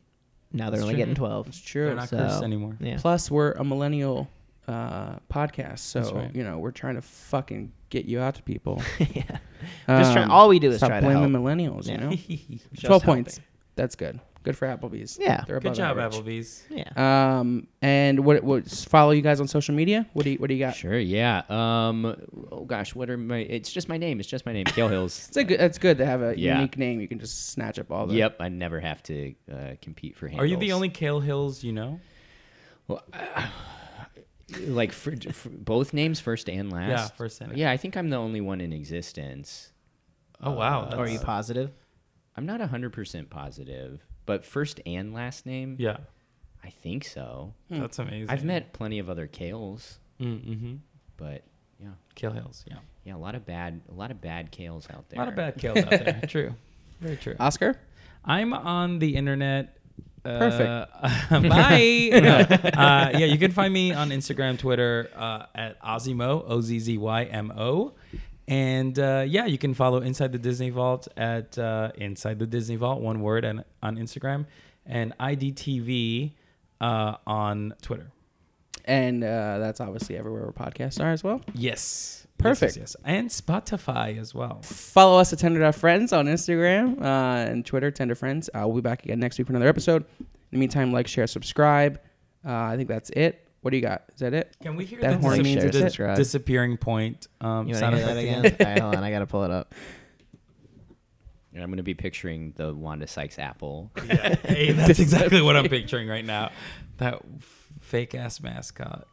Speaker 2: Now they're only
Speaker 5: true.
Speaker 2: getting twelve.
Speaker 3: it's true.
Speaker 5: They're not
Speaker 2: So,
Speaker 5: cursed anymore.
Speaker 2: Yeah.
Speaker 3: Plus, we're a millennial uh, podcast, so
Speaker 5: right.
Speaker 3: you know we're trying to fucking get you out
Speaker 2: <laughs>
Speaker 3: to people.
Speaker 2: <laughs> yeah. Just trying- all we do is
Speaker 3: Um, stop
Speaker 2: try to
Speaker 3: blaming
Speaker 2: help.
Speaker 3: millennials.
Speaker 5: <laughs>
Speaker 2: Yeah.
Speaker 3: You know,
Speaker 2: <laughs> Just
Speaker 3: twelve
Speaker 2: helping.
Speaker 3: points. That's good. Good for Applebee's.
Speaker 2: Yeah.
Speaker 3: They're
Speaker 5: Good
Speaker 3: above
Speaker 5: job,
Speaker 3: average.
Speaker 5: Applebee's.
Speaker 2: Yeah.
Speaker 3: Um, and what what follow you guys on social media? What do you what do you got?
Speaker 4: Sure. Yeah. Um. Oh gosh. What are my? It's just my name. It's just my name.
Speaker 3: <laughs>
Speaker 4: Kale Hills. <laughs>
Speaker 3: It's a good. It's good to have a
Speaker 4: Yeah.
Speaker 3: unique name. You can just snatch up all the.
Speaker 4: yep. I never have to uh, compete for handles.
Speaker 5: Are you the only Kale Hills you know?
Speaker 4: <laughs> like for, for both names, first and last?
Speaker 5: Yeah, first and-
Speaker 4: Yeah. I think I'm the only one in existence.
Speaker 5: Oh wow.
Speaker 2: Are you
Speaker 5: that's-
Speaker 2: positive?
Speaker 4: I'm not hundred percent positive, but first and last name.
Speaker 5: Yeah.
Speaker 4: I think so.
Speaker 5: That's amazing.
Speaker 4: I've met plenty of other Kales,
Speaker 5: mm-hmm.
Speaker 4: but yeah,
Speaker 5: Kale Hills. Yeah.
Speaker 4: yeah, a lot of bad, a lot of bad Kales out
Speaker 5: A
Speaker 4: there.
Speaker 5: lot of bad Kales out <laughs> there. True. Very true.
Speaker 3: Oscar.
Speaker 5: I'm on the internet. Uh, <laughs>
Speaker 3: <laughs> Perfect.
Speaker 5: bye. No. Uh, yeah, you can find me on Instagram, Twitter uh, at Ozzymo, O Z Z Y M O. And uh, yeah, you can follow Inside the Disney Vault at uh, Inside the Disney Vault, one word, and on Instagram, and IDTV uh, on Twitter.
Speaker 3: And uh, that's obviously everywhere where podcasts are as well.
Speaker 5: Yes.
Speaker 3: Perfect.
Speaker 5: Yes, yes, yes. And Spotify as well.
Speaker 3: Follow us at Tender.Friends on Instagram uh, and Twitter, Tender Friends. Uh, we'll be back again next week for another episode. In the meantime, like, share, subscribe. Uh, I think that's it. What do you got? Is that it?
Speaker 5: Can we hear
Speaker 3: That
Speaker 5: that,
Speaker 3: horn
Speaker 5: dis-
Speaker 3: means
Speaker 5: dis-
Speaker 3: it's it.
Speaker 2: Subscribe.
Speaker 5: disappearing point um,
Speaker 2: You want
Speaker 5: sound
Speaker 2: to hear that
Speaker 5: effect
Speaker 2: again?
Speaker 5: again?
Speaker 2: All right, hold on. I got to pull it up.
Speaker 4: And I'm gonna be picturing the Wanda Sykes apple.
Speaker 5: Yeah, hey, that's exactly what I'm picturing right now. That fake ass mascot.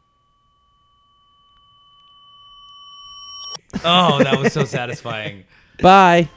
Speaker 5: Oh, that was so satisfying.
Speaker 3: Bye.